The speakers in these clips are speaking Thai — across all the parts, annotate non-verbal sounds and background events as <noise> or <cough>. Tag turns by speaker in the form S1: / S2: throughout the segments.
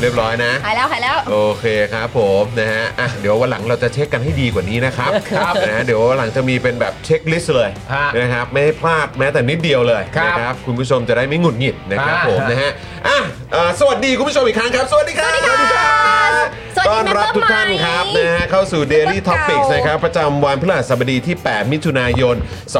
S1: เรียบร้อยนะ
S2: หายแล้วหายแล้ว
S1: โอเคครับผมนะฮะอ่ะเดี๋ยววันหลังเราจะเช็คกันให้ดีกว่านี้นะครับ ครับนะฮะเดี๋ยววันหลังจะมีเป็นแบบเช็คลิสต์เลย
S3: ฮะ
S1: นะครับ ไม่ให้พลาดแม้แต่นิดเดียวเลย
S3: ครับ
S1: นะครับ คุณผู้ชมจะได้ไม่หงุดหงิดนะครับ
S3: อ่า
S1: ผมนะฮะอ่ะเอ่อสวัสดีคุณผู้ชมอีกครั้งครับ สวัสดีครับสวัสดีครับ
S4: สวัสดี
S1: ต้อนรับทุกท่านครับ
S4: เมมเบอร์
S1: นะ
S4: ใหม่
S1: ฮะเข้าสู่ Daily
S4: เมมเบอร์
S1: Topics
S4: เก่าน
S1: นะครับ นะครับประจำวันพฤหัสบดีที่ 8 มิถุนายน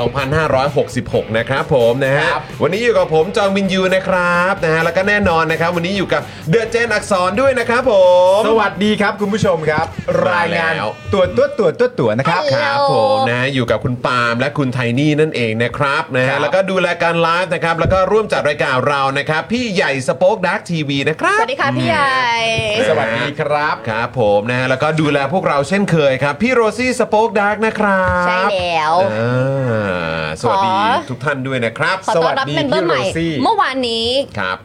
S1: 2566 นะครับผมนะฮะ
S3: ครับ
S1: วันนี้อยู่กับผมจอมวินยูนะครับนะฮะ แล้วก็แน่นอนนะครับ วันนี้อยู่กับเดอะเจนอักษรด้วยนะครับผม
S3: สวัสดีครับคุณผู้ชมครับ รายงาน
S1: มาแล้ว
S3: ตัวตัวตัวตัวตัวนะครับ
S1: ครับผมนะฮะอยู่กับคุณปาล์มและคุณไทนี่นั่นเองนะครับนะ
S3: ครั
S1: ฮะ
S3: บ
S1: แล้วก็ดูแลการไลฟ์นะครับ แล้วก็ร่วมจัดรายการเรานะครับ พี่ใหญ่สป็อคดักทีวีนะครับ
S4: สวัสดีค่ะพี่ใหญ่
S3: สวัสดีครับ
S1: ครับผมนะฮะแล้วก็ดูแลพวกเราเช่นเคยครับ พี่โรซี่สป็อคดักนะครับ
S4: ใช่แล้ว
S1: อ่าสวัสดี
S4: ขอ
S1: ทุกท่านด้วยนะครับ
S4: ขอต้อนรับ
S3: สวัส
S4: เม
S3: ดี
S4: มเบอร์ใหม่
S3: พี่โรซี่
S4: เมื่อวานนี้
S1: ครับ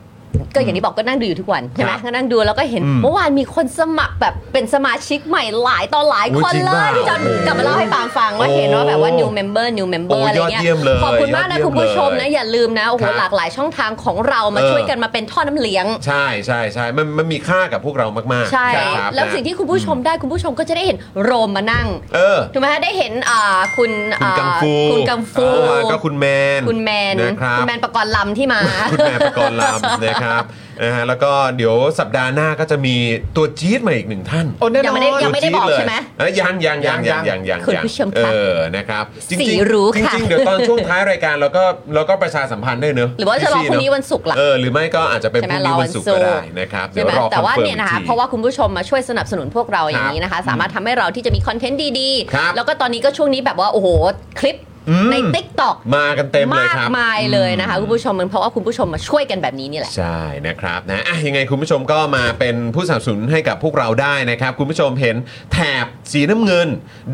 S4: ก็อย่างที่บอกก็นั่งดูอยู่ทุกวันใช่ไหม
S1: ครับ
S4: ก็นั่งดูแล้วก็เห็น เมื่อวานมีคนสมัครแบบเป็นสมาชิกใหม่หลายต่อหลาย
S1: โอ้ย
S4: คน
S1: จริง
S4: เล
S1: เป
S4: ย
S1: ล่า
S4: ที่จอนกลับมาเล่าให้ปางฟังว่าเห็นว่าแบบว่า new member new
S1: โอ้
S4: member
S1: ย
S4: อะไร
S1: ยอด
S4: เงี้ย
S1: เยี่ยมเลย
S4: ขอบคุณมากนะ
S1: ยอดเยี่ยม
S4: คุณผู้ชมนะ
S1: เลย
S4: อย่าลืมนะโอ้โห
S1: ครับ
S4: หลากหลายช่องทางของเรามา
S1: เออ
S4: ช่วยกันมาเป็นท่อน้ำเลี้ยง
S1: ใช่ใช่ใช่มันมันมีค่ากับพวกเรามากๆ
S4: ใช่
S1: นะครับ
S4: แล้วสิ่งที่คุณผู้ชมได้คุณผู้ชมก็จะได้เห็นโรมมานั่ง
S1: เออ
S4: ถูกไหมฮะได้เห็นอ่าคุณ
S1: คุณ
S4: อ่า
S1: กังฟู
S4: คุณกังฟู
S1: อ่าก็คุณแมน
S4: คุณแมน
S1: นะครับ
S4: คุณแมนประกรณ์ลำที่มา
S1: คุณแมนประกรณ์ล
S4: <laughs>
S1: ำ นะครับนะฮะแล้วก็เดี๋ยวสัปดาห์หน้าก็จะมีตัวจี๊ดมาอีกหนึ่งท่าน
S3: โอ้แน่น
S4: ยัง
S3: อ
S4: ไม่
S3: น
S4: ได้ บอกใช่ไหม
S1: เอ้ยยังยังยังยังยังยัง
S4: คุณผู้ชม
S1: เอ
S4: คะ
S1: อนะครับจ
S4: สี
S1: ริงๆ
S4: รู้ค่ะ
S1: จริงๆเดี๋ยวตอนช่วงท้ายรายการเราก็เราก็ประชาสัมพันธ์ด้วยเนอะ
S4: หรือว่าจะรอ
S1: พี่
S4: พรุ่ง
S1: เะ
S4: นี้วันศุกร์ล่ะ
S1: เออหรือไม่ก็อาจจะเป็น
S4: ใช่
S1: พ
S4: ไหม
S1: รุ่งนี้วันศุกร์
S4: รอวั
S1: ก็ได้
S4: นศุกร์
S1: นะครับเดี๋
S4: ใช่
S1: ยว
S4: ไหม
S1: รอ
S4: แต่ว่า
S1: คอฟิ
S4: เนี่ย
S1: อีก
S4: นะคะ
S1: ที
S4: เพราะว่าคุณผู้ชมมาช่วยสนับสนุนพวกเราอย่างนี้นะคะ สามารถทำให้เราที่จะมีคอนเทนต์ดี
S1: ครับ
S4: ๆ แล้วก็ตอนนี้ก็ช่วงนี้แบบว่า โอ้โห คลิป
S1: อืม
S4: ใน t ิ k t o k
S1: มากันเต็มเลย
S4: มาก
S1: ครับ
S4: มายเลยนะคะ คุณผู้ชมมันเพราะว่าคุณผู้ชมมาช่วยกันแบบนี้นี่แหละ
S1: ใช่นะครับนะอ่ะยังไงคุณผู้ชมก็มาเป็นผู้สนับสนุนให้กับพวกเราได้นะครับ คุณผู้ชมเห็นแถบสีน้ำเงิน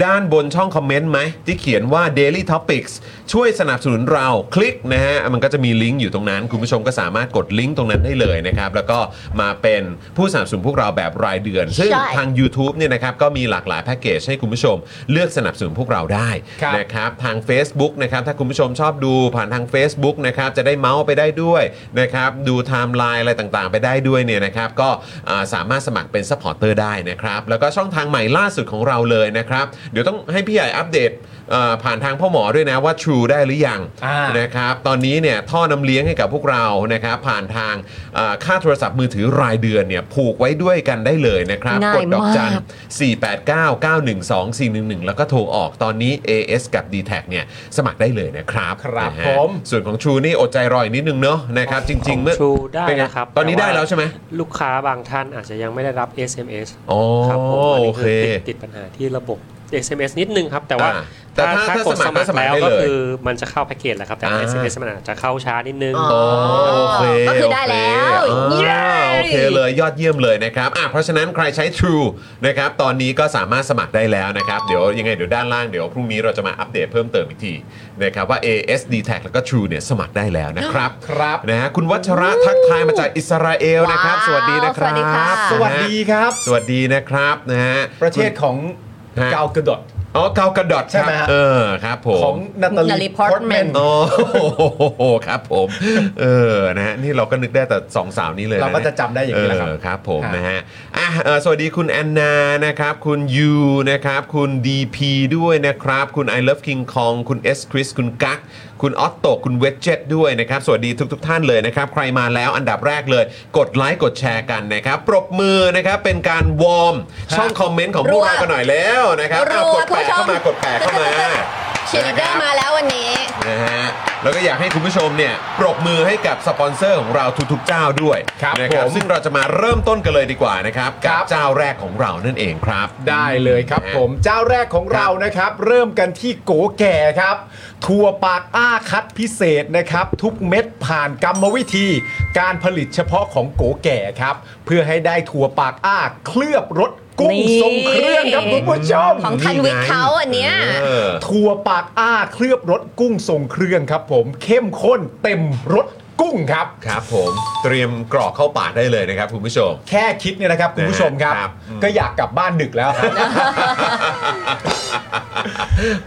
S1: ด้านบนช่องคอมเมนต์ไหม ที่เขียนว่า Daily Topics ช่วยสนับสนุนเราคลิกนะฮะ มันก็จะมีลิงก์อยู่ตรงนั้น คุณผู้ชมก็สามารถกดลิงก์ตรงนั้นได้เลยนะครับ แล้วก็มาเป็นผู้สนับสนุนพวกเราแบบรายเดือน ซึ่ง
S4: ใช่
S1: ทาง YouTube เนี่ยนะครับก็มีหลากหลายแพ็กเกจให้คุณผู้ชมเลือกสนับสนุนพวกเราได้
S3: ครับ
S1: นะ นะครับทาง Facebook นะครับถ้าคุณผู้ชมชอบดูผ่านทาง Facebook นะครับจะได้เมาส์ไปได้ด้วยนะครับดูไทม์ไลน์อะไรต่างๆ ไปได้ด้วยเนี่ยนะครับก็อ่าสามารถสมัครเป็นซัพพอร์เตอร์ได้นะครับแล้วก็ช่องทางใหม่ล่าสุดของเราเลยนะครับเดี๋ยวต้องให้พี่ใหญ่อัปเดตเอ่อผ่านทางพ่อหมอด้วยนะว่า True ได้หรือยัง
S3: อ่าน
S1: นะครับตอนนี้เนี่ยท่อนำเลี้ยงให้กับพวกเรานะครับผ่านทางอ่าค่าโทรศัพท์มือถือรายเดือนเนี่ยผูกไว้ด้วยกันได้เลยนะครับ
S4: ง่าย
S1: กดดอกจัน
S4: มาก
S1: 489-912-411 แล้วก็โทรออกตอนนี้ AS กับ d t แทเนี่ยสมัครได้เลยนะครับ
S3: ครับ
S1: นะฮะ
S3: ผม
S1: ส่วนของ True นี่อดใจรออีกนิดนึงเนาะนะครับจริง ๆ เมื่อ
S5: True ได้
S1: เป็นง
S5: นะครับ
S1: ตอนนี้
S5: แต่ว่า
S1: ได้แล้วใช่ไหม
S5: ลูกค้าบางท่านอาจจะยังไม่ได้รับ SMS
S1: อ๋อ
S5: ครับผมอัน
S1: โอ
S5: นี้
S1: เค
S5: คือติดติดปัญหาที่ระบบ SMS นิดนึงครับ แต่ว่า
S1: อ่าแต่ถ้าถ้าก สมัครก็สมัคร
S5: แล้ว
S1: ได้
S5: ก็
S1: เลย
S5: คือมันจะเข้าแพ็กเกจแหละครับ แต่
S1: อ่า
S5: SMS มันอาจจะเข้าช้านิดนึง
S4: อ๋อ
S1: โอเค
S4: ก็คือได้แล้ว
S1: โอเค
S4: เย้
S1: อ่าโอ โอเคเลยยอดเยี่ยมเลยนะครับอ่ะเพราะฉะนั้นใครใช้ True นะครับตอนนี้ก็สามารถสมัครได้แล้วนะครับ เดี๋ยวยังไงเดี๋ยวด้านล่างเดี๋ยวพรุ่งนี้เราจะมาอัปเดตเพิ่มเติมอีกทีนะครับว่า ASD Tag แล้วก็ True เนี่ยสมัครได้แล้วนะครับ
S6: ครับ
S1: นะฮะคุณวัชระทักทายมาจากอิสราเอลนะครับ
S4: ว้าว
S1: สวัสดีนะค
S4: สวั
S1: รับ
S4: สดีค่ะ
S1: นะฮะ
S6: สวัสดีครับ
S1: สวัสดีนะครับนะฮะ
S6: ประเทศของ
S1: ฮะ
S6: กาวกระดด
S1: อ๋อเกากระดด
S6: ใช่ไหมฮะ
S1: เออครับผม
S6: ของนาตาลี
S4: Natalie
S6: พอร์ตแมน
S4: Portman
S1: <laughs> โอ้โหครับผม เออนะฮะนี่เราก็นึกได้แต่สองสาวนี้เลยน
S6: เราก็จะจำได้อย่างนี้แหละครับ
S1: เครับผม
S6: ครับ
S1: นะฮะอ่ะเอ่อสวัสดีคุณแอนนานะครับ คุณยูนะครับ คุณ DP ด้วยนะครับ คุณ I Love King Kong คุณ S Chris คุณกั๊กคุณออตโตคุณเวจเจตด้วยนะครับ สวัสดีทุกทท่านเลยนะครับ ใครมาแล้วอันดับแรกเลย กดไลค์กดแชร์กันนะครับ ปรบมือนะครับเป็นการวอร์มช่องคอมเมนต์ของพวกเรากันหน่อยแล้วนะครับอ้าวกดแปะเข้ามากดแปะเข้ามา
S4: เชียร์ลีดเดอร์มาแล้ววันนี้
S1: นะฮะแล้วก็อยากให้คุณผู้ชมเนี่ยปรบมือให้กับสปอนเซอร์ของเราทุกๆเจ้าด้วย
S6: ครับ
S1: นะ
S6: ผม
S1: ซึ่งเราจะมาเริ่มต้นกันเลยดีกว่านะครับ
S6: ครั
S1: กับ เจ้าแรกของเรานั่นเองครับ
S6: ได้เลยครับ
S1: นะฮะ
S6: ผมเจ้าแรกของเรานะครับ เริ่มกันที่โกแก่ครับ ทัวปากอ้าคัดพิเศษนะครับ ทุกเม็ดผ่านกรรมวิธี การผลิตเฉพาะของโกแก่ครับ เพื่อให้ได้ทัวปากอ้าเคลือบรสกุ้ง
S4: นี่
S6: ทรงเครื่องครับคุณผู้ชม
S4: ของทันวิทย์เขาอันเนี้ย
S1: เออ
S6: ถั่วปากอ้าเคลือบรสกุ้งทรงเครื่องครับ ผมเข้มข้นเต็มรสกุ้งครับ
S1: ครับผมเตรียมกรอกเข้าปากได้เลยนะครับคุณผู้
S6: <laughs>
S1: ชม
S6: แค่คิดเนี่ยนะครับคุณผู้ชมครับ
S1: ครับอืม
S6: ก็อยากกลับบ้านดึก <laughs> แล้วครับ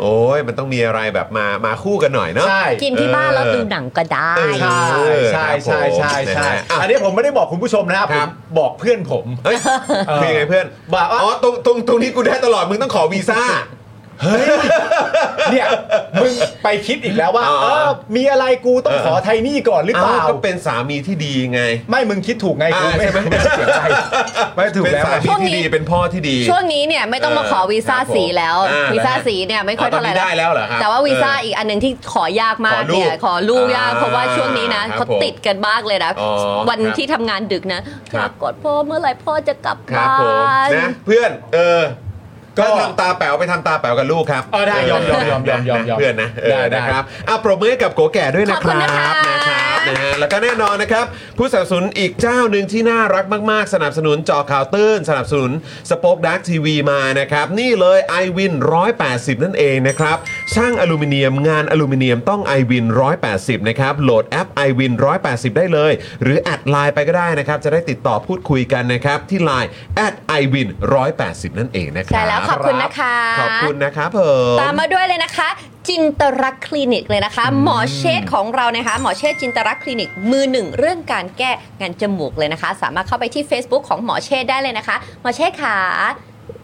S1: โอ้ยมันต้องมีอะไรแบบมามาคู่กันหน่อยเนาะ
S6: ใช่
S4: กินที่บ้านแล้วดูหนังก็ได้
S6: ใช่ใช่ใช่ใช่ใช่
S1: ครับผม
S6: อันนี้ผมไม่ได้บอกคุณผู้ชมนะครับ
S1: ค
S6: ผ
S1: รั
S6: ม
S1: บ
S6: บอกเพื่อนผม
S1: เฮ้ย
S6: เออ
S1: คือยังไงเพื่อน
S6: บอกว่า
S1: อ๋อตรงตรงตรงนี้กูได้ตลอดมึงต้องขอวีซ่า
S6: เนี่ยมึงไปคิดอีกแล้วว่า
S1: อ๋อ
S6: เออมีอะไรกูต้องขอไทยนี่ก่อนหรือเปล่า
S1: วก็เป็นสามีที่ดีไง
S6: ไม่มึงคิดถูกไงกู
S1: อ่า
S6: ไม่
S1: ใช่ไหม
S6: ไม่เสียใจไม่ถูก
S1: เป็น
S6: แล้ว
S1: สามี
S4: ช่วงนี้
S1: ที่ดีเป็นพ่อที่ดี
S4: ช่วงนี้เนี่ยไม่ต้องมาขอวีซ่า
S1: เออครับผม
S4: สีแล้ว
S1: อ่า
S4: วีซ่า
S1: นะฮะ
S4: สีเนี่ยไม่ค่อย
S1: อ๋อตอน
S4: เท่าไหร่
S1: นี้ได้แล้วเหรอครับ
S4: แต่ว่าวีซ่า
S1: เออี
S4: อีกอันหนึ่งที่ขอยากมาก
S1: ขอลูก
S4: เนี่ยขอลูกยาก
S1: อ่า
S4: เพราะว่าช่วงนี้นะครับ เขา
S1: ผม
S4: ติดกันมากเลยนะ
S1: อ๋อ
S4: วัน
S1: ครับ
S4: ที่ทำงานดึกนะ
S1: ค
S4: อ
S1: รับ
S4: ยากกอดพ่อเมื่อไหร่พ่อจะกลับ
S1: ครับ
S4: บ้
S1: ผม
S4: าน
S1: นะเพื่อนเออ
S6: ก็
S1: ก็ทำตาแป๋วไปทำตาแป๋วกับลูกครับ
S6: เออได้ยอมยอมยอมยอมยอ
S1: นะนะ
S6: ม
S1: เพื่อนนะเออ
S6: ได้ได้
S1: นะครับอ่ะปรบมือให้กับโกแก่ด้วยนะค
S4: ขอบคุ
S1: รั
S4: ณ
S1: บ
S4: นะ
S1: นะค
S4: คะ
S1: รับนะฮะแล้วก็แน่นอนนะครับ ผู้สนับสนุนอีกเจ้าหนึ่งที่น่ารักมาก ๆ สนับสนุนจอข่าวตื้น สนับสนุนสป็อคดักทีวีมานะครับ นี่เลย i w วิน180 นั่นเองนะครับ ช่างอลูมิเนียมงานอลูมิเนียมต้อง i w วิน180 นะครับ โหลดแอป i w วิน180 ได้เลย หรือแอดไลน์ไปก็ได้นะครับ จะได้ติดต่อพูดคุยกันนะครับ ที่ไลน์ i w วิน180 นั่นเองนะครับ
S4: ใช่แล้วขอบคุณนะคะ
S1: ขอบคุณนะครับผม
S4: ตามมาด้วยเลยนะคะ จินตรักษณ์คลินิกเลยนะคะ หมอเชษของเรานะคะ หมอเชษจินตรักษณ์คลินิกมือหนึ่งเรื่องการแก้งานจมูกเลยนะคะ สามารถเข้าไปที่ Facebook ของหมอเชษได้เลยนะคะ หมอเชษขา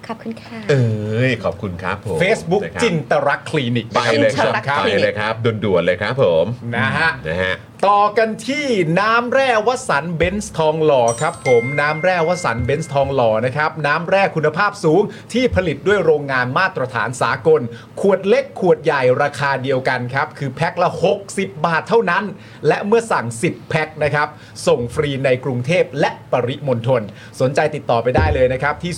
S4: ขอบคุณค่ะ
S1: เอ้ยขอบคุณครับผม
S6: Facebook
S1: ะครับ
S6: จินตรักษณ์คลินิก
S1: ไปเลยค
S6: ค
S1: รั
S6: รั
S1: บบ
S4: จินตกษณ์
S1: ไปเลยครับด่วนๆเลยครับผม
S6: นะฮะ
S1: นะฮะ
S6: ต่อกันที่น้ำแร่วสันเบนซ์ทองหล่อครับผมน้ำแร่วสันเบนซ์ทองหล่อนะครับน้ำแร่คุณภาพสูงที่ผลิตด้วยโรงงานมาตรฐานสากล ขวดเล็กขวดใหญ่ราคาเดียวกันครับ คือแพ็คละ 60 บาทเท่านั้น และเมื่อสั่ง 10 แพ็คนะครับ ส่งฟรีในกรุงเทพและปริมณฑลสนใจติดต่อไปได้เลยนะครับ ที่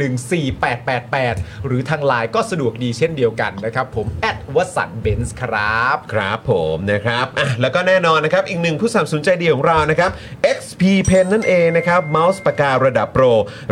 S6: 0909714888 หรือทางไลน์ก็สะดวกดีเช่นเดียวกันนะครับผมแอดวสันเบนซ์ครับ
S1: ครับผมนะครับอ่ะแล้วก็แน่นอนนะครับ อีกหนึ่งผู้สนับสนุนใจดีของเรานะครับ XP Pen นั่นเองนะครับเมาส์ปากการะดับโปร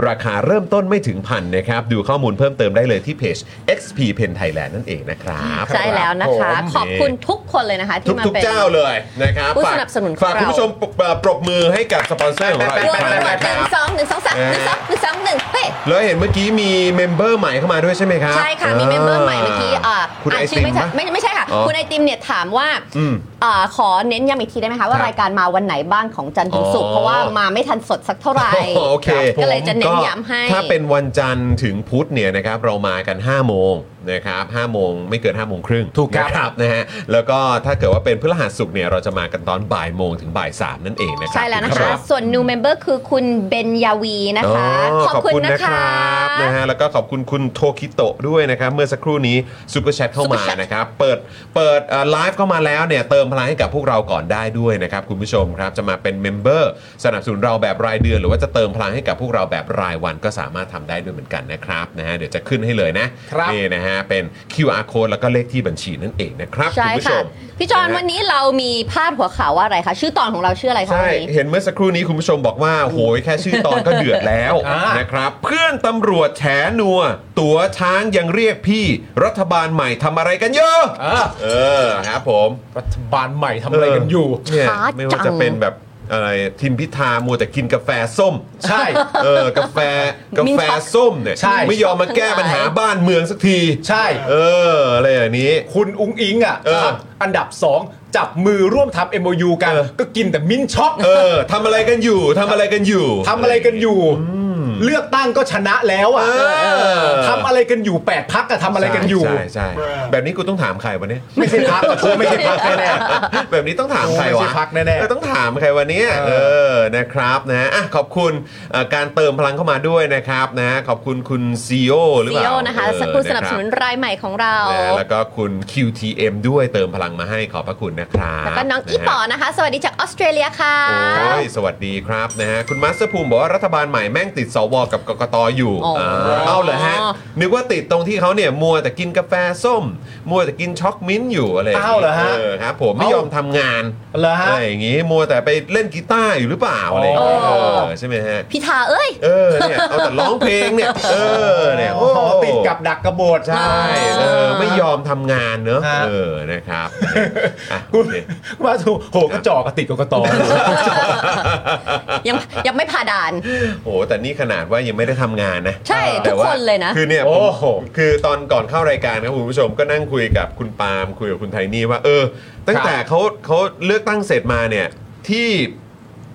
S1: ราคาเริ่มต้นไม่ถึงพันนะครับ ดูข้อมูลเพิ่มเติมได้เลยที่เพจ XP Pen Thailand นั่นเองนะครับ
S4: ใช่แล้วนะคะ
S1: ครับผม
S4: ขอบคุณทุกคนเลยนะคะ ที่มา
S1: ทุก
S4: เป็น
S1: ๆเจ้าเลยนะครับ
S4: ผู้
S1: ฝาก
S4: สนับสนุนของ
S1: ฝากคุณ
S4: เรา
S1: ผู้ชมปรบเอ่อปรบมือให้กับสปอนเซอร์ของเราอี
S4: ร
S1: ก
S4: วม
S1: ครั้ง
S4: ทั้งหม
S1: นะ
S4: ดห
S1: ค
S4: นึ่ง
S1: รับ
S4: สองหนึ่งสองสามหนึ่งสองหนึ่งสองหนึ่งเฮ้ย
S1: แล้วเห็นเมื่อกี้มีเมมเบอร์ใหม่เข้ามาด้วยใช่ไหมครับ
S4: ใช่ค่ะ มีเมมเบอร์ใหม่เมื่อกี้อ่า
S1: คุณ
S4: อ่า
S1: ไอน
S4: ชื่
S1: ติม
S4: อไม่ทัน
S1: ปะ
S4: ไม่ไม่ใช่ค่ะ
S1: อ๋อ
S4: คุณไอติมเนี่ยถามว่า
S1: อืม
S4: อ่าขอเน้นย้ำอีกทีได้ไหมคะ ว่า
S1: ครับ
S4: รายการมาวันไหนบ้างของจันทร์ถึงศุก
S1: อ๋อ
S4: ร์เพราะว่ามาไม่ทันสดสักเท่าไหร่
S1: อ๋ <laughs> อโอเค
S4: ครับก็เลยจะเน้นย้ำให้
S1: ก็ถ้าเป็นวันจันทร์ถึงพุธเนี่ยนะครับเรามากัน 5 โมงนะครับ5โมงไม่เกิน 5 โมงครึ่ง
S6: ถูกครับ
S1: นะครับนะฮะแล้วก็ถ้าเกิดว่าเป็นพฤหัสศุกร์เนี่ยเราจะมากันตอนบ่ายโมงถึงบ่ายสามนั่นเองนะครั
S4: ใช่แล้วนะ
S1: ค
S4: คะ
S1: รับ
S4: ส่วน new member คือคุณเบนยาวีนะคะ
S1: อ๋อ
S4: ขอบคุณนะ
S1: ร
S4: คะ
S1: ับนะฮะแล้วก็ขอบคุณคุณโทคิโตะด้วยนะครับ เมื่อสักครู่นี้ซูเปอร์แชทเข้ามา
S4: Super Chat
S1: นะครับ เปิดเปิดเอ่อไลฟ์เข้ามาแล้วเนี่ยเติมพลังให้กับพวกเราก่อนได้ด้วยนะครับคุณผู้ชมครับจะมาเป็นเมมเบอร์สนับสนุนเราแบบรายเดือน หรือว่าจะเติมพลังให้กับพวกเราแบบรายวันก็สามารถทำได้ด้วยเหมือนกันนะครับนะฮะเดี๋ยวจะขึ้นให้เลยนะครับ นี่นะฮะ นะเป็น QR code แล้วก็เลขที่บัญชีนั่นเองนะครับคุ
S4: ใช่
S1: ณผู้ช
S4: ค่ะ
S1: ม
S4: พี่จอน
S1: นะฮะ
S4: วันนี้เรามีพาดหัวข่าวว่าอะไรคะ ชื่อตอนของเราชื่ออะไรคะ
S1: ใช่
S4: วันนี้
S1: เห็นเมื่อสักครู่นี้คุณผู้ชมบอกว่าโหยแค่ชื่อตอนก็เดือดแล้ว
S3: อ่าน
S1: นะครับ เพื่อนตำรวจแฉนัว ตัวช้างยังเรียกพี่ รัฐบาลใหม่ทำอะไรกันเยอะ
S3: อ่ะ
S1: เออครับผม
S3: รัฐบาลใหม่ทำอะไรกันอยู่
S1: เนี่ย
S4: ช้าจัง
S1: ไม่ว่าจะเป็นแบบอะไรทิมพิธามัวแต่กินกาแฟส้ม
S3: ใช่
S1: เออกาแฟกา
S4: มิ้น
S1: แฟ
S4: ท์ช็อก
S1: ส้มเนี่ย
S3: ใช่
S1: ไม่ยอมมาแก้ปัญหาบ้านเมืองสักที
S3: ใช่
S1: เอออะไรอย่างนี้
S3: คุณอุ้งอิงอ่ะ
S1: เออ
S3: ครับ อันดับ 2 จับมือร่วมทำ MOU กัน ก็กินแต่มิ้นท์ช็อก
S1: เออทำอะไรกันอยู่ทำอะไรกันอยู่
S3: ทำอะไรกันอยู่ เลือกตั้งก็ชนะแล้วอ่ะ
S1: เออ
S3: ทำอะไรกันอยู่ 8พักอะทำอะไรกันอยู่
S1: ใช่ใช่ใช่แบบนี้กูต้องถามใครวะเนี่ย
S3: ไม่ใช่พักไม่ใช่พักแน่
S1: แบบนี้ต้องถามใคร
S3: ไม่
S1: วะ
S3: ใช่พรรคแน่ๆ
S1: เออต้องถามใครวันนี้
S3: เออ
S1: เออนะครับนะฮะอ่ะขอบคุณเอ่อการเติมพลังเข้ามาด้วยนะครับนะฮะขอบคุณคุณซีโอหรือ
S4: ซี
S1: เปล่า
S4: โอนะคะ
S1: เออ
S4: ผู้สนับสนุน
S1: นะค
S4: รายใหม่ของเรา
S1: รับนะแล้วก็คุณ QTM ด้วยเติมพลังมาให้ขอบพระคุณนะครับ
S4: แล้วก็น้องอี
S1: ะฮะ
S4: ปอนะคะ สวัสดีจากออสเตรเลียค่ะ
S1: โอ้ยสวัสดีครับนะฮะ คุณมาสเตอร์ภูมิบอกว่ารัฐบาลใหม่แม่งติดสวกับกกตอยู่
S4: อ๋ออ่
S1: าเอาเหรอฮะ นึกว่าติดตรงที่เขาเนี่ย มัวแต่กินกาแฟส้ม มัวแต่กินช็อกมิ้นท์อยู่อะไรย่งงี้
S3: เอาเหรอฮะ
S1: เออครับผมไม่ยอมทำงาน
S3: เหรอฮะ
S1: ไรอย่างงี้ มัวแต่ไปเล่นกีตาร์อยู่หรือเปล่าอะไรอย่างงี้
S4: อ๋อ
S1: เออใช่ไหมฮะ
S4: พิธาเอ้ย
S1: เออเนี่ยเอาแต่ร้องเพลงเนี่ย เออเนี่ย
S3: ๆ
S1: โอ้
S3: ขอติดกับดักกระโบด
S1: ใช่เออไม่ยอมทำงานเนอะ
S3: ฮะ
S1: เออนะครับอ่ะโอ
S3: คุณ <laughs>
S1: เค
S3: ว่าถูกโหกระจอกกบติดกกต
S1: <laughs>
S4: ยังยังไม่ผ่าด่าน
S1: โอ้โหแต่นี่ขนาดว่ายังไม่ได้ทำงานนะ
S4: ใช่
S1: แต่
S4: ทุก
S1: ว่า
S4: คนเลยนะ
S1: คือเนี่ย
S3: โอ้
S1: ผม
S3: โห
S1: คือตอนก่อนเข้ารายการครับคุณผู้ชมก็นั่งคุยกับคุณปาล์มคุยกับคุณไทนี่ว่า เออ ตั้งแต่เขาเขาเลือกตั้งเสร็จมาเนี่ยที่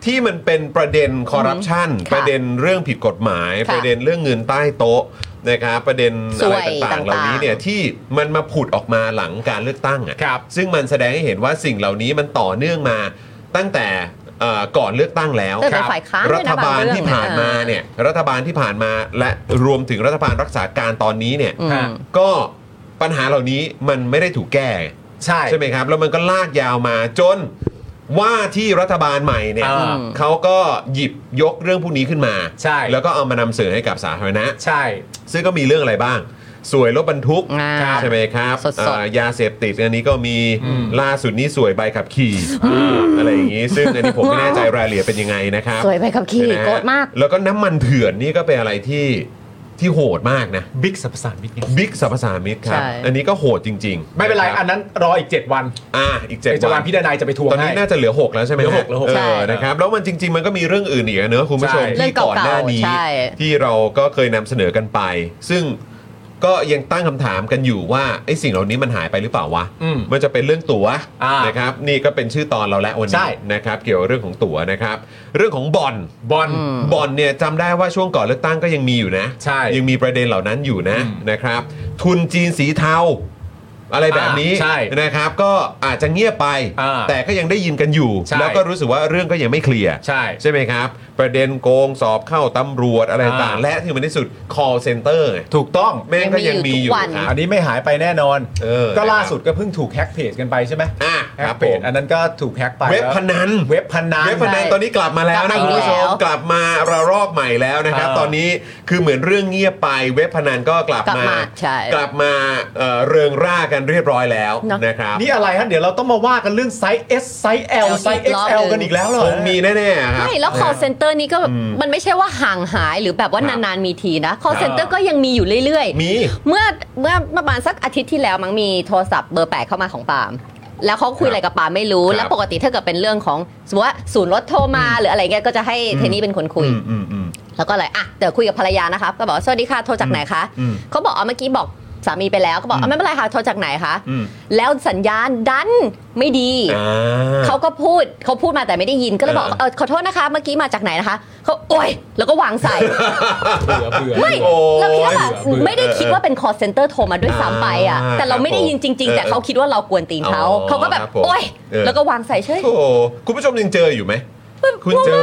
S1: ที่มันเป็นประเด็นคอร์รัปชัน
S4: ค่ะ
S1: ประเด็นเรื่องผิดกฎหมาย
S4: ค่ะ
S1: ประเด็นเรื่องเงินใต้โต๊ะนะครับประเด็น
S4: ส
S1: อะไร
S4: วย
S1: ต่างๆ
S4: ต่างๆ
S1: เหล่านี้เนี่ยที่มันมาผุดออกมาหลังการเลือกตั้งอ่ะ
S3: ครับ
S1: ซึ่งมันแสดงให้เห็นว่าสิ่งเหล่านี้มันต่อเนื่องมาตั้งแต่เอ่อก่อนเลือกตั้งแล้ว
S4: ตั้ง
S1: ค
S4: แต่
S1: รับ
S4: ฝ่ายค้าน
S1: รัฐบาล
S4: ด้วยนะบางเรื่อง
S1: ที่ผ่านมาเนี่ยรัฐบาลที่ผ่านมาและรวมถึงรัฐบาลรักษาการตอนนี้เนี่ย
S4: อืม
S1: ก็ปัญหาเหล่านี้มันไม่ได้ถูกแก้
S3: ใช่
S1: ใช่ไหมครับ แล้วมันก็ลากยาวมาจนว่าที่รัฐบาลใหม่เนี่ย
S3: อ่า
S1: เขาก็หยิบยกเรื่องพวกนี้ขึ้นมา
S3: ใช่
S1: แล้วก็เอามานำเสนอให้กับสาธารณะ
S3: ใช่
S1: ซึ่งก็มีเรื่องอะไรบ้าง สวยรถบรรทุก
S4: อ่า
S1: ใช่ไหมครับ
S4: สดๆ
S1: อ่ายาเสพติดอันนี้ก็มีล่าสุดนี้สวยใบขับขี่อะไรอย่างนี้ ซึ่งอันนี้ผมไม่แน่ใจรายละเอียดเป็นยังไงนะครับ
S4: สวยใบขับขี่
S1: ใช่ไหฮะ
S4: โกรธมาก
S1: แล้วก็น้ำมันเถื่อนนี่ก็เป็นอะไรที่ที่โหดมากนะ
S3: บิ๊กสัมสานบิ๊กไง
S1: บิ๊กสรรพสามิตรครับ
S4: ใช่
S1: อันนี้ก็โหดจริงๆ
S3: ไม่เป็นไร
S1: ะคบ
S3: อันนั้นรออีก 7 วัน
S1: อ่าอีกเจ็ด
S3: เจ็ด
S1: วั
S3: วัน นพี่ดนายจะไปทวง
S1: ตอนนี้
S3: ให้
S1: น่าจะเหลือ 6 แล้วใช่ไหม
S3: เหลือ
S1: ฮะ
S3: หกเหลือหก
S1: เอ
S4: ใช่
S1: อนะครับแล้วมันจริง ๆ มันก็มีเรื่องอื่นอีกอะเนอะคุณผู้ชม
S3: ใช่
S4: เรื่อ
S1: ที่
S4: งเก่าๆ
S1: ก่อนหน้านี้
S4: ใช่
S1: ที่เราก็เคยนำเสนอกันไป ซึ่งก็ยังตั้งคำถามกันอยู่ว่าไอ้สิ่งเหล่านี้มันหายไปหรือเปล่าวะ
S3: อืม
S1: มันจะเป็นเรื่องตั๋ว
S3: อ่าน
S1: นะครับนี่ก็เป็นชื่อตอนเราแล้ววัน
S3: ใช่
S1: นี้นะครับเกี่ยวกับเรื่องของตั๋วนะครับ เรื่องของบอล
S3: บอล
S1: บอลเนี่ยจำได้ว่าช่วงก่อนเลือกตั้งก็ยังมีอยู่นะ
S3: ใช่
S1: ยังมีประเด็นเหล่านั้นอยู่นะ
S3: อืม
S1: นะครับ ทุนจีนสีเทาอะไรแบบนี้
S3: อ่าใช่
S1: นะครับ ก็อาจจะเงียบไป
S3: อ่า
S1: แต่ก็ยังได้ยินกันอยู่
S3: ใช่
S1: แล้วก็รู้สึกว่าเรื่องก็ยังไม่เคลียร์
S3: ใช่
S1: ใช่ไหมครับ ประเด็นโกงสอบเข้าตำรวจอะไรต่างๆ
S3: อ่า
S1: และที่มันที่สุด call center ไง
S3: ถูกต้อง
S1: แม่งก็ยังมีอยู่
S4: ยังมีอยู่ทุกวัน
S1: ครับ
S3: อันนี้ไม่หายไปแน่นอน
S1: เออ
S3: ก็ล่า
S1: นะครับ
S3: สุดก็เพิ่งถูกแฮ็กเพจกันไปใช่ไหม
S1: อ่ะ
S3: แฮ็
S1: ค
S3: ก
S1: รับ
S3: เพ
S1: ผ
S3: จ
S1: ม
S3: อันนั้นก็ถูกแฮ็กไป
S1: เว็บ
S3: แล้ว
S1: พนัน
S3: เว็บพนัน
S1: เว็บพนันตอนนี้กลับมาแล้วนะ
S4: กลับมา
S1: คุณผู้ช
S4: อีก
S1: ม
S4: แล้ว
S1: กลับมาระลอกใหม่แล้วนะครับ
S3: อ่า
S1: ตอนนี้คือเหมือนเรื่องเงียบไปเว็บพนันก็กลับ
S4: กลับ
S1: มา
S4: มาใช่
S1: กลับมาเอ่อเริงร่ากันเรียบร้อยแล้ว
S4: เนอะ
S1: นะครับ
S3: นี่อะไรฮะ เดี๋ยวเราต้องมาว่ากันเรื่องไซส์ S ไซส์ L ไซส์
S4: อีกรอบหนึ่
S3: XL
S4: ง
S3: กันอีกแล้วเหรอ
S1: คงมีแน่ๆครับ
S4: ใช่แล้ว call center นี้ก็แบบมันไม่ใช่ว่าห่างหายหรือแบบว่า
S1: ครับ
S4: นานๆมีทีนะ call
S3: อ่า
S4: center ก็ยังมีอยู่เรื่อย
S1: มี
S4: ๆ เมื่อเมื่อประมาณสักอาทิตย์ที่แล้วมั้งมีโทรศัพท์เบอร์แปลกเข้ามาของปาล์มแล้วเขาคุยอะไรกับปาล์มไม่รู้
S1: ครับ
S4: แล้วปกติถ้าเกิดเป็นเรื่องของสมมติว่าศูนย์รถโทรมาหรืออะไรเงี้ยก็จะให้เทนนี่เป็นคนคุย
S1: อืมอืมอืม
S4: แล้วก็เลยอ่ะเดี๋ยวคุยกับภรรยานะคะก็บอกว่าสวัสดีค่ะโทรจากไหนคะ
S1: อืม
S4: เขาบอกอ๋อเมื่อกี้บอกสามีไปแล้วก็บอกอ๋อไม่เป็นไรค่ะโทรจากไหนคะ
S1: อืม
S4: แล้วสัญญาณดันไม่ดี
S1: อ่า
S4: เขาก็พูดเขาพูดมาแต่ไม่ได้ยินก็เลยบอก
S1: เออ
S4: เออขอโทษนะคะ เมื่อกี้มาจากไหนนะคะเขาโอ๊ยแล้วก็วางสาย
S3: เบื่อเบื่อ
S4: ไม่
S1: โอ้ย
S4: เราคิดว่าแบบ
S3: เบื่อเบื่อ
S4: ไม่ได้คิดว่าเป็น call center โทรมาด้วยซ้ำไปอ่ะ
S1: อ่า
S4: แต่เราไม่ได้ยินจริง
S1: เอ
S4: ๆ
S1: อ
S4: แต่เขาคิดว่าเรากวนตีนเขา
S1: อ๋อ
S4: เขาก็แบบ
S1: ครับผม
S4: โอ๊ย
S1: เออ
S4: แล้วก็วางสายเฉย
S1: โอ้โหคุณผู้ชมยังเจออยู่ไหมคุณเจอ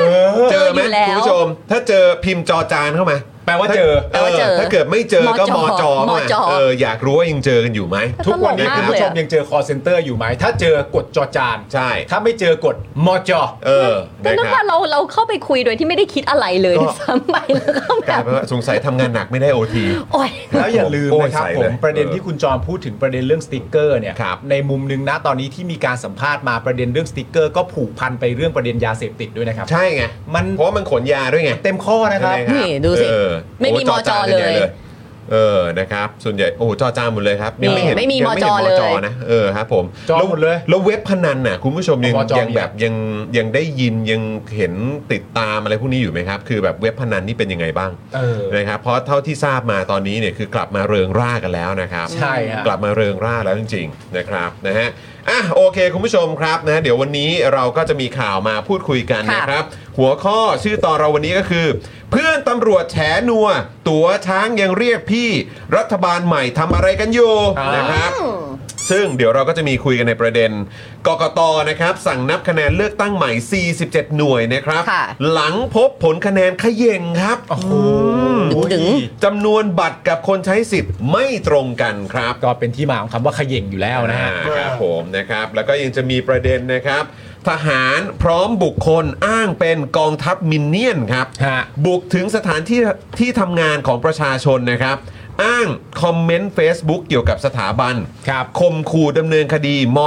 S4: เจ
S1: เจ
S4: อ
S1: อ
S4: อยู่
S1: ไหม
S4: แล้ว
S1: คุณผู้ชม ถ้าเจอพิมพ์จอจานเข้ามา
S3: แปลว่าเจอ
S4: แปลว่าเจอ
S1: ถ้าเกิดไม่เจอก็ม
S4: ม
S1: อ
S4: จ
S1: จอ
S4: ม
S1: มา
S4: จ
S1: เอออยากรู้ว่ายังเจอกันอยู่ไหม
S4: แต่
S3: ทุกวัน
S4: ตล
S3: นี้
S4: กมากเลย
S3: คุณผู้ชม
S4: อะ
S3: ยังเจอคอเซ็นเตอร์อยู่ไหม ถ้าเจอกดจอจาน
S1: ใช่
S3: ถ้าไม่เจอกดมอจอ
S1: เออ
S4: แต่นั่น
S1: ค
S4: ว่า
S1: รับ
S4: เราเราเข้าไปคุยโดยที่ไม่ได้คิดอะไรเลย
S1: ก็
S4: ซ้ำไปแล้วก็
S1: ก
S4: แบ
S1: ลาย
S4: บ
S1: เป็นว่าสงสัยทำงานหนักไม่ได้โอที
S4: โอ๊ย
S3: แล้วอย่าลืม
S1: โอ้ย
S3: นะครับ
S1: ใส่
S3: ผ
S1: เลย
S3: มประเด็น
S1: เออ
S3: ที่คุณจอมพูดถึงประเด็นเรื่องสติกเกอร์เนี่ย
S1: ครับ
S3: ในมุมหนึงนะตอนนี้ที่มีการสัมภาษณ์มาประเด็นเรื่องสติกเกอร์ก็ผูกพันไปเรื่องประเด็นยาเสพติดด้วยนะครับ
S1: ใช่ไง
S3: มัน
S1: เพราะว่ามันขนยาด้วยไง
S3: เต็มข้อนะครับ
S1: ใช่ไหม
S4: นี่ดูสิ
S1: เออ
S4: ไม่มีมจ
S1: โอ้าน
S4: เลย
S1: ใหญ่เออนะครับ ส่วนใหญ่โอ้โหจอจานหมดเลยครับยังไม่เห็น
S4: นี่ไม่มี
S1: ยังห็น
S4: มจเลย
S1: นะเออครับผม
S3: จอ
S1: แว
S3: หมดเลย
S1: แล้วเว็บพนันน่ะคุณผู้ชมยัง
S3: มจ
S1: ยัง
S3: มี
S1: แบบยังยังได้ยินยังเห็นติดตามอะไรพวกนี้อยู่ไหมครับ คือแบบเว็บพนันนี่เป็นยังไงบ้าง
S3: เออ
S1: นะครับเพราะเท่าที่ทราบมาตอนนี้เนี่ยคือกลับมาเริงร่ากันแล้วนะครับ
S3: ใช่ฮะ
S1: กลับมาเริงร่าแล้วจริง ๆนะครับนะฮะอ่ะโอเค คุณผู้ชมครับนะเดี๋ยววันนี้เราก็จะมีข่าวมาพูดคุยกัน
S4: ค่ะ
S1: นะครับ หัวข้อชื่อตอนเราวันนี้ก็คือ เพื่อนตำรวจแฉนัว ตัวช้างยังเรียกพี่รัฐบาลใหม่ทำอะไรกันอยู่
S3: อ่าน
S1: นะครับ ซึ่งเดี๋ยวเราก็จะมีคุยกันในประเด็นกกตนะครับ สั่งนับคะแนนเลือกตั้งใหม่ 47 หน่วยนะครับ
S4: ค่ะ
S1: หลังพบผลคะแนนเขย่งครับ
S3: โอ้โห
S4: ดึง
S1: จำนวนบัตรกับคนใช้สิทธิ์ไม่ตรงกันครับ
S3: ก็เป็นที่มาของคำว่าเขย่งอยู่แล้วนะฮะ
S1: อ่าครับผมนะครับ แล้วก็ยังจะมีประเด็นนะครับ ทหารพร้อมบุคคลอ้างเป็นกองทัพมินเนี่ยนครับ
S3: ฮะ
S1: บุกถึงสถานที่ที่ทำงานของประชาชนนะครับ อ้างคอมเมนต์ Facebook เกี่ยวกับสถาบัน
S3: ครับ
S1: คมขู่ดำเนินคดีม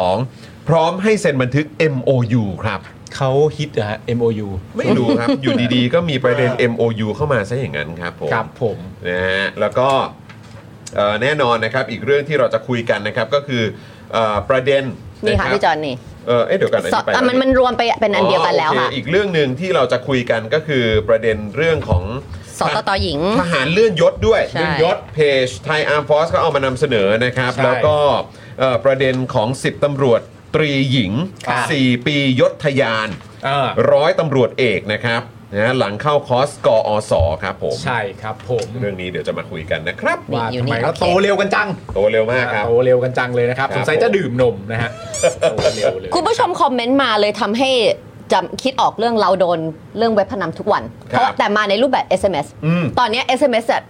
S1: .112 พร้อมให้เซ็นบันทึก MOU ครับ
S3: เขาฮิตเหรอฮะ MOU
S1: ไม่รู้ครับ อยู่ดีๆ ก็มีประเด็น MOU เข้ามาซะอย่างนั้นครับผม
S3: ครับผม
S1: นะฮะแล้วก็เอ่อแน่นอนนะครับอีกเรื่องที่เราจะคุยกันนะครับก็คือเอ่อประเด็น
S4: นี่ค่ะ
S1: รับ
S4: พี่จอนนี่
S1: เอ่อเอ๊ะเดี๋ยวกัน
S4: สออ่ะมันมันรวมไปเป็นอันเดียวกันแล้วค่ะ
S1: โอเอีกเรื่องหนึ่งที่เราจะคุยกันก็คือประเด็นเรื่องของ
S4: สตตหญิง
S1: ทหารเลื่อนยศด้วย
S4: ใช่
S1: เลื่อนยศเพจไทยอาร์มฟอสก็เอามานำเสนอนะครับ
S3: ใช่
S1: แล้วก็เอ่อประเด็นของ 10ตำรวจตรีหญิง
S3: ครับ
S1: 4 ปียศทยาน
S3: อ่า
S1: ร้อยตำรวจเอกนะครับนะฮะหลังเข้าคอร์สกออสครับผม
S3: ใช่ครับผม
S1: เรื่องนี้เดี๋ยวจะมาคุยกันนะครับ
S4: นี่
S3: ว่า
S4: อยู่
S3: ทำ
S4: นี่
S3: ไมก็
S4: โอเค
S3: โตเร็วกันจัง
S1: โตเร็วมากครับ
S3: โตเร็วกันจังเลยนะครับ
S1: ครับ
S3: สงสัย
S1: ผม
S3: จะดื่มนมนะฮะโตเร็วเลย
S4: คุณผู้ชมคอมเมนต์มาเลยทำให้จำคิดออกเรื่องเราโดนเรื่องเว็บพนันทุกวัน
S1: ครับ
S4: เพราะแต่มาในรูปแบบ SMS
S1: อืม
S4: ตอนเนี้ย SMS อะ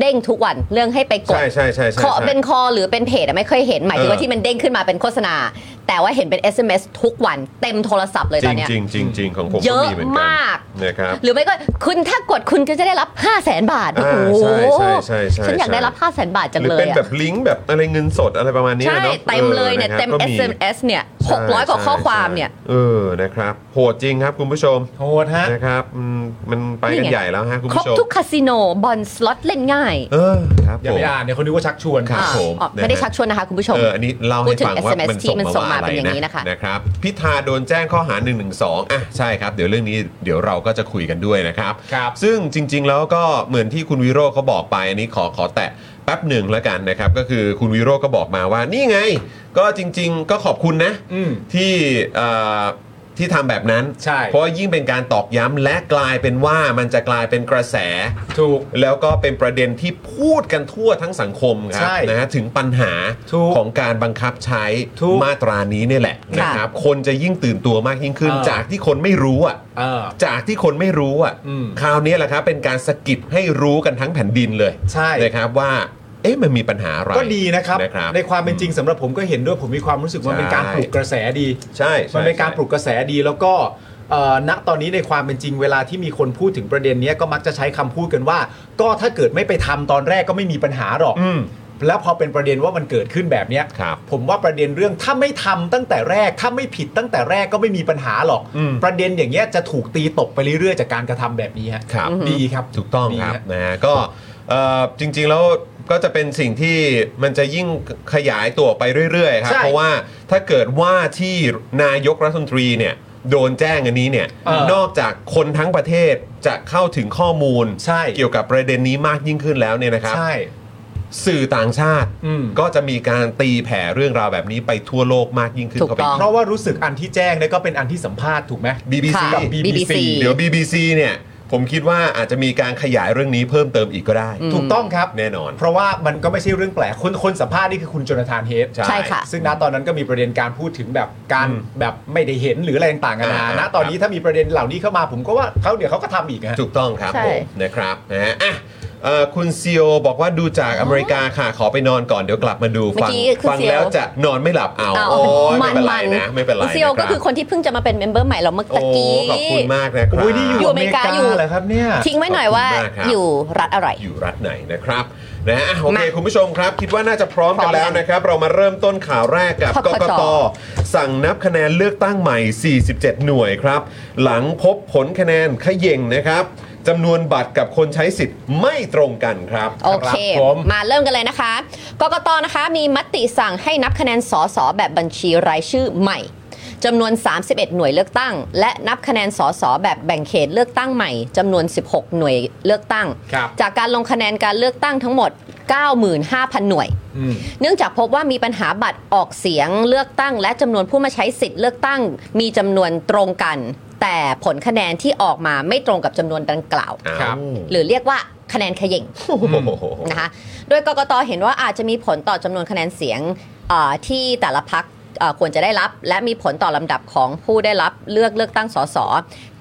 S4: เด้งทุกวันเรื่องให้ไปกด
S1: ใช่ใช่ใช่ใช่
S4: ขอ
S1: ใช่
S4: เป็นคอหรือเป็นเพจอะไม่เคยเห็นหมายถึงว่า
S1: เออ
S4: ที่มันเด้งขึ้นมาเป็นโฆษณา แต่ว่าเห็นเป็น SMS ทุกวันเต็มโทรศัพท์เลย
S1: จ
S4: ตอ
S1: ริ
S4: น
S1: ง
S4: เนี้ย
S1: จริงจริงจริงของผม
S4: เย
S1: ก็
S4: อะ
S1: มีเหมือนกัน
S4: มาก
S1: นะครับ
S4: หรือไม่ก็คุณถ้ากดคุณก็จะได้รับ 5 0 0แสนบาทโอ้
S1: อ่า
S4: โห
S1: ใช่ใช่ใช่ใช่
S4: ฉันอยากได้รับ
S1: ใช่
S4: 5 0 0แสนบาทจัง
S1: หรือ
S4: เล
S1: เป็
S4: ย
S1: น
S4: อะ
S1: แบบลิงก์แบบอะไรเงินสดอะไรประมาณนี้
S4: ใช่
S1: เนาะ
S4: เต็มเลยเนี่ย
S1: อ
S4: เต็
S1: อะ
S4: ม
S1: ครับก็
S4: SMS เนี่ย
S1: ใช่
S4: 600 กว่า
S1: ใช่
S4: ข้อความเนี่ย
S1: ใช่เออนะครับโหดจริงครับคุณผู้ชม
S3: โหดฮะ
S1: นะครับอืมมันไป
S4: นี่
S1: กัน
S4: ไง
S1: ใหญ่แล้วฮะคุณ
S4: ครบ
S1: ผู้ชม
S4: ทุกคาสิโนบอลสล็อตเล่นง่าย
S1: เออครับ
S3: อย่า
S1: ผม
S3: ไปอ่านเดี๋ยวเขาดูว่าชักชวน
S1: ครับ
S4: อ่ะ
S1: ผม
S4: อ๋อ
S1: นะฮะ
S4: ไม่ได้ชักชวนนะคะคุณผู้ชม
S1: เอออันนี้เล่า
S4: พู
S1: ให้
S4: ดถึง
S1: ฟังว่า
S4: SMS
S1: มัน
S4: ที่
S1: ส่ง
S4: มัน
S1: มา
S4: ส่ง
S1: ว่า
S4: มา
S1: อะไร
S4: เป็นอย่างนี้
S1: นะ
S4: นะคะ
S1: นะครับพิธาโดนแจ้งข้อหา1นึอ่ะใช่ครับ เดี๋ยวเรื่องนี้เดี๋ยวเราก็จะคุยกันด้วยนะครับ
S3: ครับ
S1: ซึ่งจริง ๆ แล้วก็เหมือนที่คุณวิโรจน์เขาบอกไปอันนี้ขอขอแตะแป๊บหนึ่งแล้วกันนะครับ ก็คือคุณวิโรจน์ก็บอกมาว่านี่ไง ก็จริง ๆ ก็ขอบคุณนะ
S3: อืม
S1: ที่เอ่อที่ทำแบบนั้น
S3: ใช่
S1: เพราะยิ่งเป็นการตอกย้ำและกลายเป็นว่ามันจะกลายเป็นกระแส
S3: ถูก
S1: แล้วก็เป็นประเด็นที่พูดกันทั่วทั้งสังคมครั
S3: ใช่
S1: นะฮะถึงปัญหา
S3: ถูก
S1: ของการบังคับใช้
S3: ถูก
S1: มาตรานี้เนี่ยแหละ
S4: ค่ะ
S1: นะครับ คนจะยิ่งตื่นตัวมากยิ่งขึ้น
S3: เออ
S1: จากที่คนไม่รู้อ่ะ
S3: เออ
S1: จากที่คนไม่รู้อ่ะ
S3: อืม
S1: คราวนี้แหละครับ เป็นการสะกิดให้รู้กันทั้งแผ่นดินเลย
S3: ใช่
S1: นะครับว่า เอ๊ะมันมีปัญหาอะไร
S3: ก็ดีนะครับ
S1: นะครับ
S3: ในความเป็นจริงสำหรับผมก็เห็นด้วยผมมีความรู้สึกว่ามันเป็นการ
S1: ใช่
S3: ปลุกกระแสดี
S1: ใช่ใช่
S3: มันเป็นการ
S1: ใช่
S3: ปลุกกระแสดีแล้วก็เอ่อณตอนนี้ในความเป็นจริงเวลาที่มีคนพูดถึงประเด็นเนี้ยก็มักจะใช้คำพูดกันว่า ก็ถ้าเกิดไม่ไปทำตอนแรกก็ไม่มีปัญหาหรอก
S1: อืม
S3: แล้วพอเป็นประเด็นว่ามันเกิดขึ้นแบบเนี้ย
S1: ครับ
S3: ผมว่าประเด็นเรื่องถ้าไม่ทำตั้งแต่แรกถ้าไม่ผิดตั้งแต่แรกก็ไม่มีปัญหาหรอก
S1: อืม
S3: ประเด็นอย่างเงี้ยจะถูกตีตกไปเรื่อยๆจากการกระทำแบบนี้ฮะ
S1: ครับ
S3: ดีครับ
S1: ถูกต้อง
S3: ดี
S1: ครับ
S3: ฮะ
S1: นะฮะก็เอ่อจริงๆแล้วก็จะเป็นสิ่งที่มันจะยิ่งขยายตัวออกไปเรื่อยๆครับ
S3: ใช่
S1: เพราะว่าถ้าเกิดว่าที่นายกรัฐมนตรีเนี่ยโดนแจ้งอันนี้เนี่ย
S3: เออน
S1: อกจากคนทั้งประเทศจะเข้าถึงข้อมูล
S3: ใช่
S1: เกี่ยวกับประเด็นนี้มากยิ่งขึ้นแล้วเนี่ยนะครับ
S3: ใช่
S1: สื่อต่างชาติ
S3: อืม
S1: ก็จะมีการตีแผ่เรื่องราวแบบนี้ไปทั่วโลกมากยิ่งขึ้น
S4: ถูก
S1: เข้าไป
S4: ต้อง
S3: เพราะว่ารู้สึกอันที่แจ้งเนี่ยก็เป็นอันที่สัมภาษณ์ถูกไหม
S1: บีบีซี
S4: ค่ะ
S3: BBC
S4: บีบีซี
S1: เดี๋ยว BBC เนี่ยผ ผมคิดว่าอาจจะมีการขยายเรื่องนี้เพิ่มเติมอีกก็ได้
S3: ถูกต้องครับ
S1: แน่นอน
S3: เพราะว่ามันก็ไม่ใช่เรื่องแปลกคนคนสัมภาษณ์นี่คือคุณโจนาธานเฮด
S1: ใช่
S4: ใช่ค่ะ
S3: ซึ่งณตอนนั้นก็มีประเด็นการพูดถึงแบบการ
S1: อืม
S3: แบบไม่ได้เห็นหรืออะไรต่างๆกันานา
S1: อ่า
S3: ณ
S1: อ่า
S3: ตอนนี้ถ้ามีประเด็นเหล่านี้เข้ามาผมก็ว่าเขาเดี๋ยวเขาก็ทำอีกนะฮะ
S1: ถูกต้องครับ
S4: ใช่
S1: ผมนะครับนะฮะอ่ะเอ่อคุณซีโอบอกว่าดูจากอเมริกาค่ะ ขอไปนอนก่อนเดี๋ยวกลับมาดู
S4: เมื่
S1: ฟั
S4: อง กี้คือ
S1: ฟัง
S4: CEO
S1: แล้วจะนอนไม่หลับเอา
S4: เอา
S1: โอ้ย
S4: มั
S1: ไม่
S4: น
S1: เป็นไร
S4: มัน
S1: นะไม่เป็นไร
S4: ซีโอก็คือ
S1: นะ
S4: คนที่เพิ่งจะมาเป็นเมมเบอร์ใหม่เราเมื่อ
S1: รับโอ้
S4: ตะ
S1: ขอบ
S4: กี้
S1: คุณมากนะครับ
S3: โอ้ยนี่อยู่อเมริกา
S4: อยู่
S3: เหรอครับเนี่ย
S4: ทิ้งไว้หน่อยว่า
S1: ขอบคุณมากครับ
S4: อยู่รัฐอะไร
S1: อยู่รัฐไหนนะครับนะฮะอ่ะโอเค
S4: มา
S1: คุณผู้ชมครับ คิดว่าน่าจะพร้อมกันแล้วนะครับ เรามาเริ่มต้นข่าวแรกกับก
S4: ก
S1: กต
S4: กต
S1: สั่งนับคะแนนเลือกตั้งใหม่ 47 หน่วยครับ หลังพบผลคะแนนเขย่งนะครับจำนวนบัตรกับคนใช้สิทธิ์ไม่ตรงกันครับ
S4: โอเค
S3: ครับผม
S4: มาเริ่มกันเลยนะคะ กกตนะคะมีมติสั่งให้นับคะแนนสสแบบบัญชีรายชื่อใหม่จำนวน 31 หน่วยเลือกตั้ง และนับคะแนนสสแบบแบ่งเขตเลือกตั้งใหม่จำนวน 16 หน่วยเลือกตั้ง
S3: ครับ
S4: จากการลงคะแนนการเลือกตั้งทั้งหมด 95,000 หน่วย
S3: อืม
S4: เนื่องจากพบว่ามีปัญหาบัตรออกเสียงเลือกตั้ง และจำนวนผู้มาใช้สิทธิ์เลือกตั้ง มีจำนวนตรงกัน แต่ผลคะแนนที่ออกมาไม่ตรงกับจำนวนดังกล่าว
S3: ครับ
S4: หรือเรียกว่าคะแนนเขย่ง
S1: โอ้โห
S4: นะคะ โดยกกตเห็นว่าอาจจะมีผลต่อจำนวนคะแนนเสียงเอ่อที่แต่ละพักควรจะได้รับ และมีผลต่อลำดับของผู้ได้รับเลือกเลือกตั้งสส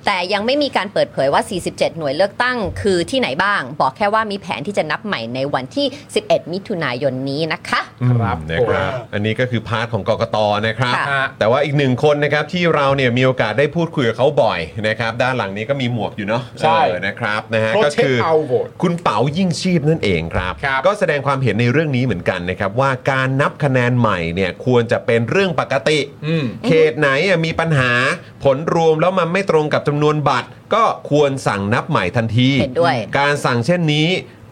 S4: แต่ยังไม่มีการเปิดเผยว่า 47 หน่วยเลือกตั้งคือที่ไหนบ้าง บอกแค่ว่ามีแผนที่จะนับใหม่ในวันที่ 11 มิถุนายนนี้นะคะ
S3: ครับ
S1: อืมนะครับ
S3: ผม
S1: อันนี้ก็คือพาร์ทของกกตนะครับ
S4: ค่ะ
S3: ฮะ
S1: แต่ว่าอีกหนึ่งคนนะครับที่เราเนี่ยมีโอกาสได้พูดคุยกับเขาบ่อยนะครับ ด้านหลังนี้ก็มีหมวกอยู่เนาะ
S3: ใช่
S1: เออนะครับนะฮะ
S3: โปร
S1: ก็
S3: เทค
S1: คือ
S3: เอาโหวต
S1: คุณเป๋ายิ่งชีพนั่นเองครับ
S3: ครับ
S1: ก็แสดงความเห็นในเรื่องนี้เหมือนกันนะครับ ว่าการนับคะแนนใหม่เนี่ยควรจะเป็นเรื่องปกติ
S3: อืม
S1: เขตไหนอะมีปัญหาผลรวมแล้วมันไม่ตรงกับจำนวนบัตร ก็ควรสั่งนับใหม่ทันที
S4: เห็นด้วย
S1: การสั่งเช่นนี้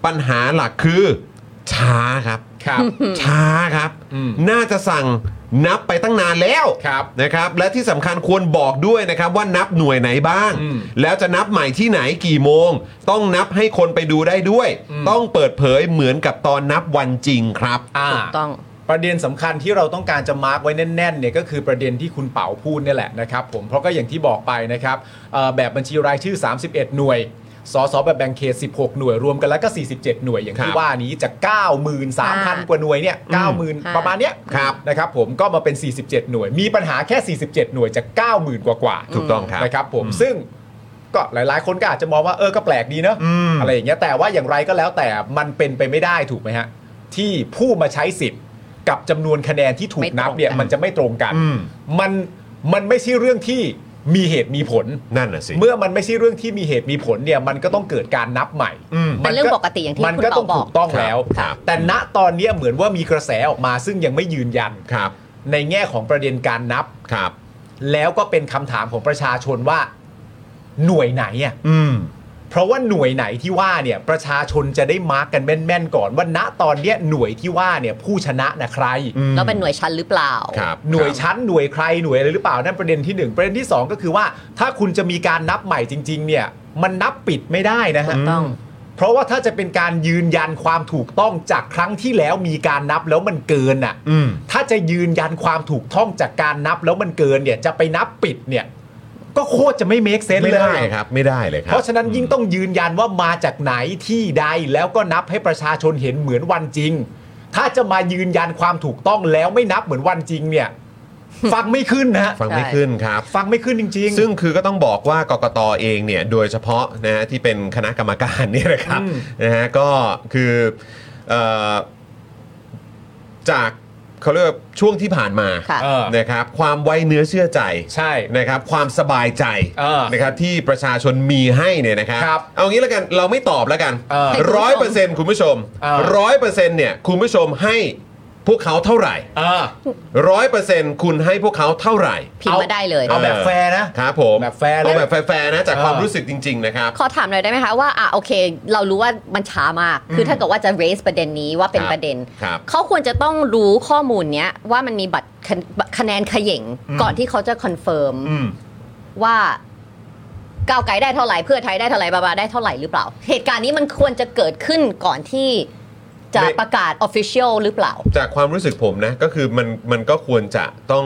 S1: ปัญหาหลักคือ ช้าครับ
S3: ครับ
S1: <laughs> ช้าครับ
S3: อืม
S1: น่าจะสั่งนับไปตั้งนานแล้ว
S3: ครับ
S1: นะครับและที่สำคัญควรบอกด้วยนะครับว่านับหน่วยไหนบ้าง
S3: อืม
S1: แล้วจะนับใหม่ที่ไหนกี่โมง ต้องนับให้คนไปดูได้ด้วย
S3: อืม
S1: ต้องเปิดเผยเหมือนกับตอนนับวันจริงครับ
S3: อ่า
S4: ถูกต้อง
S3: ประเด็นสำคัญที่เราต้องการจะมาร์กไว้แน่นๆเนี่ยก็คือประเด็นที่คุณเป๋าพูดเนี่ยแหละนะครับผมเพราะก็อย่างที่บอกไปนะครับเอ่อแบบบัญชีรายชื่อ 31 หน่วยสสแบบแบ่งเขต 16 หน่วยรวมกันแล้วก็ 47 หน่วยอย่างที่
S1: ครับ
S3: ว่านี้จาก 93,000 กว่าหน่วยเนี่ย
S1: อืม
S3: 90,000 ประมาณเนี้ย
S1: ครับ
S3: นะครับผมก็มาเป็น 47 หน่วย มีปัญหาแค่ 47 หน่วยจาก 90,000 กว่ากว่าๆ
S1: ถูกต้องครับ
S3: นะครับผม
S1: อืม
S3: ซึ่งก็หลาย ๆ คนก็อาจจะมองว่าเออก็แปลกดีเนอะ
S1: อืม
S3: อะไรอย่างเงี้ยแต่ว่าอย่างไรก็แล้วแต่มันเป็นไปไม่ได้ถูกไหมฮะ ที่ผู้มาใช้สิทธิ์กับจำนวนคะแนนที่ถูกนับเนี่ย
S4: ไม่ตรงกัน
S3: มันจะไม่ตรงกัน
S1: อืม
S3: มันมันไม่ใช่เรื่องที่มีเหตุมีผล
S1: นั่นน่ะสิ
S3: เมื่อมันไม่ใช่เรื่องที่มีเหตุมีผลเนี่ยมันก็ต้องเกิดการนับใหม่
S1: อืม
S4: เป็นเรื่องปกติอย่างที่
S3: มัน
S4: คุณ
S3: ก็ต้
S4: เปาบอ
S3: องถู
S4: ก
S3: กต้องแล้ว
S1: ครับ
S3: แต่ณตอนเนี้ยเหมือนว่ามีกระแสออกมาซึ่งยังไม่ยืนยัน
S1: ครับ
S3: ในแง่ของประเด็นการนับ
S1: ครับ
S3: แล้วก็เป็นคำถามของประชาชนว่าหน่วยไหนอ่ะ
S1: อืม
S3: เพราะว่าหน่วยไหนที่ว่าเนี่ยประชาชนจะได้มาร์กกันแม่นๆก่อนว่าณตอนเนี้ยหน่วยที่ว่าเนี่ยผู้ชนะนะใคร
S1: อืม
S4: แล้วเป็นหน่วยชั้นหรือเปล่า
S1: ครับ
S3: หน่วยชั้นหน่วยใครหน่วยอะไรหรือเปล่านั่นประเด็นที่หนึ่งประเด็นที่สองก็คือว่า ถ้าคุณจะมีการนับใหม่จริง ๆ เนี่ย มันนับปิดไม่ได้นะฮะ
S4: ถูกต้อง
S3: เพราะว่าถ้าจะเป็นการยืนยันความถูกต้องจากครั้งที่แล้วมีการนับแล้วมันเกินอ่ะ
S1: อืม
S3: ถ้าจะยืนยันความถูกต้องจากการนับแล้วมันเกินเนี่ยจะไปนับปิดเนี่ย ก็โคตรจะไม่เมคเซนส์
S1: ไม่
S3: เลย
S1: ได้ครับไม่ได้เลยครับ
S3: เพราะฉะนั้นยิ่งต้องยืนยันว่ามาจากไหนที่ใดแล้วก็นับให้ประชาชนเห็นเหมือนวันจริง ถ้าจะมายืนยันความถูกต้องแล้วไม่นับเหมือนวันจริง
S1: <laughs>
S3: เนี่ย ฟังไม่ขึ้นนะฮะ
S1: ฟังไม่ขึ้นครับ
S3: ฟังไม่ขึ้นจริง ๆ
S1: ซึ่งคือก็ต้องบอกว่ากกตเองเนี่ยโดยเฉพาะนะฮะที่เป็นคณะกรรมการเนี่ยนะครับ
S3: อืม
S1: นะฮะก็คือเอ่อจากเขาเรียกว่าช่วงที่ผ่านมา
S4: ค่ะ
S3: เออ
S1: นะครับความไว้เนื้อเชื่อใจ
S3: ใช่
S1: นะครับความสบายใจ
S3: เออ
S1: นะครับที่ประชาชนมีให้เนี่ยนะครับ
S3: ครับ
S1: เอางี้แล้วกันเราไม่ตอบแล้วกัน
S3: เออ
S1: ร้อยเปอร์เซ็นต์คุณผู้ชม
S3: เออ
S1: ร้อยเปอร์เซ็นต์เนี่ยคุณผู้ชมให้พวกเขาเท่าไหร่
S3: เออ
S1: ร้อยเปอร์เซ็นต์คุณให้พวกเขาเท่าไหร่
S4: พิมพ์มาได้เลย
S3: เอาแบบแฟร์นะ
S1: ครับผม
S3: แบบแฟร์เลย
S1: เอาแบบแฟร์ๆนะจาก
S3: เออ
S1: ความรู้สึกจริง ๆ นะครับ
S4: ขอถามหน่อยได้ไหมคะว่าอ่ะโอเค เรารู้ว่ามันช้ามาก คือถ้าเกิดว่าจะ raise ประเด็นนี้ว่าเป็น
S1: ครับ
S4: ประเด็น
S1: ครับ
S4: เขาควรจะต้องรู้ข้อมูลเนี้ยว่ามันมีบัตรคะคะแนนเขย่ง
S1: อืม
S4: ก่อนที่เขาจะคอนเฟิร์ม
S1: อืม
S4: ว่าก้าวไกลได้เท่าไหร่เพื่อไทยได้เท่าไหร่บาบาได้เท่าไหร่หรือเปล่า เหตุการณ์นี้มันควรจะเกิดขึ้นก่อนที่จะ
S1: ไม่
S4: ประกาศ Official หรือเปล่า
S1: จากความรู้สึกผมนะ ก็คือมันมันก็ควรจะต้อง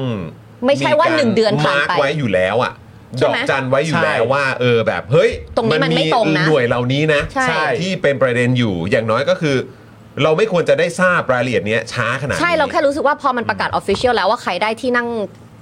S4: ไม่ใช่ว่า
S1: การ
S4: หนึ่งเดือนผ่าน
S1: มา
S4: ไป
S1: ร์กไว้อยู่แล้วอ่ะ
S4: ใช่
S1: ดอก
S4: ไหม
S1: จันไว้อยู่
S3: ใช่
S1: แล้วว่าเออแบบเฮ้ย
S4: ตรงนี้มันไม่ตรงนะ
S1: หน่วยเหล่านี้นะ
S4: ใช่
S1: ที่เป็นประเด็นอยู่อย่างน้อยก็คือ เราไม่ควรจะได้ทราบรายละเอียดเนี้ยช้าขนาดนี้
S4: ใช่เราแค่รู้สึกว่าพอมันประกาศออฟฟิเชียลแล้วว่าใครได้ที่นั่ง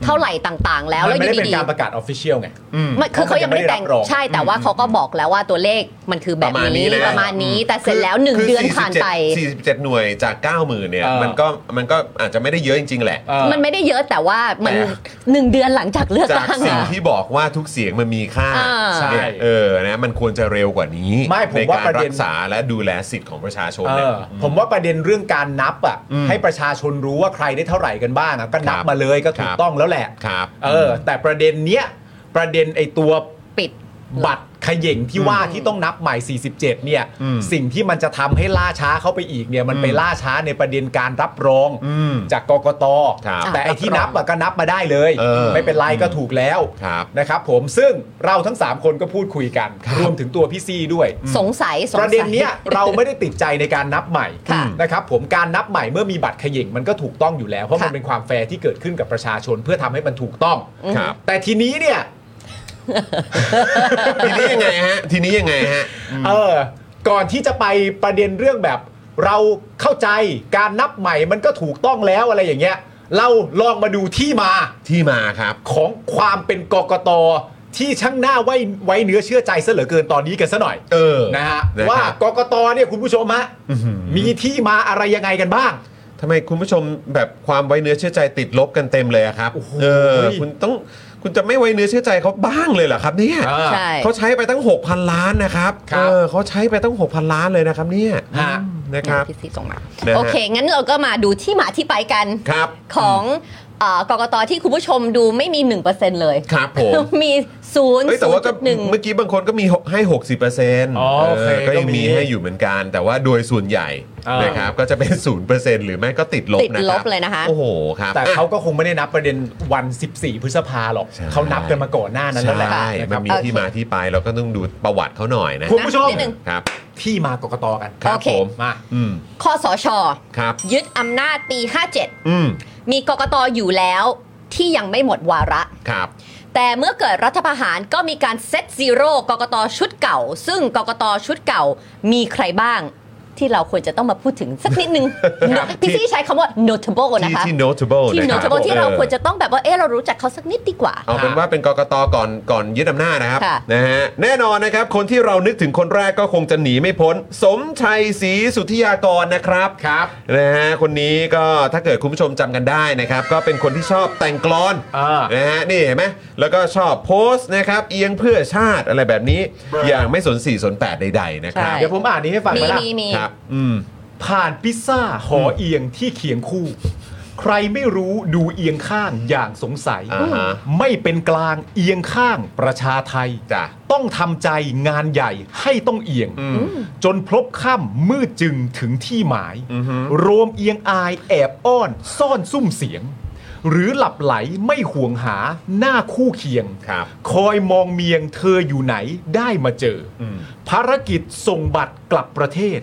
S4: เท่าไหร่ต่างๆ แล้ว
S3: มั
S4: แล้วอ
S3: นไม่
S4: ยู่
S3: ได้เป็น
S4: ดี
S3: การประกาศออฟฟิเชียลไง
S4: ๆมันคือเขายังไม่ได้แต่ง
S3: เพราะเขายังไม่ได้รับรอง
S4: ใช่แต่ว่าเขาก็บอกแล้วว่าตัวเลขมันคือแบบ
S1: ประมาณนี้
S4: นี้
S1: นะ
S4: ประมาณนี้ แต่เสร็จแล้วหนึ่ง
S1: คือ
S4: เดือนผ่านไป
S1: 47 47 หน่วยจาก 90,000เนี่ย
S3: เออ
S1: มันก็มันก็อาจจะไม่ได้เยอะจริง ๆ แหละ
S3: เออ
S4: มันไม่ได้เยอะแต่ว่ามัน
S1: แต่
S4: หนึ่งเดือนหลังจากเลือก
S1: จาก
S4: ตั้ง
S1: สิ่ง
S4: อะ
S1: ที่บอกว่าทุกเสียงมันมีค่า
S4: อ่า
S3: ใช่
S1: เนี่ยเออนะมันควรจะเร็วกว่านี้
S3: ไม่ผม
S1: ใน
S3: ว่า
S1: การ
S3: ประเด็
S1: รั
S3: น
S1: กษาและดูแลสิทธิ์ของประชาชน
S3: เอ
S1: เนี่ย
S3: อผมว่าประเด็นเรื่องการนับอ่ะ
S1: อืม
S3: ให้ประชาชนรู้ว่าใครได้เท่าไหร่กันบ้างอะก็นั
S1: ค
S3: บ
S1: รับ
S3: มาเลยก็ถู
S1: ค
S3: ก
S1: รับ
S3: ต้องแล้วแหละ
S1: ครับ
S3: เออแต่ประเด็นเนี้ยประเด็นไอ้ตัว
S4: ปิด
S3: บัตรเขย่งที่ว่าที่ต้องนับใหม่ 47 เนี่ยสิ่งที่มันจะทำให้ล่าช้าเข้าไปอีกเนี่ยมันไปล่าช้าในประเด็นการรับรอง
S1: อืม
S3: จากกกต
S1: ครับ
S3: แต่ไอ้ที่นับอะก็นับมาได้เลย
S1: เออ
S3: ไม่เป็นไรก็ถูกแล้ว
S1: ครับ
S3: นะครับผมซึ่งเราทั้งสามคนก็พูดคุยกัน
S1: ครับ
S3: รวมถึงตัวพี่ซี่ด้วย
S4: สงสัยสง
S3: ป
S4: สัย
S3: ระเด็นเนี้ย เราไม่ได้ติดใจในการนับใหม่
S4: ค่ะ
S3: นะครับผมการนับใหม่เมื่อมีบัตรเขย่งมันก็ถูกต้องอยู่แล้ว เพราะมัน
S4: ค่ะ
S3: เป็นความแฟร์ที่เกิดขึ้นกับประชาชนเพื่อทำให้มันถูกต้อง
S1: ครับ
S3: แต่ทีนี้เนี่ย
S1: ทีนี้ยังไงฮะ ทีนี้ยังไงฮะ
S3: เออก่อนที่จะไปประเด็นเรื่องแบบ เราเข้าใจการนับใหม่มันก็ถูกต้องแล้วอะไรอย่างเงี้ย เราลองมาดูที่มา
S1: ที่มาครับ
S3: ของความเป็นกกตที่ช่างหน้าไว้ไว้เนื้อเชื่อใจซะเหลือเกินตอนนี้กันซะหน่อย
S1: เออ
S3: นะฮะ
S1: ครับ
S3: ว่ากกตเนี่ยคุณผู้ชมฮะมีที่มาอะไรยังไงกันบ้าง
S1: ทำไมคุณผู้ชมแบบความไว้เนื้อเชื่อใจติดลบกันเต็มเลยอะครับ
S3: โอ้โห
S1: เออ คุณต้องคุณจะไม่ไว้เนื้อเชื่อใจเขาบ้างเลยเหรอครับเนี่ย
S3: อ่า
S4: ใช่
S1: เขาใช้ไปตั้ง 6,000 ล้านนะครับ
S3: ครั
S1: เอบ อเขาใช้ไปตั้ง 6,000 ล้านเลยนะครับเนี่ย
S3: ฮะ
S1: นะครับ
S4: พี่ซีส่งมา
S1: นะฮะ
S4: โอเค งั้นเราก็มาดูที่มาที่ไปกัน
S1: ครับ
S4: ของเอ่อกกตที่คุณผู้ชมดูไม่มี 1%เลย
S1: ครับผม
S4: <laughs> มีศูนย์
S1: เอ้ยแต่ว่าก็
S4: หนึ่ง
S1: เมื่อกี้บางคนก็มีให้ 60%เ
S3: อโอเค
S1: ออก็ยังมี
S3: ก็มี
S1: ให้อยู่เหมือนกัน แต่ว่าโดยส่วนใหญ่
S3: อ่าน
S1: นะครับก็จะเป็น 0%หรือไม่ก็ติดลบ
S4: ติด
S1: นะค
S4: ล
S1: รับบ
S4: เลยนะคะ
S1: โอ้โหครับ
S3: แต่
S1: อ่ะ
S3: เขาก็คงไม่ได้นับประเด็นวัน 14 พฤษภาหรอก
S1: ใช่
S3: เขานับกันมาก่อนหน้านั้นแล้วแหละ
S1: ใช่
S3: นะค
S1: มั
S3: รั
S1: น
S3: บ
S1: มีที่มาที่ไปเราก็ต้องดูประวัติเขาหน่อยนะ
S3: คุณผู้ชม
S4: นิดนึง
S1: ครับ
S3: ที่มากกตกัน
S1: ครับ
S4: โอเค
S1: ผม
S3: มา
S1: อืม
S4: คสช
S1: ครับ
S4: ยึดอำนาจปี
S1: อืม
S4: 57 มีกกตอยู่แล้วที่ยังไม่หมดวาระ
S1: ครับ
S4: แต่เมื่อเกิดรัฐประหารก็มีการเซตซีโร่กกตชุดเก่า ซึ่งกกตชุดเก่ามีใครบ้าง ที่เราควรจะต้องมาพูดถึงสักนิดนึง
S1: <laughs> ครับ
S4: พี่
S1: ที่
S4: ซี่ใช้คำว่า notable
S1: ที่
S4: นะคะ
S1: ที่ notable
S4: ที่
S1: นะครับ
S4: notable ที่เราควรจะต้องแบบว่า เออเรารู้จักเขาสักนิดดีกว่า
S1: เอาเป็นว่าเป็นกกตก่อนก่อนยึดอำนาจนะครับ
S4: ค่ะ
S1: นะฮะแน่นอนนะครับ คนที่เรานึกถึงคนแรกก็คงจะหนีไม่พ้น สมชัยศรีสุทธิยากรนะครับ
S3: ครับ
S1: นะฮะคนนี้ก็ถ้าเกิดคุณผู้ชมจำกันได้นะครับ ก็เป็นคนที่ชอบแต่งกลอน
S3: อ่าน
S1: นะฮะนี่เห็นไหมแล้วก็ชอบโพสต์นะครับ เอียงเพื่อชาติอะไรแบบนี้ อย่างไม่สนสี่สนแปดใดๆนะครับ
S3: เดี๋ยวผมอ่านนี้ให้ฟัง
S4: มี
S3: ไปละ
S4: มีมี
S1: ครับ อืม
S3: ผ่านพิซซ่าหอเอียงที่เคียงคู่ ใครไม่รู้ดูเอียงข้างอย่างสงสัย
S1: อ่าฮะ
S3: ไม่เป็นกลางเอียงข้างประชาไทย
S1: จ้ะ
S3: ต้องทำใจงานใหญ่ให้ต้องเอียง จนพลบค่ำมืดจึงถึงที่หมาย โรมเอียงอายแอบอ้อนซ่อนซุ่มเสียง หรือหลับไหลไม่ห่วงหาหน้าคู่เคียง
S1: ครับ
S3: อยมองเมียงเธออยู่ไหนได้มาเจออภารกิจส่งบัตรกลับประเทศ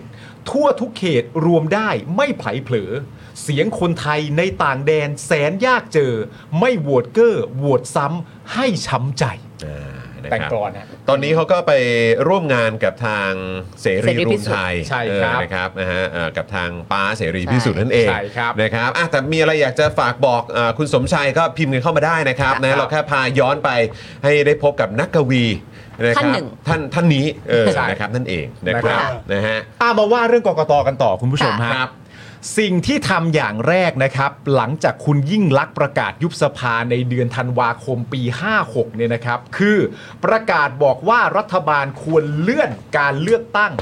S3: ทั่วทุกเขตรวมได้ไม่ไผลเผลอ เสียงคนไทยในต่างแดนแสนยากเจอ ไม่โหวตเกอร์โหวตซ้ำให้ช้ำใจ
S1: อ่านะค
S3: แต่ง
S1: รับ
S3: กรอนนะ
S1: ตอนนี้เขาก็ไปร่วมงานกับทางเสรีรวมไทย
S3: ใช่ครั
S1: เอ
S3: บ
S1: อนะครับนะฮะเอ่อกับทางป้าเสรีพิสุทธิ์นั่นเอง
S3: ใช่ครับ
S1: นะครับอ่ะแต่มีอะไรอยากจะฝากบอกเออคุณสมชัยก็พิมพ์กันเข้ามาได้นะครับนะเราแค่พาย้อนไปให้ได้พบกับนักกวีะครับ
S4: ท่านหนึ่ง
S1: ท่านท่านนี้เออ
S3: ใช่
S1: นะครับนั่นเองนะครับ
S3: นะ
S1: นะ
S3: ครับ
S1: ฮะ
S3: อ่ามาว่าเรื่องกกตกันต่อคุณผู้ชมฮะ
S1: ครับ
S3: สิ่งที่ทำอย่างแรกนะครับ หลังจากคุณยิ่งลักษณ์ประกาศยุบสภาในเดือนธันวาคมปี 56 เนี่ยนะครับ คือประกาศบอกว่ารัฐบาลควรเลื่อนการเลือกตั้ง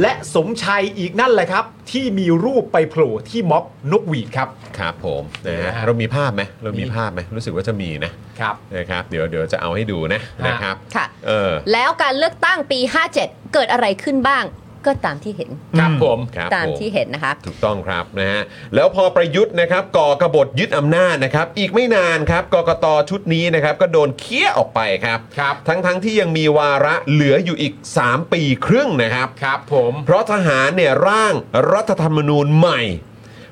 S3: และสมชัยอีกนั่นแหละครับ ที่มีรูปไปโผล่ที่ม็อบนกหวีดครับ
S1: ครับผมนะฮะ
S3: นะฮะ
S1: เรามีภาพไหมเรามีภาพไหมรู้สึกว่าจะมีนะครับ นะครับเดี๋ยวเดี๋ยวจะเอาให้ดูนะ
S3: ฮะ
S1: นะครับ
S4: ค่ะ
S1: เออ
S4: แล้วการเลือกตั้งปี 57 เกิดอะไรขึ้นบ้าง ก็ตามที่เห็น
S3: ครับผม
S1: ครับ
S4: ตาม
S1: ผม
S4: ที่เห็นนะคะ
S1: ถูกต้องครับนะฮะแล้วพอประยุทธ์นะครับก่อกบฏยึดอำนาจนะครับ อีกไม่นานครับกกตชุดนี้นะครับ ก็โดนเคี้ยออกไปครับ
S3: ครับ
S1: ทั้งทั้งๆที่ยังมีวาระเหลืออยู่อีก 3 ปีครึ่งนะครับ
S3: ครับผม
S1: เพราะทหารเนี่ยร่างรัฐธรรมนูญใหม่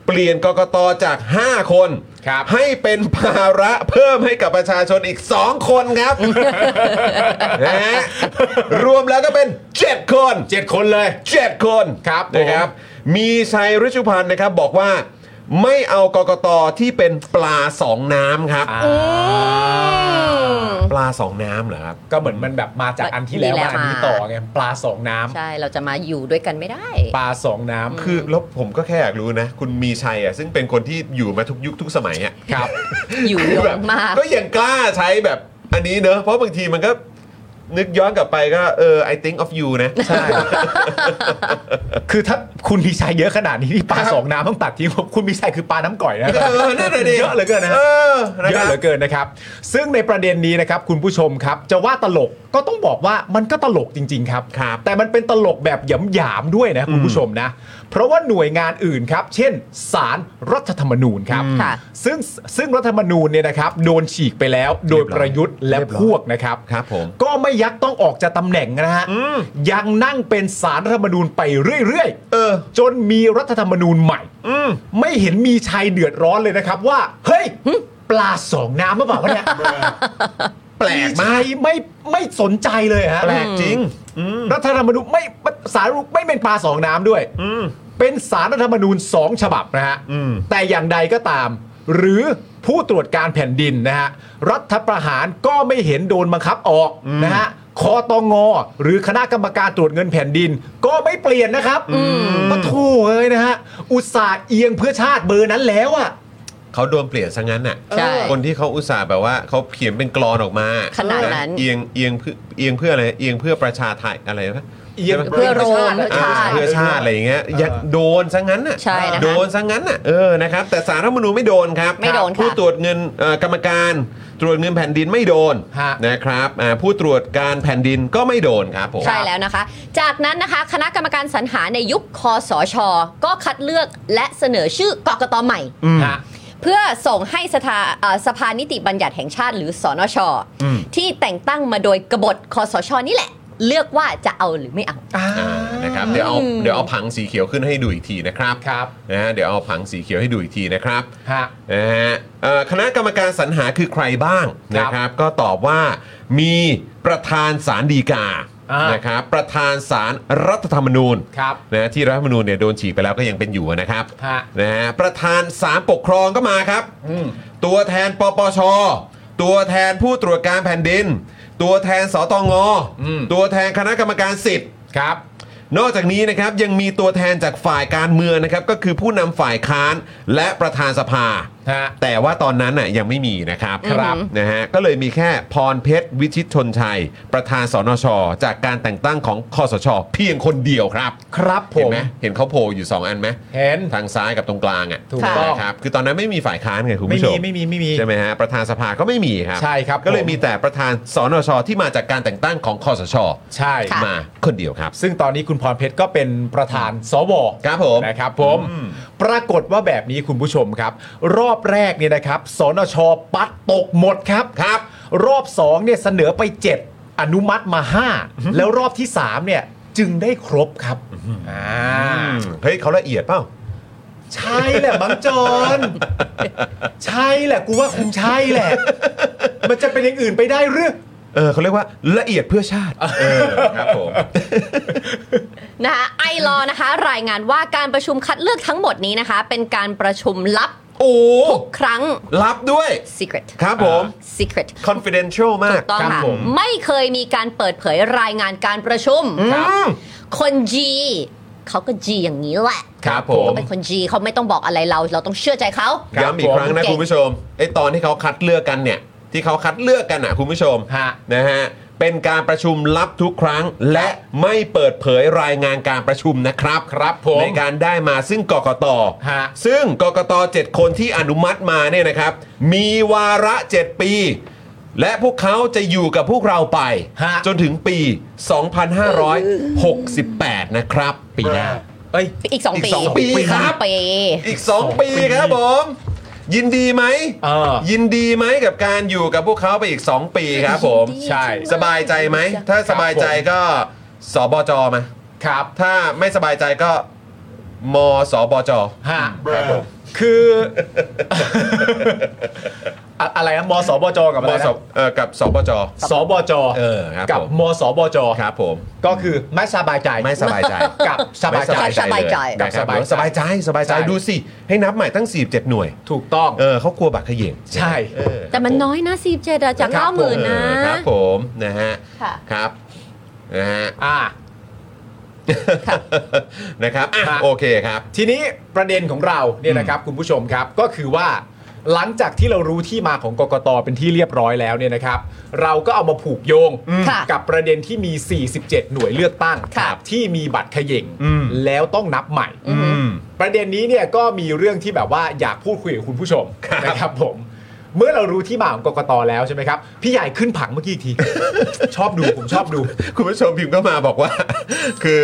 S1: เปลี่ยนกกตจาก 5 คน
S3: ครับ
S1: ให้เป็นภาระเพิ่มให้กับประชาชนอีก 2 คน
S3: <laughs>
S1: ครับ นะฮะรวมแล้วก็เป็น 7 คน
S3: 7 คนเลย
S1: 7 คน
S3: ครับผม
S1: นะครับ มีชัยรุชุพันธ์นะครับบอกว่าไม่เอากกตที่เป็นปลาสองน้ำครับ ปลาสองน้ำเหรอครับ
S3: ก็เหมือนมันแบบมาจากอันที่แล้วมาอันนี้ต่อไงปลาสองน้ำ
S4: ใช่เราจะมาอยู่ด้วยกันไม่ได้
S3: ปลาสองน้ำ
S1: คือแล้วผมก็แค่อยากรู้นะ คุณมีชัยอ่ะซึ่งเป็นคนที่อยู่มาทุกยุคทุกสมัยอ่ะ
S3: ครับ
S4: อยู่ย
S1: แบบ
S4: งมาก
S1: ก็ยังกล้าใช้แบบอันนี้เนอะเพราะบางทีมันก็นึกย้อนกลับไปก็เออ I think of you นะ
S3: ใช่ <laughs> คือถ้าคุณมีชัยเยอะขนาดนี้ที่ปลาสองน้ำต้องตัดทิ้งผมคุณมีชัยคือปลาน้ำก่อยนะ
S1: เออนั่นน่ะดิ
S3: เยอะเหลือเกินนะ
S1: เอ
S3: ฮะ
S1: อนะ
S3: เย
S1: ครั
S3: อะ
S1: บ
S3: เหลือเกินนะครับ ซึ่งในประเด็นนี้นะครับคุณผู้ชมครับ จะว่าตลกก็ต้องบอกว่ามันก็ตลกจริง ๆ ครับ
S1: ครับ
S3: แต่มันเป็นตลกแบบหยำหยามๆด้วยนะคุณผู้ชมนะ เพราะว่าหน่วยงานอื่นครับ เช่นสารรัฐธรรมนูญครับ
S4: ค่ะ
S3: ซึ่งซึ่งรัฐธรรมนูญเนี่ยนะครับโดนฉีกไปแล้วโดยประยุทธ์และ
S1: เรียบร้อย
S3: พวกนะครับ
S1: ครับผม
S3: ก็ไม่ยักต้องออกจากตำแหน่งนะฮะ ยังนั่งเป็นสารรัฐธรรมนูญไปเรื่อยๆ
S1: เออ
S3: จนมีรัฐธรรมนูญใหม่
S1: อืม
S3: ไม่เห็นมีชัยเดือดร้อนเลยนะครับว่า เฮ้ย ปลาสองน้ำหรือเปล่าวะเนี่ย
S1: แปลกมาก
S3: ชัยไม่ไม่สนใจเลยฮะ
S1: แปลกจริง
S3: รัฐธรรมนูญไม่สารไม่เป็นปลาสองน้ำด้วย
S1: อืม
S3: เป็นสารรัฐธรรมนูญ 2 ฉบับนะฮะ
S1: อืม
S3: แต่อย่างใดก็ตาม หรือผู้ตรวจการแผ่นดินนะฮะ รัฐประหารก็ไม่เห็นโดนบังคับออกนะฮะคอตองอ หรือคณะกรรมการตรวจเงินแผ่นดิน ก็ไม่เปลี่ยนนะครับปะโถเอ้ยนะฮะ อุตส่าห์เอียงเพื่อชาติเบอร์นั้นแล้วอะ
S1: เขาโดนเปลี่ยนซะงั้นน่ะ
S4: ใช่
S1: คนที่เขาอุตส่าห์แบบว่าเขาเขียนเป็นกรอนออกมา
S4: ขนาดนั้
S1: ะ
S4: น
S1: เอียงเอียงเพื่อเอียงเพื่ออะไรเอียงเพื่อประชาไทยอะไรนะ
S3: เอียง
S4: เพื่อโรมเพื่อ
S1: อ่า
S4: ชาติ
S1: เพื่อชาติอะไรอย่างเงี้ยอย่าโดนซะงั้นน่ะ
S4: ใช่นะคะ
S1: โดนซะงั้นน่ะเออนะครับแต่สารรัฐธรรมนูญไม่โดนครับ
S4: ไม่โดนค่ะ
S1: ผู้ตรวจเงินเอ่อกรรมการตรวจเงินแผ่นดินไม่โดน
S3: ฮะ
S1: นะครับอ่าผู้ตรวจการแผ่นดินก็ไม่โดนครับผม
S4: ใช่แล้วนะคะ จากนั้นนะคะคณะกรรมการสรรหาในยุคคอสช ก็คัดเลือกและเสนอชื่อกกตใหม่
S3: ฮะ
S4: เพื่อส่งให้สภาเอ่อสภานิติบัญญัติแห่งชาติหรือสนช ที่แต่งตั้งมาโดยกบฏคอสช นี่แหละ เลือกว่าจะเอาหรือไม่เอา
S1: อ่านะครับเดี๋ยวเอา
S4: อืม
S1: เดี๋ยวเอาผังสีเขียวขึ้นให้ดูอีกทีนะครับ
S3: ครับ
S1: นะฮะเดี๋ยวเอาผังสีเขียวให้ดูอีกทีนะครับ
S3: ฮะ
S1: นะฮะเอ่อคณะกรรมการสรรหาคือใครบ้าง
S3: ครับ
S1: นะครับ ก็ตอบว่ามีประธานสารดีกา
S3: อ่าน
S1: นะครับประธานสารรัฐธรรมนูญ
S3: ครับ
S1: นะที่รัฐธรรมนูญเนี่ยโดนฉีกไปแล้วก็ยังเป็นอยู่นะครับ
S3: ฮะ
S1: นะฮะประธานสารปกครองก็มาครับ
S3: อืม
S1: ตัวแทนปปช ตัวแทนผู้ตรวจการแผ่นดิน ตัวแทนสตง
S3: อืม
S1: ตัวแทนคณะกรรมการสิทธิ
S3: ครับ
S1: นอกจากนี้นะครับยังมีตัวแทนจากฝ่ายการเมืองนะครับก็คือผู้นำฝ่ายค้านและประธานสภา
S3: ฮะ
S1: แต่ว่าตอนนั้นน่ะยังไม่มีนะครับ
S3: ครับ
S1: นะฮะก็เลยมีแค่พรเพชรวิชิตชนชัย ประธานสนช จากการแต่งตั้งของคอสช เพียงคนเดียวครับ
S3: ครับผม
S1: เห็นไหมเห็นเขาโผล่อยู่ 2 อันไหม
S3: เห็น
S1: ทางซ้ายกับตรงกลางอ่ะ
S3: ถูกต้อง
S1: นะครับคือตอนนั้นไม่มีฝ่ายค้านไงคุณ
S3: ไม่
S1: ผู้ช
S3: มี
S1: ม
S3: ไม่มีไม่มี
S1: ใช่ไหมฮะประธานสภาก็ไม่มีครับ
S3: ใช่ครับ
S1: ก็เลย
S3: ผม
S1: มีแต่ประธานสนช ที่มาจากการแต่งตั้งของคอสช
S3: ใช่
S4: ค่ะ
S1: มาคนเดียวครับ
S3: ซึ่งตอนนี้คุณพรเพชรก็เป็นประธานสว
S1: ครับผม
S3: นะครับผมปรากฏว่าแบบนี้คุณผู้ชมครับ รอบแรกเนี่ยนะครับสนชปัดตกหมดครับครับ รอบ2เนี่ยเสนอไป 7 อนุมัติมา 5 แล้วรอบที่ 3 เนี่ยจึงได้ครบครับอ่า
S1: เฮ้ยเขาละเอียดเปล่า
S3: ใช่แหละบังจ <laughs> ร ใช่แหละกูว่าคงใช่แหละ มันจะเป็นอย่างอื่นไปได้หรือ
S1: เออเขาเรียกว่าละเอียดเพื่อชาติ เออครับผม
S4: นะคะไอรอนะคะ รายงานว่าการประชุมคัดเลือกทั้งหมดนี้นะคะ เป็นการประชุมลับ
S1: โอ้
S4: ครั้ง
S1: รับด้วย
S4: secret
S1: ครับผม
S4: secret
S1: confidential มาก
S4: ถูกต้อง
S3: ครับ
S4: ค่ะ
S3: ผม
S4: ไม่เคยมีการเปิดเผยรายงานการประชุมคนจีเขาก็จีอย่างนี้แหละ
S1: ครับผม
S4: เขาเป็นคนจีเขาไม่ต้องบอกอะไรเรา เราต้องเชื่อใจเขา
S3: ครับ
S1: ย้ำอีกครั้งนะ
S4: ผม
S1: คุณผู้ชมไอตอนที่เขาคัดเลือกกันเนี่ย ที่เขาคัดเลือกกันอ่ะคุณผู้ชม
S3: ฮะ
S1: นะฮะ เป็นการประชุมลับทุกครั้ง และไม่เปิดเผยรายงานการประชุมนะครับ
S3: ครับผม
S1: ในการได้มาซึ่งกกต
S3: ฮะ
S1: ซึ่งกกต 7 คนที่อนุมัติมาเนี่ยนะครับ มีวาระ 7 ปี และพวกเขาจะอยู่กับพวกเราไป
S3: ฮะ
S1: จนถึงปี 2568 นะครับ ปีหน้า
S3: เอ้ย
S4: อีกสอง
S1: อีก
S4: ปี
S1: สองปีครับ
S4: สองปี
S1: อีก 2 ปีครับผม ยินดีไหม
S3: เออ
S1: ยินดีไหมกับการอยู่กับพวกเขาไปอีก 2 ปีครับผม
S4: ยินดี
S1: ใช่
S4: จังเลย
S1: สบายใจไหม ถ้าสบายใจก็สบจมา
S3: ครับ
S1: ถ้าไม่สบายใจก็ มสบจ
S3: ฮะคือ อะอะไรนะมสบจกับอะ
S1: ม
S3: ไรนะ
S1: สเอ่อกับสบจ
S3: สบจ
S1: เออครับ
S3: กับ
S1: ผม
S3: มสบจ
S1: ครับผม
S3: ก็คือไม่สบายใจ
S1: ไม่สบายใจ
S3: กับสบายใจ
S1: ไม่
S4: สบายใจ
S1: เลนะครับ
S3: กับส
S1: ส
S3: บา
S1: บาย ย
S3: ใจ
S1: ใจสบายใจ
S3: ใช่
S1: ดูสิ ให้นับใหม่ตั้ง 47 หน่วย
S3: ถูกต้อง
S1: เออเขากลัวบักเขย่ง
S3: ใช่
S1: เออ
S4: แต่มันน้อยนะสีเจ็ดจาก
S3: ครั
S4: เก้าห
S3: บผ
S4: มื่
S3: ม
S4: น
S1: เอ
S4: นะ
S1: อครับผมนะฮะ
S4: ค่ะ
S1: ครับนะฮะ
S3: อ่า
S1: <laughs> นะครับอ่ะ
S3: ครับ
S1: โอเคครับ
S3: ทีนี้ประเด็นของเราเนี่ยนะครับคุณผู้ชมครับก็คือว่า หลังจากที่เรารู้ที่มาของกกตเป็นที่เรียบร้อยแล้วเนี่ยนะครับ เราก็เอามาผูกโยง
S4: ค่ะ
S3: กับประเด็นที่มี 47 หน่วยเลือกตั้ง
S4: ค่ะ
S3: ที่มีบัตรเขย่ง
S1: อืม
S3: แล้วต้องนับใหม่
S1: อืม
S3: ประเด็นนี้เนี่ยก็มีเรื่องที่แบบว่าอยากพูดคุยกับคุณผู้ชมนะครับผม เมื่อเรารู้ที่มาของกกตแล้วใช่ไหมครับ พี่ใหญ่ขึ้นผังเมื่อกี้อีกที ชอบดูผมชอบดู
S1: คุณผู้ชมพิมพ์ก็มาบอกว่า <laughs> คือ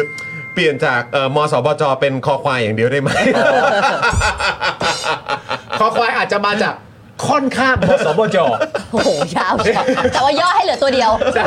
S1: เปลี่ยนจากเอ่อมสบจเป็นคอควายอย่างเดียวได้ไหม
S3: คอควายอาจจะมาจากค่อนข้าง <laughs> มสบจ
S4: โอ้โหยาวเชียวแต่ว่าย่อให้เหลือตัวเดียว
S3: ใช่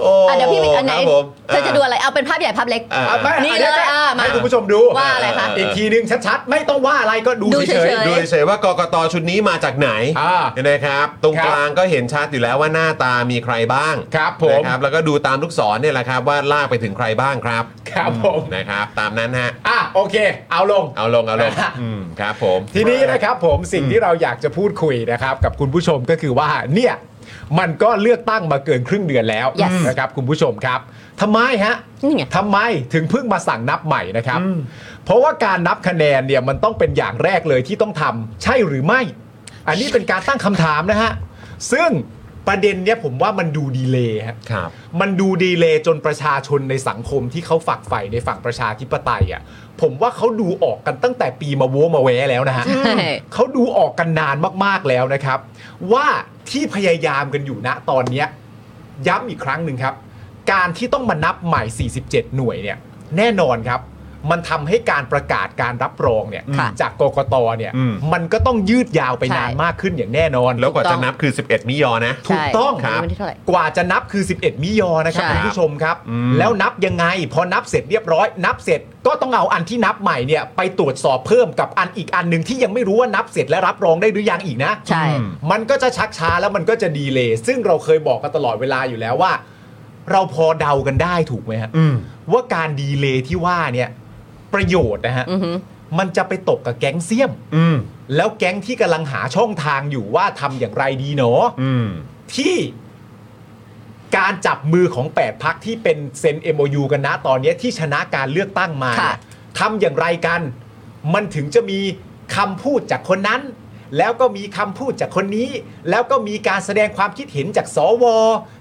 S1: โอ้
S4: <laughs> อ่ะเดี๋ยวพี่อันไหน
S1: ครับผม
S4: เธอจะดูอะไรเอาเป็นภาพใหญ่ภาพเล็ก
S1: อ่ะ
S3: อ่ะไม่
S4: นี่เลย
S3: ให้
S4: อ่ะมา
S3: ให้คุณผู้ชมดู
S4: ว่าอะไรคะ
S3: อีกทีนึงชัดๆ ไม่ต้องว่าอะไรก็ดู
S4: ดู
S3: เฉ
S4: เฉ
S3: ย
S4: ย
S1: ดูเฉยๆว่ากกตชุดนี้มาจากไหน
S3: อ่า
S1: นะครับ ตรง
S3: ครับ
S1: กลางก็เห็นชัดอยู่แล้วว่าหน้าตามีใครบ้าง
S3: ครับผม
S1: นะครับแล้วก็ดูตามลูกศรเนี่ยแหละครับ ว่าลากไปถึงใครบ้างครับ
S3: ครับผม
S1: นะครับ ตามนั้นฮะ
S3: ๆ อ่ะโอเค เอาลง
S1: เอาลงเอาลง
S3: อ่ะ
S1: อืมครับผม
S3: ทีนี้นะครับผมสิ่งที่เราอยากจะพูดคุยนะครับ กับคุณผู้ชมก็คือว่าเนี่ยมันก็เลือกตั้งมาเกินครึ่งเดือนแล้ว
S4: Yes
S3: นะครับคุณผู้ชมครับทำไมฮะ
S4: นี่ไง
S3: ทำไมถึงเพิ่งมาสั่งนับใหม่นะครับ เพราะว่าการนับคะแนนเนี่ยมันต้องเป็นอย่างแรกเลยที่ต้องทำใช่หรือไม่ อันนี้เป็นการตั้งคำถามนะฮะซึ่งประเด็นเนี่ยผมว่ามันดูดีเลยฮะ
S1: ครับ
S3: มันดูดีเลยจนประชาชนในสังคมที่เขาฝักใฝ่ในฝั่งประชาธิปไตยอ่ะผมว่าเขาดูออกกันตั้งแต่ปีมาโวมาแวแล้วนะฮะ
S4: ใช่
S3: เขาดูออกกันนานมากๆแล้วนะครับ ว่าที่พยายามกันอยู่ณตอนเนี้ยย้ำอีกครั้งหนึ่งครับ การที่ต้องมานับใหม่ 47 หน่วยเนี่ยแน่นอนครับ มันทำให้การประกาศการรับรองเนี่ย
S4: ค่ะ
S3: จากกกตเนี่ย
S1: อืม
S3: มันก็ต้องยืดยาวไป
S4: ใช่
S3: นานมากขึ้นอย่างแน่นอน
S1: แล้วกว่าจะนับคือ 11 มิยอนะ
S3: ถูกต้อง
S4: ใช่วันที่เท่าไหร่
S3: กว่าจะนับคือ 11 มิยอนะครับ
S4: ใช่
S3: คุณผู้ชมครับ แล้วนับยังไง พอนับเสร็จเรียบร้อย นับเสร็จก็ต้องเอาอันที่นับใหม่เนี่ยไปตรวจสอบเพิ่มกับอันอีกอันหนึ่งที่ยังไม่รู้ว่านับเสร็จและรับรองได้หรือยังอีกนะ
S4: ใช่
S3: มันก็จะชักช้าแล้วมันก็จะดีเลย์ซึ่งเราเคยบอกกันตลอดเวลาอยู่แล้วว่า เราพอเดากันได้ถูกไหมฮะว่าการดีเลย์ที่ว่าเนี่ยประโยชน์นะฮะ
S4: อือหือ
S3: มันจะไปตกกับแก๊งเสี้ยมแล้วแก๊งที่กำลังหาช่องทางอยู่ว่าทำอย่างไรดีเนาะ
S1: อืม
S3: ที่การจับมือของ 8 พักที่เป็นเซ็น MOU กันนะตอนเนี้ยที่ชนะการเลือกตั้งมา
S4: ค่ะ
S3: ทำอย่างไรกัน มันถึงจะมีคำพูดจากคนนั้น แล้วก็มีคำพูดจากคนนี้ แล้วก็มีการแสดงความคิดเห็นจากสว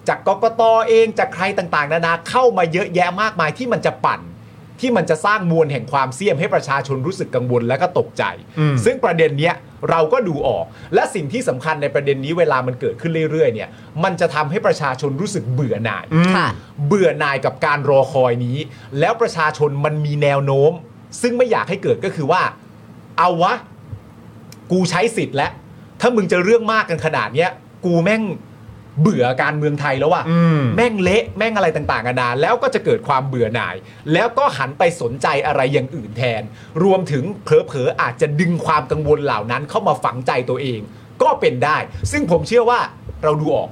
S3: จากกกตเองจากใครต่างๆ นานาเข้ามาเยอะแยะมากมายที่มันจะปั่น ที่มันจะสร้างมวลแห่งความเสี่ยมให้ประชาชนรู้สึกกังวลและก็ตกใจ ซึ่งประเด็นเนี้ยเราก็ดูออก และสิ่งที่สำคัญในประเด็นนี้เวลามันเกิดขึ้นเรื่อยๆเนี่ย มันจะทำให้ประชาชนรู้สึกเบื่อหน่าย
S4: ค่ะ
S3: เบื่อหน่ายกับการรอคอยนี้ แล้วประชาชนมันมีแนวโน้ม ซึ่งไม่อยากให้เกิดก็คือว่า เอาวะ กูใช้สิทธิ์แล้ว ถ้ามึงจะเรื่องมากกันขนาดเนี้ย กูแม่งเบื่อการเมืองไทยแล้วว่ะ แม่งเละแม่งอะไรต่างๆนานาแล้วก็จะเกิดความเบื่อหน่าย แล้วก็หันไปสนใจอะไรอย่างอื่นแทน รวมถึงเผลอๆอาจจะดึงความกังวลเหล่านั้นเข้ามาฝังใจตัวเอง ก็เป็นได้ ซึ่งผมเชื่อว่าเราดูออก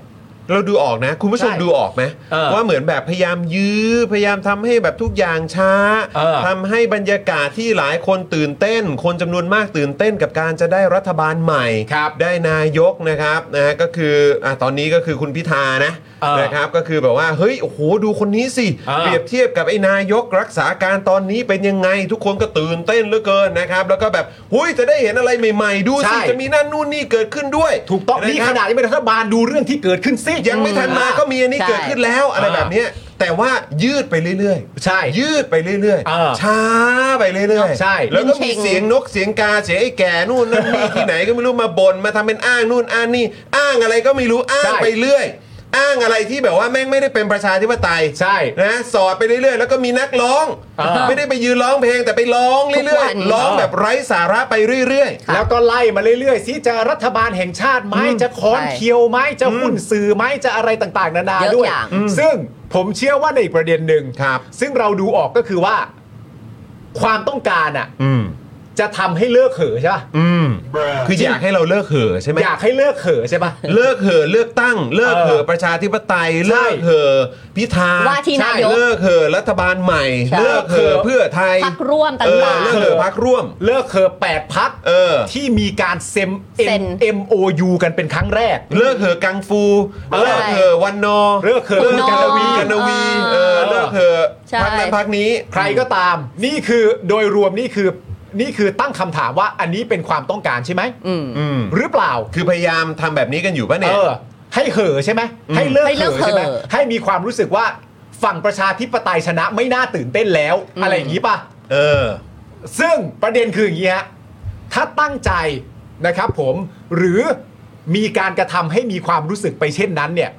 S1: เราดูออกนะ คุณผู้ชม
S3: ใช่
S1: ดูออกไหม
S3: เออ
S1: ว่าเหมือนแบบพยายามยื้อพยายามทำให้แบบทุกอย่างช้า
S3: เออ
S1: ทำให้บรรยากาศที่หลายคนตื่นเต้น คนจำนวนมากตื่นเต้นกับการจะได้รัฐบาลใหม่
S3: ครับ
S1: ได้นายกนะครับนะฮะก็คืออ่ะตอนนี้ก็คือคุณพิธานะ
S3: เออ
S1: นะครับก็คือแบบว่าเฮ้ยโอ้โหดูคนนี้สิ
S3: เออ
S1: เปรียบเทียบกับไอ้นายกรักษาการตอนนี้เป็นยังไง ทุกคนก็ตื่นเต้นเหลือเกินนะครับแล้วก็แบบหุยจะได้เห็นอะไรใหม่ ๆ ดู
S3: ใช่
S1: สิจะมีนั่นนู่นนี่เกิดขึ้นด้วย
S3: ถูกต้องนี่
S1: ะค
S3: ข
S1: รับ
S3: นาดยังเป็นรัฐบาลดูเรื่องที่เกิดขึ้นสิ
S1: ยังไม่ทันมาก็มีอันนี้
S4: ใช่
S1: เกิดขึ้นแล้วอะไรแบบเนี้ยแต่ว่ายืดไปเรื่อยๆ
S3: ใช่
S1: ยืดไปเรื่อย
S3: เออ
S1: ช้าไปเรื่อยๆ
S3: ใช่
S1: แล้วก็มีเสียงนกเสียงกาเสียงไอ้แก่นู่นนั่นนี่ ที่ไหนก็ไม่รู้มาบน่นมาทำเป็นอ้างนู่นอ้างนี่ อ้างอะไรก็ไม่รู้อ้างไปเรื่อย อ้างอะไรที่แบบว่าแม่งไม่ได้เป็นประชาธิปไตย
S3: ใช่
S1: นะสอดไปเรื่อยๆ แล้วก็มีนักร้อง
S3: เออ
S1: ไม่ได้ไปยืนร้องเพลงแต่ไปร้อง
S4: ทุก
S1: เรื่
S4: วั
S1: อย
S4: น
S1: ๆร้องแบบไร้สาระไปเรื่อยๆ
S3: แล้วก็ไล่มาเรื่อยๆสิจะรัฐบาลแห่งชาติไหมจะค้อน
S4: ใช่
S3: เคียวไหมจะหุ้นสื่อไหมจะอะไรต่างๆ นานา
S4: เยอะ
S3: ด้วย
S4: อย่าง
S3: ซึ่งผมเชื่อว่าในอีกประเด็นหนึ่ง
S1: ครับ
S3: ซึ่งเราดูออกก็คือว่า ความต้องการอ่ะ
S1: อืม
S3: จะทำให้เลิกเห่อะใช่ป่ะ
S1: อืมคืออยากให้เราเลิกเห่อใช่ไหม
S3: อยากให้เลิกเห่อะใช่ป่ะ
S1: เลิกเหอะเลือกตั้ง เลิกเหอะ
S3: เออ
S1: ประชาธิปไตย
S3: ใช่
S1: เลิกเหอะพิธา
S4: ว่าที่นายก
S1: ใช่เลิกเหอะรัฐบาลใหม่
S4: ใช่
S1: เลิกเหอะเพื่อไทย
S4: พักร่วมต
S1: เออ่
S4: าง
S1: เลิกเหอะพักร่วม
S3: เลิกเห่อะแปดพัก
S1: เออ
S3: ที่มีการเซ็น
S4: เซ็น
S3: M O U กันเป็นครั้งแรก
S1: เลิกเหอะกังฟู
S3: ใช่
S1: เลิกเหอะวันนอ
S3: เลิกเหอะ
S1: ลิกันวี
S4: กั
S1: กัน
S4: น
S1: น
S4: นวี
S1: วีเอ
S4: เอ
S1: อ
S4: อ
S1: เลิกเหอะ
S4: ใช่
S1: พักนั้นพักนี้
S3: ใครก็ตาม นี่คือโดยรวมนี่คือนี่คือตั้งคำถามว่าอันนี้เป็นความต้องการใช่ไหม
S4: ๆอืม
S1: อืม
S3: หรือเปล่า
S1: คือพยายามทำแบบนี้กันอยู่ป่ะเนี่
S3: เอย อ ให้เห่อะใช่ไหมให้เลิก
S4: ให้เลิก
S3: เห่อะใช่ไหม
S4: เห่อ
S3: ให้มีความรู้สึกว่าฝั่งประชาธิปไตยชนะไม่น่าตื่นเต้นแล้ว อะไรอย่างนี้ป่ะ
S1: เออ
S3: ซึ่งประเด็นคืออย่างนี้ฮะ ถ้าตั้งใจนะครับผมหรือมีการกระทำให้มีความรู้สึกไปเช่นนั้นเนี่ย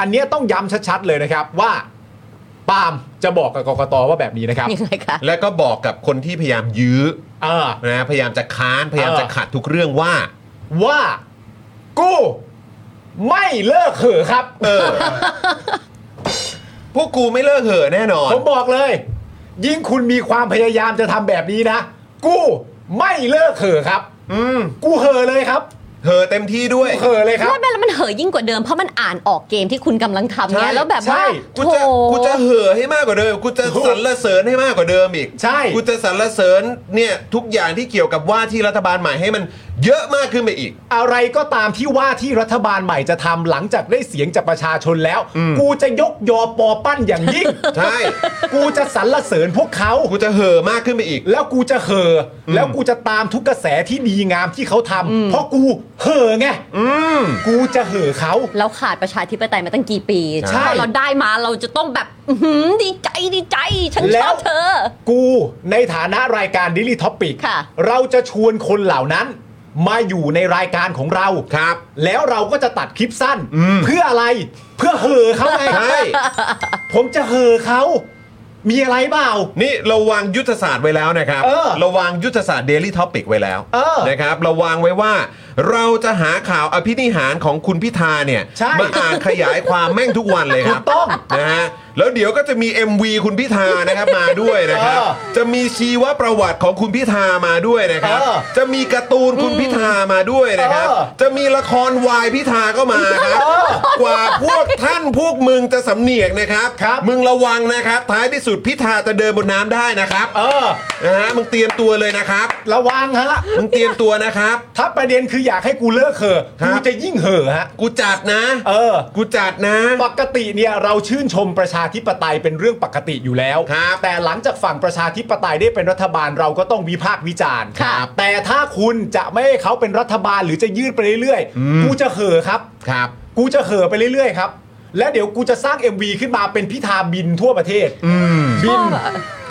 S3: อันเนี้ยต้องย้ำชัดๆเลยนะครับว่าปาล์มจะบอกกับกกตว่าแบบนี้นะครับ
S4: ยังไงคะ
S1: แล้วก็บอกกับคนที่พยายามยื้อ
S3: เออ
S1: นะพยายามจะค้านพยายามจะขัดทุกเรื่องว่า
S3: ว่ากูไม่เลิกเห่อะครับ
S1: เออ พวกกูไม่เลิกเหอะแน่นอน
S3: ผมบอกเลย ยิ่งคุณมีความพยายามจะทำแบบนี้นะ กูไม่เลิกเห่อะครับ
S1: อืม
S3: กูเห่อะเลยครับ
S1: เหอะเต็มที่ด้วย
S3: เห่อะเลยครับ
S4: ไม่เป็นไรแล้วมันเห่อยิ่งกว่าเดิมเพราะมันอ่านออกเกมที่คุณกำลังทำ
S1: ใช่
S4: ไงแล้วแบบว่า
S3: ใช่
S4: โถ
S1: กูจะกูจะเหอะให้มากกว่าเดิม กูจะสรรเสริญให้มากกว่าเดิมอีก
S3: ใช่
S1: กูจะสรรเสริญเนี่ยทุกอย่างที่เกี่ยวกับว่าที่รัฐบาลใหม่ให้มันเยอะมากขึ้นไปอีก
S3: อะไรก็ตามที่ว่าที่รัฐบาลใหม่จะทำหลังจากได้เสียงจากประชาชนแล้ว กูจะยกยอปอปั้นอย่างยิ่ง
S1: ใช่
S3: กูจะสรรเสริญพวกเขา
S1: กูจะเหอะมากขึ้นไปอีก
S3: แล้วกูจะเห่ออแล้วกูจะตามทุกกระแสที่ดีงามที่เขาทำเพราะกูเห่อไงกูจะเห่อเขา
S4: เราขาดประชาธิปไตยมาตั้งกี่ปี
S1: ใช่
S4: พอเราได้มาเราจะต้องแบบอื้อหือดีใจดีใจ ฉัน
S3: แล้
S4: ชอ
S3: ว
S4: บเธอ
S3: กูในฐานะรายการดิลิทอปิก
S4: ค่ะ
S3: เราจะชวนคนเหล่านั้น มาอยู่ในรายการของเรา
S1: ครับ
S3: แล้วเราก็จะตัดคลิปสั้น เพื่ออะไรเพื่อเห่อเขาไง
S1: ใช่
S3: ผมจะเห่อเขา มีอะไรเปล่า
S1: นี่เราวางยุทธศาสตร์ไว้แล้วนะครับ
S3: เออ
S1: วางยุทธศาสตร์ Daily Topic ไว้แล้ว
S3: เออ
S1: นะครับเราวางไว้ว่า เราจะหาข่าวอภินิหารของคุณพิธาเนี่ย
S3: ใช่
S1: มาอ่านขยายความแม่งทุกวันเลยครับ
S3: ถูกต้อง
S1: นะฮะแล้วเดี๋ยวก็จะมี MV คุณพิธา <laughs> นะครับมาด้วยนะครับ
S3: เออ
S1: จะมีชีวประวัติของคุณพิธามาด้วยนะครับ
S3: เออ
S1: จะมีการ์ตูนคุณพิธามาด้วยนะครับ
S3: เออ
S1: จะมีละครวายพิธาก็มาครับ
S3: เออ
S1: กว่าพวกท่านพวกมึงจะสำเนียกนะครับ
S3: ครับ
S1: มึงระวังนะครับ ท้ายที่สุดพิธาจะเดินบนน้ำได้นะครับ
S3: เออ
S1: นะฮะมึงเตรียมตัวเลยนะครับ
S3: ระวังฮะ
S1: มึงเตรียมตัวนะครับ
S3: ถ้าประเด็นคืออยากให้กูเลิกเห่อ
S1: ครับ
S3: กูจะยิ่งเห่อฮะ
S1: กูจัดนะ
S3: เออ
S1: กูจัดนะ
S3: ปกติเนี่ยเราชื่นชมประชาธิปไตยเป็นเรื่องปกติอยู่แล้ว
S1: ครับ
S3: แต่หลังจากฝั่งประชาธิปไตยได้เป็นรัฐบาลเราก็ต้องวิพากษ์วิจารณ์
S1: ครับ
S3: แต่ถ้าคุณจะไม่ให้เขาเป็นรัฐบาลหรือจะยืดไปเรื่อยๆ กูจะเห่อครับ
S1: ครับ
S3: กูจะเห่อไปเรื่อยๆครับ และเดี๋ยวกูจะสร้าง MV ขึ้นมาเป็นพิธาบินทั่วประเทศบิน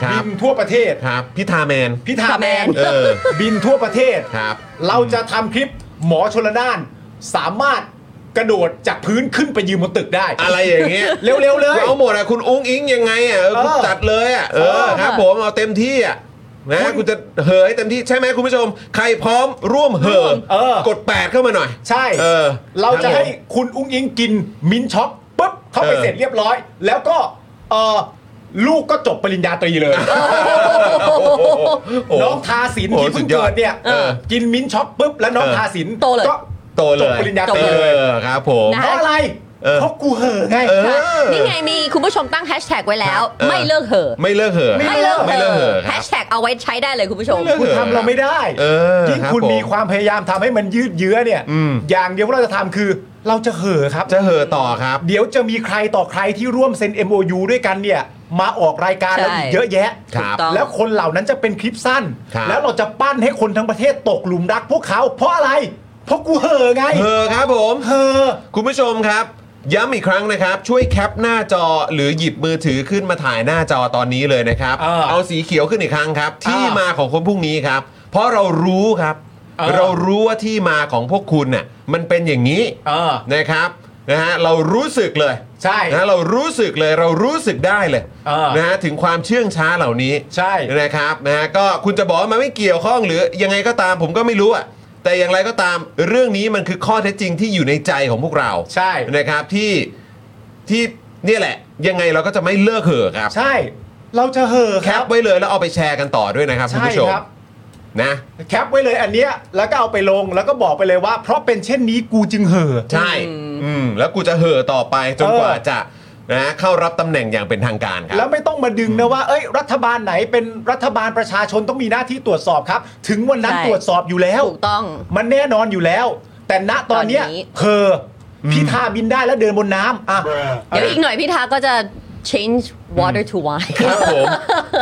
S1: ครับ
S3: บินทั่วประเทศ
S1: ครับ พิธาแมน
S3: พิธาแมน
S1: เออ
S3: บินทั่วประเทศ
S1: ครับ
S3: เราจะทำคลิปหมอชนละนานสามารถกระโดดจากพื้นขึ้นไปยืนบนตึกได้
S1: อะไรอย่างเงี้ย
S3: เร็วๆเลย
S1: เอาหมดอ่ะ คุณอุ้งอิงยังไงอ่ะเออ
S3: เออ
S1: กูจัดเลยอ่ะ เอ
S3: เอ
S1: อ
S3: อ
S1: ครับผมเอาเต็มที่อ่ะ
S3: คุ
S1: นะ
S3: ณ
S1: กูจะเหอให้เต็มที่ใช่ไหมคุณผู้ชม ใครพร้อมร่วมเหอ
S3: เออ
S1: กดแปดเข้ามาหน่อย
S3: ใช่
S1: เออ
S3: เราจะ
S1: ครับผม
S3: ให้คุณอุ้งอิงกินมิ้นท์ช็อกปุ๊บเข้าไป
S1: เออ
S3: เสร็จเรียบร้อย แล้วก็เออลูกก็จบปริญญาตรีเลย
S1: โอ้
S3: น้องทาสิน
S1: โอ้
S3: ที่เพิ่งเกิดเนี่ย
S1: สุดยอดเออ
S3: กินมิ้นท์ช็อกปุ๊บแล้วน้อง
S1: เออ
S3: ทาสิน
S4: โตเลย
S3: ก็
S1: โตเลย
S3: จบปริญญาตรี
S1: เออครับผม
S4: นะ
S3: เพราะอะไร
S1: เออ
S3: เพราะกูเห่อไง
S1: เอ
S4: ค่ะ
S1: อ
S4: นี่ไงมีคุณผู้ชมตั้งแฮชแท็กไว้แล้ว
S1: ครับเออ
S4: ไม่เลิกเหอะ
S1: ไม่เลิกเหอะ
S3: ไม่เลิก
S1: ไม่เลิกเหอะค
S4: แฮ
S1: รับ
S4: ชแท็กเอาไว้ใช้ได้เลยคุณผู้ชม
S1: ไม่เลิก
S3: คุณทำเราไม่ได้
S1: เออ
S3: ยิ่ง
S1: ครับ
S3: คุณ
S1: ผม
S3: มีความพยายามทำให้มันยืดเยื้อเนี่ย
S1: อืม
S3: อย่างเดียวที่เราจะทำคือ เราจะเห่อครับ
S1: จะเหอะต่อครับ
S3: เดี๋ยวจะมีใครต่อใครที่ร่วมเซ็น MOU ด้วยกันเนี่ย มาออกรายการ
S4: ใช่
S3: เราอีกเยอะแยะ
S1: ครับ
S4: ถูกต้อง
S3: แล้วคนเหล่านั้นจะเป็นคลิปสั้น
S1: ครับ
S3: แล้วเราจะปั้นให้คนทั้งประเทศตกหลุมรักพวกเขา เพราะอะไร เพราะกูเห่อไง
S1: เหอะครับผม
S3: เห่อ
S1: คุณผู้ชมครับ ย้ำอีกครั้งนะครับ ช่วยแคปหน้าจอหรือหยิบมือถือขึ้นมาถ่ายหน้าจอตอนนี้เลยนะครับ
S3: เออ
S1: เอาสีเขียวขึ้นอีกครั้งครับ ที่
S3: เออ
S1: มาของคนพวกนี้ครับ เพราะเรารู้ครับ
S3: เออ
S1: เรารู้ว่าที่มาของพวกคุณน่ะมันเป็นอย่างนี้
S3: เออ
S1: นะครับนะฮะเรารู้สึกเลย
S3: ใช่
S1: นะเรารู้สึกเลยเรารู้สึกได้เลย
S3: เออ
S1: นะฮะถึงความเชื่องช้าเหล่านี้
S3: ใช่
S1: นะครับนะฮะก็คุณจะบอกว่ามันไม่เกี่ยวข้องหรือยังไงก็ตามผมก็ไม่รู้อะแต่อย่างไรก็ตามเรื่องนี้มันคือข้อเท็จจริงที่อยู่ในใจของพวกเรา
S3: ใช่
S1: นะครับที่ที่เนี่ยแหละ ยังไงเราก็จะไม่เลิกเหอะครับ
S3: ใช่ เราจะเห่อ
S1: แค
S3: ครั
S1: ป
S3: บ
S1: ไว้เลยแล้วเอาไปแชร์กันต่อด้วยนะครับคุณ
S3: ใช่
S1: ผู้ชม
S3: ครับ
S1: นะ
S3: แคปไว้เลยอันเนี้ยแล้วก็เอาไปลงแล้วก็บอกไปเลยว่า เพราะเป็นเช่นนี้กูจึงเห่อ
S1: ใช่ อืม แล้วกูจะเห่อต่อไปจนกว่า
S3: เออ
S1: จะนะเข้ารับตำแหน่งอย่างเป็นทางการครั
S3: แล้ว
S1: บ
S3: ไม่ต้องมาดึงนะว่า เอ้ย รัฐบาลไหนเป็นรัฐบาลประชาชนต้องมีหน้าที่ตรวจสอบครับ ถึงวันนั้น
S4: ใช่
S3: ตรวจสอบอยู่แล้ว
S4: ถูกต้อง
S3: มันแน่นอนอยู่แล้ว แต่ณตอนเนี้ย
S4: ตอนนี้
S3: เธออพิธาบินได้แล้วเดินบนน้ำอ่ะ
S4: เดี๋ยวอีกหน่อยพี่ทาก็จะ change water to wine
S1: ครับผม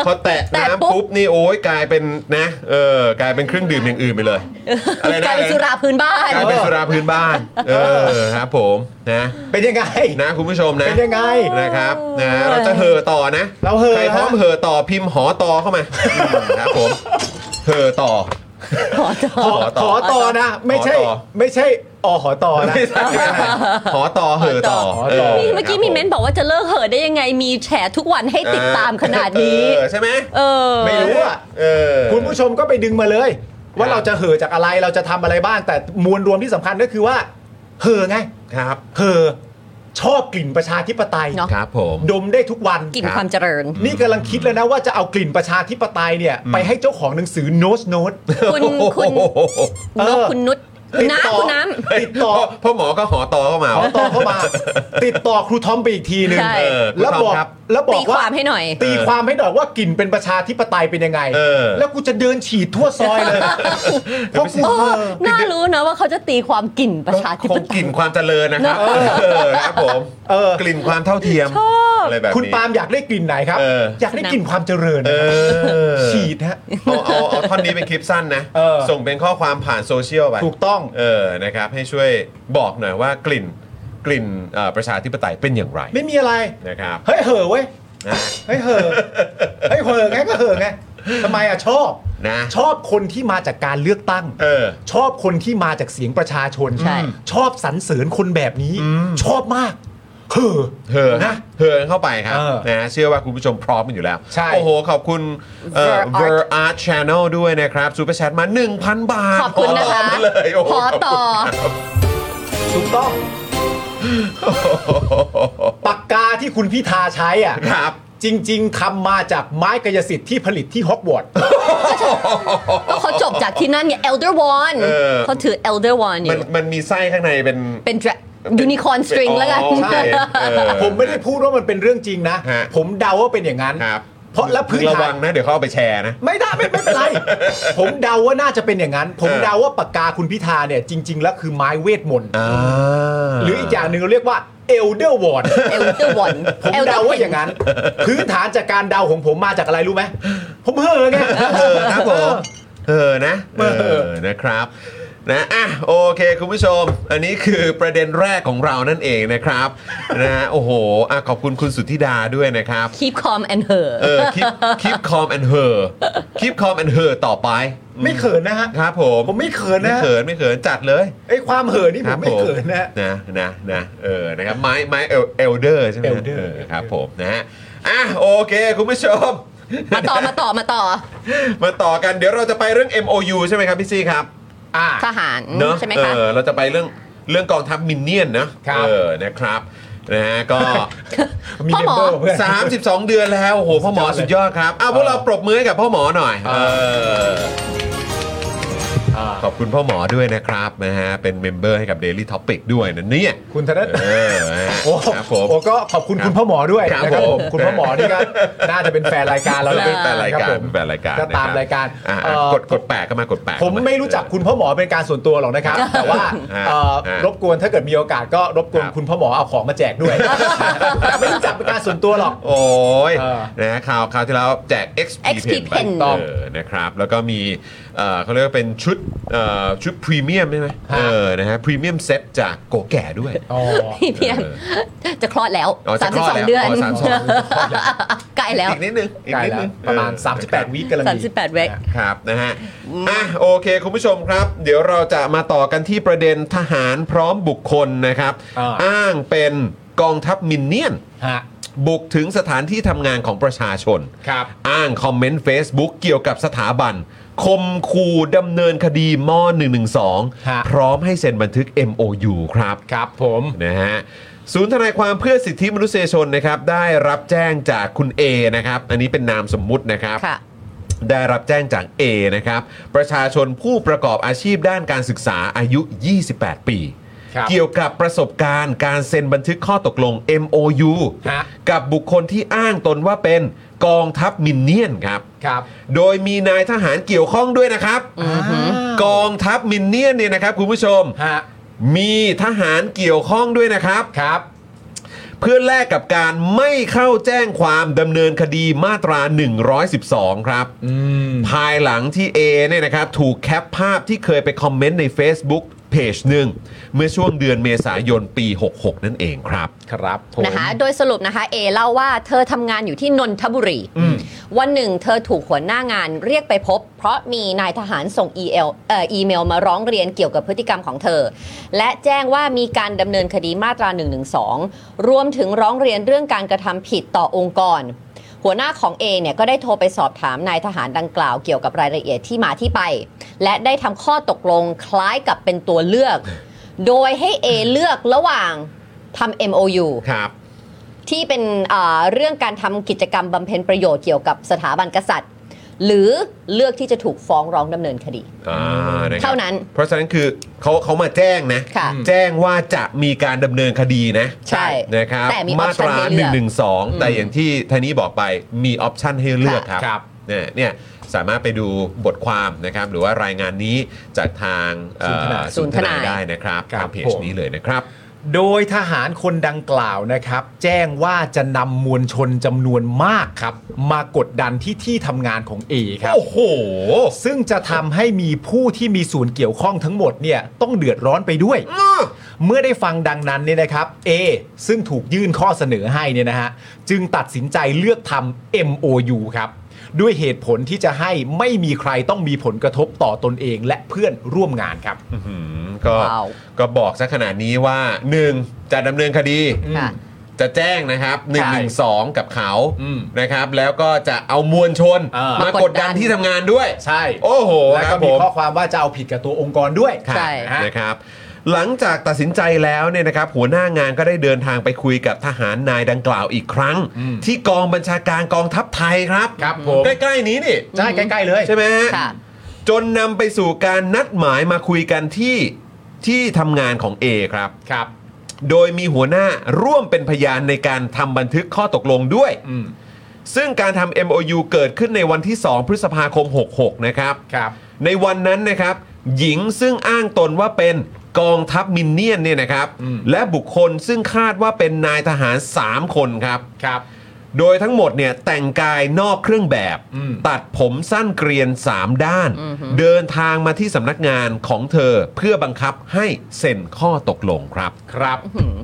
S1: พอแตะ
S4: แตะปุ๊
S1: น้ำ
S4: บ
S1: ปุ๊บนี่โอ้ยกลายเป็นนะ เออกลายเป็นเครื่องดื่มอย่างอื่นไปเลย <laughs> อะไรนะ
S4: กลายเป็นสุราพื้นบ้าน
S1: กลายเป็นสุราพื้นบ้าน เออครับผมนะ
S3: เป็นยังไง
S1: นะคุณผู้ชมนะ
S3: เป็นยังไง
S1: นะครับนะเราจะเห่อต่อนะ
S3: เราเห่อ
S1: ใครพร้อม
S3: ฮะ
S1: เห่อต่อพิมพ์หอต่อเข้ามาอืมครับผมเห่อต่อ
S3: ขอ
S1: ต่
S3: ข
S1: อ
S3: อต่อนะ ไม่ใช่
S1: ขอต่อ
S3: ไม่ใช่อหอต่อนะ
S1: ไม่ใช่ไม่ใช่หอต่อเห่อต่อ
S4: หอ
S3: ต่อ
S1: เออ
S4: นี่เมื่อกี้มีเม้นบอกว่าจะเลิกเห่อได้ยังไงมีแฉทุกวันให้ติดตามขนาดนี้
S1: เออใช่ไหม
S4: เออ
S3: ไม่รู้อ่ะ
S1: เออ
S3: คุณผู้ชมก็ไปดึงมาเลย
S1: ค
S3: ว่า
S1: รับ
S3: เราจะเห่อจากอะไรเราจะทำอะไรบ้างแต่มวลรวมที่สำคัญก็คือว่า เห่อไง
S1: ครับ
S3: เธอชอบกลิ่นประชาธิปไตย
S4: เนอะ
S1: ครับผม
S3: ดมได้ทุกวัน
S4: กลิ่นความเจริญ
S3: นี่กำลังคิดแล้วนะว่าจะเอากลิ่นประชาธิปไตยเนี่ย ไปให้เจ้าของหนังสือ Nose Note
S4: คุณคุณ
S3: เออ
S4: นก <laughs> คุณนุช
S3: ติด
S4: น้า
S3: ต่อ
S4: คุณน้ำ
S3: ติดต่อ
S1: พ่อหมอก็หอตอเข้ามา
S3: ขอต่อเข้ามา ติดต่อครูทอมไปอีกทีหนึ่ง
S4: ใช่
S1: เออ
S3: แล้วบอก
S1: คุณทมครั
S3: แล้วบอ
S4: ตี
S3: กว่าว
S4: คามให้หน่อย
S3: ตีความให้หน่อยว่ากลิ่นเป็นประชาธิปไตยเป็นยังไง
S1: เออ
S3: แล้วกูจะเดินฉีดทั่วซอยเลยเพราะกูเออ
S4: น่ารู้นะว่าเขาจะตีความกลิ่นประชาธิ
S1: ค
S4: ป
S1: ง
S4: ไต
S1: ก
S4: ย
S1: ลิ่นความเจริญนะครับเออครับผม
S3: เออ
S1: กลิ่นความเท่าเทียมอะไรแบบนี้
S3: คุณปาล์มอยากได้กลิ่นไหนครับ
S1: เอออ
S3: อยากได้กลิ่นความเจริญ
S1: เอ
S3: นะครับ
S1: อ
S3: ฉีดฮะ
S1: เอาเอาเอาท่อนนี้เป็นคลิปสั้นนะ
S3: เออ
S1: ส่งเป็นข้อความผ่านโซเชียลไป
S3: ถูกต้อง
S1: เออนะครับ ให้ช่วยบอกหน่อยว่ากลิ่นกลิ่นเอ่อประชาธิปไตยเป็นอย่างไร
S3: ไม่มีอะไร
S1: นะครับ
S3: เฮ้ยเหอะเว้ย
S1: นะ
S3: เฮ้ยเหอะเฮ้ยเหอะไงก็เหอะไงทำไมอ่ะชอบ
S1: นะ
S3: ชอบคนที่มาจากการเลือกตั้ง
S1: เออ
S3: ชอบคนที่มาจากเสียงประชาชน
S4: ใช่
S3: ชอบสรรเสริญคนแบบนี้ ชอบมากเหอะ
S1: เหินเหินเข้าไปครับ
S3: เออ
S1: นะเชื่อว่าคุณผู้ชมพร้อมกันอยู่แล้ว
S3: ใช่
S1: โอ้โห ขอบคุณเอ่อ
S4: Ver Art
S1: Ver Art Channel ด้วยนะครับซูเปอร์แชทมา 1,000 บาท
S4: ขอบคุณนะ
S1: ขอต่
S4: คะ
S1: อมาเลยโอ้โห
S4: ขอต่อ
S3: ถูกต้องปากกาที่คุณพิธาใช้อ่ะ
S1: ครับ
S3: จริง ๆทำมาจากไม้กายสิทธิ์ที่ผลิตที่ฮอกวอตส์
S4: ก็เขาจบจากที่นั่นไง Elder Wand
S1: เออ
S4: เขาถือ Elder Wand อ
S1: มัน
S4: ยู่
S1: มันมีไส้ข้างในเป็น
S4: เป็น Unicorn String แล้วกัน
S1: อ๋อโอเคเออ
S3: ผมไม่ได้พูดว่ามันเป็นเรื่องจริงนะ
S1: ฮะ
S3: ผมเดาว่าเป็นอย่างนั้น
S1: ครับ
S3: เพราะและพื้น
S1: ระ
S3: ฐา
S1: วัน งนะ เดี๋ยวเขาเอาไปแชร์นะ
S3: ไม่ได้ไม่ไม่เป็นไร ผมเดาว่าน่าจะเป็นอย่างนั้น ผม
S1: เออ
S3: เดาว่าปากกาคุณพิธาเนี่ยจริง ๆ แล้วคือไม้เวทมนต์
S1: อ่า
S3: หรืออีกอย่างหนึ่งเราเรียกว่าเอลเดอร์วอร์ด
S4: Elder Wand
S3: ผมเดา
S4: Elder
S3: ว่าอย่าง
S4: Pen
S3: นั้น พื้นฐานจากการเดาของผมมาจากอะไรรู้ไหมผมเห่อไง
S1: เออครับผมเออนะเอ
S3: เอ
S1: อ
S3: อ
S1: นะครับนะอ่ะโอเคคุณผู้ชม อันนี้คือประเด็นแรกของเรานั่นเองนะครับ นะโอ้โหอ่ะขอบคุณคุณสุทธิดาด้วยนะครับ
S4: Keep calm and her
S1: เออคลิปคลิปคอมแอนเฮอร์คลิปคอมแอนเฮอร์ต่อไป
S3: ไม่เขินนะฮะ
S1: ครับผม
S3: ผมไม่เขิน
S1: ไม่
S3: นะฮะ
S1: เขินไม่เขินจัดเลย
S3: ไอ้ความเห่อนี่
S1: ค
S3: ผ
S1: รับ
S3: มไม่เขินนะฮะ
S1: นะนะนะเออนะครับไม้ไม้เอลเอลเดอร์ใช่ไหมฮะ
S3: Elder
S1: เออครับผมนะฮะอ่ะโอเค คุณผู้ชม
S4: มาต่อมาต่อมาต่อ
S1: <laughs> มาต่อกันเดี๋ยวเราจะไปเรื่อง MOU ใช่ไหมครับพี่ซี่ครับอ่า
S4: ทหาร
S1: เนอะ
S4: ใช่ไหม
S1: เอ
S4: คะ
S1: อเราจะไปเรื่องเรื่องกองทัพมินเนี่ยนนะครับ เออนะครับนะฮะก็
S4: พ่อหมอ
S3: เมมเบร์เพื่อน
S1: 32 เดือนแล้วโอ้โหพ่อหมอสุดยอดครับอ้าวพวกเราปรบมือให้กับพ่อหมอหน่อยเออขอบคุณพ่อหมอด้วยนะครับนะฮะเป็นเมมเบอร์ให้กับ Daily Topic ด้วยนะเนี่ย
S3: คุณธน
S1: เออ
S3: โอ้
S1: ครับผม
S3: โอ้ก็ขอบคุณ
S1: ครับ
S3: คุณพ่อหมอด้วย
S1: ครับ
S3: นะครับ
S1: ผ
S3: ผม มคุณพ่อหมอนี่ก็น่าจะเป็นแฟนรายการเราแหละ
S1: เป็นแฟนรายการ
S3: คบผม
S1: เป็นแฟนรายการ
S3: ก็ตา
S1: นะครับ
S3: มรายการ
S1: อ่ะ
S3: เอ่
S1: อ่ะ
S3: อ
S1: กดกดแปะเข้ามากดแปะ
S3: ผม
S1: เข้าา
S3: ไม่รู้จักคุณพ่อหมอเป็นการส่วนตัวหรอกนะครับ แต่ว่า
S1: อ่า
S3: เอ่อ
S1: อ่าร
S3: บกวนถ้าเกิดมีโอกาสก็รบกวน
S1: ครับ
S3: คุณพ่อหมอเอาของมาแจก
S1: <laughs>
S3: ด้วย แต่ไม่รู้จักเป็นการส่วนตัวหรอก
S1: โอ้ย
S3: เออ
S1: นะข่าวข่าวที่แล้วแจก XP
S4: XP
S1: Pen ไป
S4: Pen
S1: เออนะครับแล้วก็มีเอ่อเขาเรียกว่าเป็นชุดเอ่อชุดพรีเมียมใช่ไหม
S3: ฮะ
S1: เออนะฮะพรีเมียมเซ็ตจากโกแก่ด้วย
S3: อ๋อ
S4: พี่เพียง
S1: เออ
S4: จะคลอดแล้ว
S1: อ๋อจะคลอดแล้ว
S4: 32 เดือน
S1: อ๋อ32
S4: ใกล้แล้ว
S1: อีกนิดนึงอีก
S3: ใกล้
S1: นิดนึง
S3: แล้วประมาณ
S1: เออ
S3: 38 วิกำลังดี
S4: 38เวก
S1: ครับนะฮะอ่ะโอเค คุณผู้ชมครับ เดี๋ยวเราจะมาต่อกันที่ประเด็นทหารพร้อมบุคคลนะครับ
S3: อ่า
S1: อ้างเป็นกองทัพมินเนี่ยน
S3: ฮะ
S1: บุกถึงสถานที่ทำงานของประชาชน
S3: ครับ
S1: อ้างคอมเมนต์ Facebook เกี่ยวกับสถาบัน คมขู่ดำเนินคดีม
S3: ฮะ
S1: .112 พร้อมให้เซ็นบันทึก MOU ครับ
S3: ครับผม
S1: นะฮะศูนย์ทนายความเพื่อสิทธิมนุษยชนนะครับได้รับแจ้งจากคุณ A นะครับอันนี้เป็นนามสมมุตินะครับ
S4: ค่ะ
S1: ได้รับแจ้งจาก A นะครับประชาชนผู้ประกอบอาชีพด้านการศึกษาอายุ 28 ปี
S3: ครับ
S1: เกี่ยวกับประสบการณ์การเซ็นบันทึกข้อตกลง MOU
S3: ฮะ
S1: กับบุคคลที่อ้างตนว่าเป็นกองทัพมินเนี่ยนครับ
S3: ครับ
S1: โดยมีนายทหารเกี่ยวข้องด้วยนะครับ กองทัพมินเนี่ยนเนี่ยนะครับคุณผู้ชม
S3: ฮะ
S1: มีทหารเกี่ยวข้องด้วยนะครับ
S3: ครับ
S1: เพื่อแลกกับการไม่เข้าแจ้งความดำเนินคดีมาตรา 112 ครับ
S3: อืม
S1: ภายหลังที่ A เนี่ยนะครับถูกแคปภาพที่เคยไปคอมเมนต์ใน Facebook เพจหนึ่งเมื่อช่วงเดือนเมษายนปี 66 นั่นเองครับ
S3: ครับผม
S4: นะคะ โดยสรุปนะคะ เอเล่าว่าเธอทำงานอยู่ที่นนทบุรี
S3: อืม
S4: วันหนึ่งเธอถูกหัวหน้างานเรียกไปพบ เพราะมีนายทหารส่ง EL เอ่ออีเมลมาร้องเรียนเกี่ยวกับพฤติกรรมของเธอ และแจ้งว่ามีการดำเนินคดีมาตรา 112 รวมถึงร้องเรียนเรื่องการกระทำผิดต่อองค์กร หัวหน้าของ A เนี่ยก็ได้โทรไปสอบถามนายทหารดังกล่าวเกี่ยวกับรายละเอียดที่มาที่ไป และได้ทำข้อตกลงคล้ายกับเป็นตัวเลือก โดยให้ A เลือกระหว่างทำ MOU
S1: ครับ
S4: ที่เป็นเอ่อเรื่องการทำกิจกรรมบำเพ็ญประโยชน์เกี่ยวกับสถาบันกษัตริย์ หรือเลือกที่จะถูกฟ้องร้องดำเนินคดี
S1: อ่าะครับ
S4: เท่านั้น
S1: เพราะฉะนั้นคือเขาเขามาแจ้งนะ
S4: ค่ะ
S1: แจ้งว่าจะมีการดำเนินคดีนะ
S4: ใช่
S1: นะครับ
S4: แต่มีออปชั่
S1: ต
S4: น
S1: รา
S4: ให้เลือก
S1: 112 แต่อย่างที่ทางนี้บอกไปมีออปชันให้เลือกครับ
S3: ครับ
S1: เนี่ยเนี่ยสามารถไปดูบทความนะครับ หรือว่ารายงานนี้จากทางเอ่อ
S4: ศูนย์ทนาย
S1: ได้นะครับ
S3: ครับ
S1: ตามเพจ
S3: ผม
S1: นี้เลยนะครับ
S3: โดยทหารคนดังกล่าวนะครับ แจ้งว่าจะนำมวลชนจำนวนมากครับ มากดดันที่ที่ทำงานของ A ครับ
S1: โอ้โห
S3: ซึ่งจะทำให้มีผู้ที่มีส่วนเกี่ยวข้องทั้งหมดเนี่ยต้องเดือดร้อนไปด้วย เมื่อได้ฟังดังนั้นเนี่ยนะครับ A ซึ่งถูกยื่นข้อเสนอให้เนี่ยนะฮะจึงตัดสินใจเลือกทำ MOU ครับ ด้วยเหตุผลที่จะให้ไม่มีใครต้องมีผลกระทบต่อตนเองและเพื่อนร่วมงานครับ
S1: อืมก็
S4: ว้าว
S1: ก็บอกซะขนาดนี้ว่า 1. จะดำเนินคดี
S4: ค่ะ
S1: จะแจ้งนะครับ1นึ
S3: ใช่
S1: กับเขา
S3: อืม
S1: นะครับ แล้วก็จะเอามวลชน
S3: เออ
S1: มากดดันที่ทำงานด้วย
S3: ใช่
S1: โอ้โห
S3: แล้ว
S1: ค
S3: ก็
S1: รับ
S3: มี
S1: ผม
S3: ข้อความว่าจะเอาผิดกับตัวองค์กรด้วย
S4: ใช่
S1: ฮะนะครับ หลังจากตัดสินใจแล้วเนี่ยนะครับ หัวหน้างานก็ได้เดินทางไปคุยกับทหารนายดังกล่าวอีกครั้ง
S3: อืม
S1: ที่กองบัญชาการกองทัพไทยครับ
S3: ครับผม
S1: ใกล้ๆนี้นี่
S3: ใช่ใกล้ๆเลย
S1: ใช่ไหมฮะ
S4: ค่ะ
S1: จนนำไปสู่การนัดหมายมาคุยกันที่ที่ทำงานของ A ครับ
S3: ครับ
S1: โดยมีหัวหน้าร่วมเป็นพยานในการทำบันทึกข้อตกลงด้วย
S3: อืม
S1: ซึ่งการทำ MOU เกิดขึ้นในวันที่ 2 พฤษภาคม 66 นะครับ
S3: ครับ
S1: ในวันนั้นนะครับ หญิงซึ่งอ้างตนว่าเป็นกองทัพมินเนี่ยนเนี่ยนะครับ
S3: อืม
S1: และบุคคลซึ่งคาดว่าเป็นนายทหาร 3 คนครับ
S3: ครับ
S1: โดยทั้งหมดเนี่ยแต่งกายนอกเครื่องแบบ
S3: อืม
S1: ตัดผมสั้นเกรียน 3 ด้าน
S4: อือหือ
S1: เดินทางมาที่สำนักงานของเธอเพื่อบังคับให้เซ็นข้อตกลงครับ
S3: ครับ
S4: อืม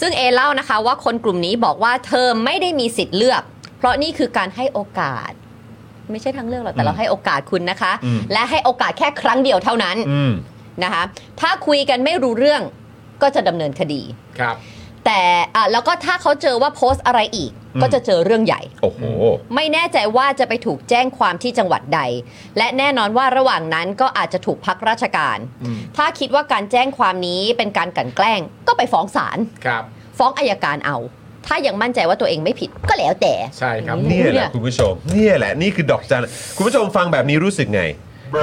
S4: ซึ่งเอเล่านะคะว่าคนกลุ่มนี้บอกว่าเธอไม่ได้มีสิทธิ์เลือก เพราะนี่คือการให้โอกาส ไม่ใช่ทางเลือกหรอกแต่เราให้โอกาสคุณนะคะ
S1: อืม
S4: และให้โอกาสแค่ครั้งเดียวเท่านั้น
S1: อืม
S4: นะคะ ถ้าคุยกันไม่รู้เรื่องก็จะดำเนินคดี
S3: ครับ
S4: แต่อ่ะแล้วก็ถ้าเขาเจอว่าโพสต์อะไรอีก ก็จะเจอเรื่องใหญ่
S1: โอ้โห
S4: ไม่แน่ใจว่าจะไปถูกแจ้งความที่จังหวัดใด และแน่นอนว่าระหว่างนั้นก็อาจจะถูกพักราชการ
S3: อืม
S4: ถ้าคิดว่าการแจ้งความนี้เป็นการกลั่นแกล้ง ก็ไปฟ้องศาล
S3: ครับ
S4: ฟ้องอายการเอา ถ้ายังมั่นใจว่าตัวเองไม่ผิดก็แล้วแต่
S3: ใช่ครับ
S4: อืม
S1: เนี่ยแหละคุณผู้ชมเนี่ยแหละนี่คือดอกจันคุณผู้ชมฟังแบบนี้รู้สึกไง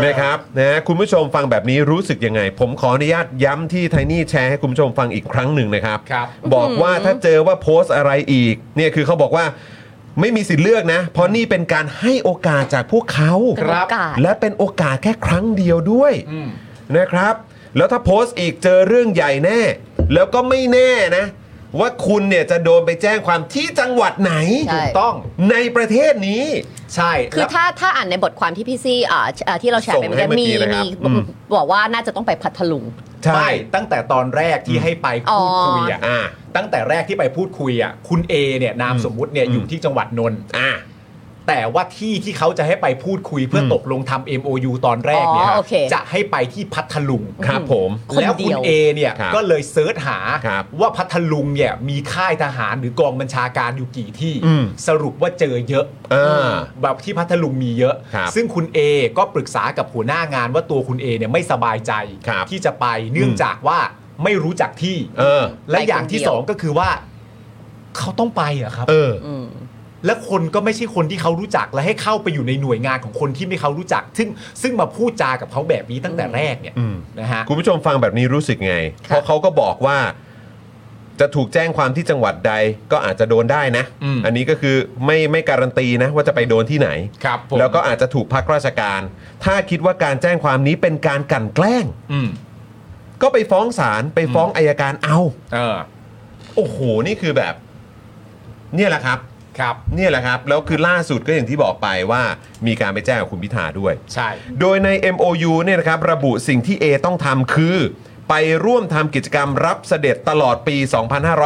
S1: นะครับนะคุณผู้ชมฟังแบบนี้รู้สึกยังไง ผมขออนุญาตย้ำที่ไทนี่แชร์ให้คุณผู้ชมฟังอีกครั้งหนึ่งนะครับ
S3: ครับ
S1: บอกว่าถ้าเจอว่าโพสต์อะไรอีกเนี่ยคือเขาบอกว่าไม่มีสิทธิ์เลือกนะ เพราะนี่เป็นการให้โอกาสจากพวกเขา
S4: เป็นโอกาส
S1: และเป็นโอกาสแค่ครั้งเดียวด้วย
S3: อืม
S1: นะครับ แล้วถ้าโพสต์อีกเจอเรื่องใหญ่แน่ แล้วก็ไม่แน่นะ ว่าคุณเนี่ยจะโดนไปแจ้งความที่จังหวัดไหน
S4: ใช่
S3: ถูกต้อง
S1: ในประเทศนี้
S3: ใช่
S4: คือ
S3: แล้ว
S4: ถ้าถ้าอ่านในบทความที่พี่ซี่อ่าเอ่อที่เราแชร์ไป
S1: ส่งให้เมื่อ
S4: มี
S1: กี้นะครับ
S4: มี
S1: อืม
S4: บอกว่าน่าจะต้องไปพัทลุง
S3: ไม่ตั้งแต่ตอนแรกที่ให้ไปพูดคุยอ่ะ
S1: อ่า
S3: ตั้งแต่แรกที่ไปพูดคุยอ่ะคุณเอเนี่ยนาม
S1: อืม
S3: สมมุติเนี่ย
S1: อืม
S3: อยู่ที่จังหวัดนนท์
S1: อ่า
S3: แต่ว่าที่ที่เขาจะให้ไปพูดคุยเพื่อตกลงทำ MOU ตอนแรกเนี่ย
S4: อ๋อโอเค
S3: จะให้ไปที่พัทลุง
S1: ครับผม
S4: คน
S3: แล้ว
S4: เดี
S3: คุณ
S4: ยว
S3: เอเนี่ย
S1: ครับ
S3: ก็เลยเซิร์ชหา
S1: ครับ
S3: ว่าพัทลุงเนี่ยมีค่ายทหารหรือกองบัญชาการอยู่กี่ที่
S1: อืม
S3: สรุปว่าเจอเยอะ
S1: อ่า
S3: แบบที่พัทลุงมีเยอะ
S1: ครับ
S3: ซึ่งคุณเอก็ปรึกษากับหัวหน้างานว่าตัวคุณเอเนี่ยไม่สบายใจ
S1: ครับ
S3: ที่จะไปเนื่องจากว่าไม่รู้จักที่
S1: เออ
S3: และอย่างที่
S4: ไปคนเดียว
S3: สองก็คือว่า เขาต้องไปเหรอะครับ
S1: เออ
S4: อืม
S3: และคนก็ไม่ใช่คนที่เขารู้จักและให้เข้าไปอยู่ในหน่วยงานของคนที่ไม่เขารู้จัก ซึ่งซึ่งมาพูดจากับเขาแบบนี้ตั้งแต่แรกเนี่ย
S1: อืม
S3: นะฮะ
S1: คุณผู้ชมฟังแบบนี้รู้สึกไง
S4: ค่ะ
S1: เพราะเขาก็บอกว่า จะถูกแจ้งความที่จังหวัดใดก็อาจจะโดนได้นะ
S3: อืม
S1: นนี้ก็คือไม่ไม่การันตีนะ ว่าจะไปโดนที่ไหน
S3: ครับผม
S1: แล้วก็อาจจะถูกพักราชการ ถ้าคิดว่าการแจ้งความนี้เป็นการกลั่นแกล้ง
S3: อืม
S1: ก็ไปฟ้องศาลไปฟ้องอายการเอา
S3: เออ
S1: โอ้โห นี่คือแบบ เนี่ยแหละครับ
S3: ครับ
S1: เนี่ยแหละครับ แล้วคือล่าสุดก็อย่างที่บอกไปว่า มีการไปแจ้งกับคุณพิธาด้วย
S3: ใช่
S1: โดยใน MOU เนี่ยนะครับระบุสิ่งที่ A ต้องทำคือ ไปร่วมทำกิจกรรมรับเสด็จตลอดปี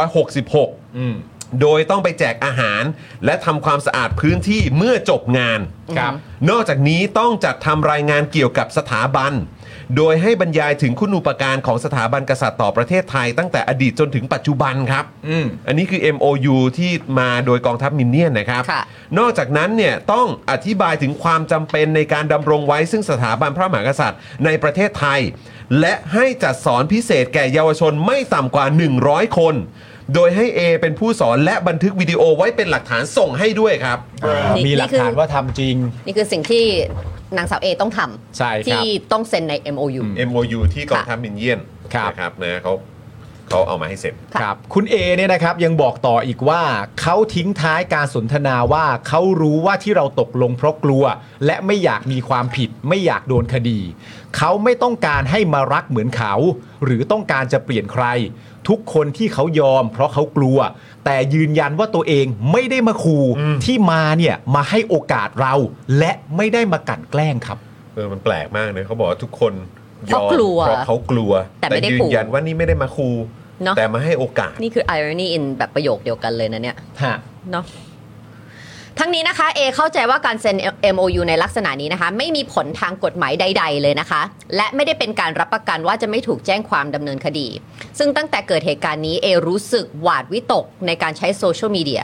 S1: 2566
S3: อืม
S1: โดยต้องไปแจกอาหาร และทำความสะอาดพื้นที่เมื่อจบงาน
S3: ครับ
S1: นอกจากนี้ต้องจัดทำรายงานเกี่ยวกับสถาบัน โดยให้บรรยายถึงคุณูปการของสถาบันกษัตริย์ต่อประเทศไทยตั้งแต่อดีตจนถึงปัจจุบันครับ
S3: อืม
S1: อันนี้คือ MOU ที่มาโดยกองทัพมินเนี่ยนนะครับ
S4: ค่ะ
S1: นอกจากนั้นเนี่ยต้องอธิบายถึงความจำเป็นในการดำรงไว้ซึ่งสถาบันพระมหากษัตริย์ในประเทศไทย และให้จัดสอนพิเศษแก่เยาวชนไม่ต่ำกว่า 100 คน โดยให้ A เป็นผู้สอนและบันทึกวิดีโอไว้เป็นหลักฐานส่งให้ด้วยครับ
S4: นี่
S3: มีหลัก
S4: นี่คือ
S3: ฐานว่าทำจริง
S4: นี่คือสิ่งที่นางสาวเอต้องท
S3: ใช่
S4: ำ
S3: ครั
S4: ที่
S3: บ
S4: ต้องเซ็นใน MOU
S3: อืม
S1: MOU ที่กองทัพมินเนี่ยน
S3: ครับ
S1: นะครับนะเขาเขาเอามาให้เสร็จ
S3: ครับ คุณเอเนี่ยนะครับยังบอกต่ออีกว่าเขาทิ้งท้ายการสนทนาว่าเขารู้ว่าที่เราตกลงเพราะกลัว และไม่อยากมีความผิด ไม่อยากโดนคดี เขาไม่ต้องการให้มารักเหมือนเขา หรือต้องการจะเปลี่ยนใคร ทุกคนที่เขายอม เพราะเขากลัว แต่ยืนยันว่าตัวเองไม่ได้มาขู่ที่มาเนี่ยมาให้โอกาสเรา และไม่ได้มากัดแกล้งครับ
S1: เออ มันแปลกมากเลยเขาบอกว่าทุกคนยอม
S4: เพราะกลัว
S1: เพราะเขากลัว
S4: แต่ไม่ได้
S1: ยื
S4: ขู่
S1: นยันว่านี่ไม่ได้มาคู
S4: เนอะ
S1: แต่มาให้โอกาส
S4: นี่คือ irony in แบบประโยคเดียวกันเลยนะเนี่ย
S3: ฮะ
S4: เนาะทั้งนี้นะคะ เอเข้าใจว่าการเซ็น MOU ในลักษณะนี้นะคะ ไม่มีผลทางกฎหมายใด ๆ เลยนะคะ และไม่ได้เป็นการรับประกันว่าจะไม่ถูกแจ้งความดำเนินคดี ซึ่งตั้งแต่เกิดเหตุการณ์นี้เอรู้สึกหวาดวิตกในการใช้โซเชียลมีเดีย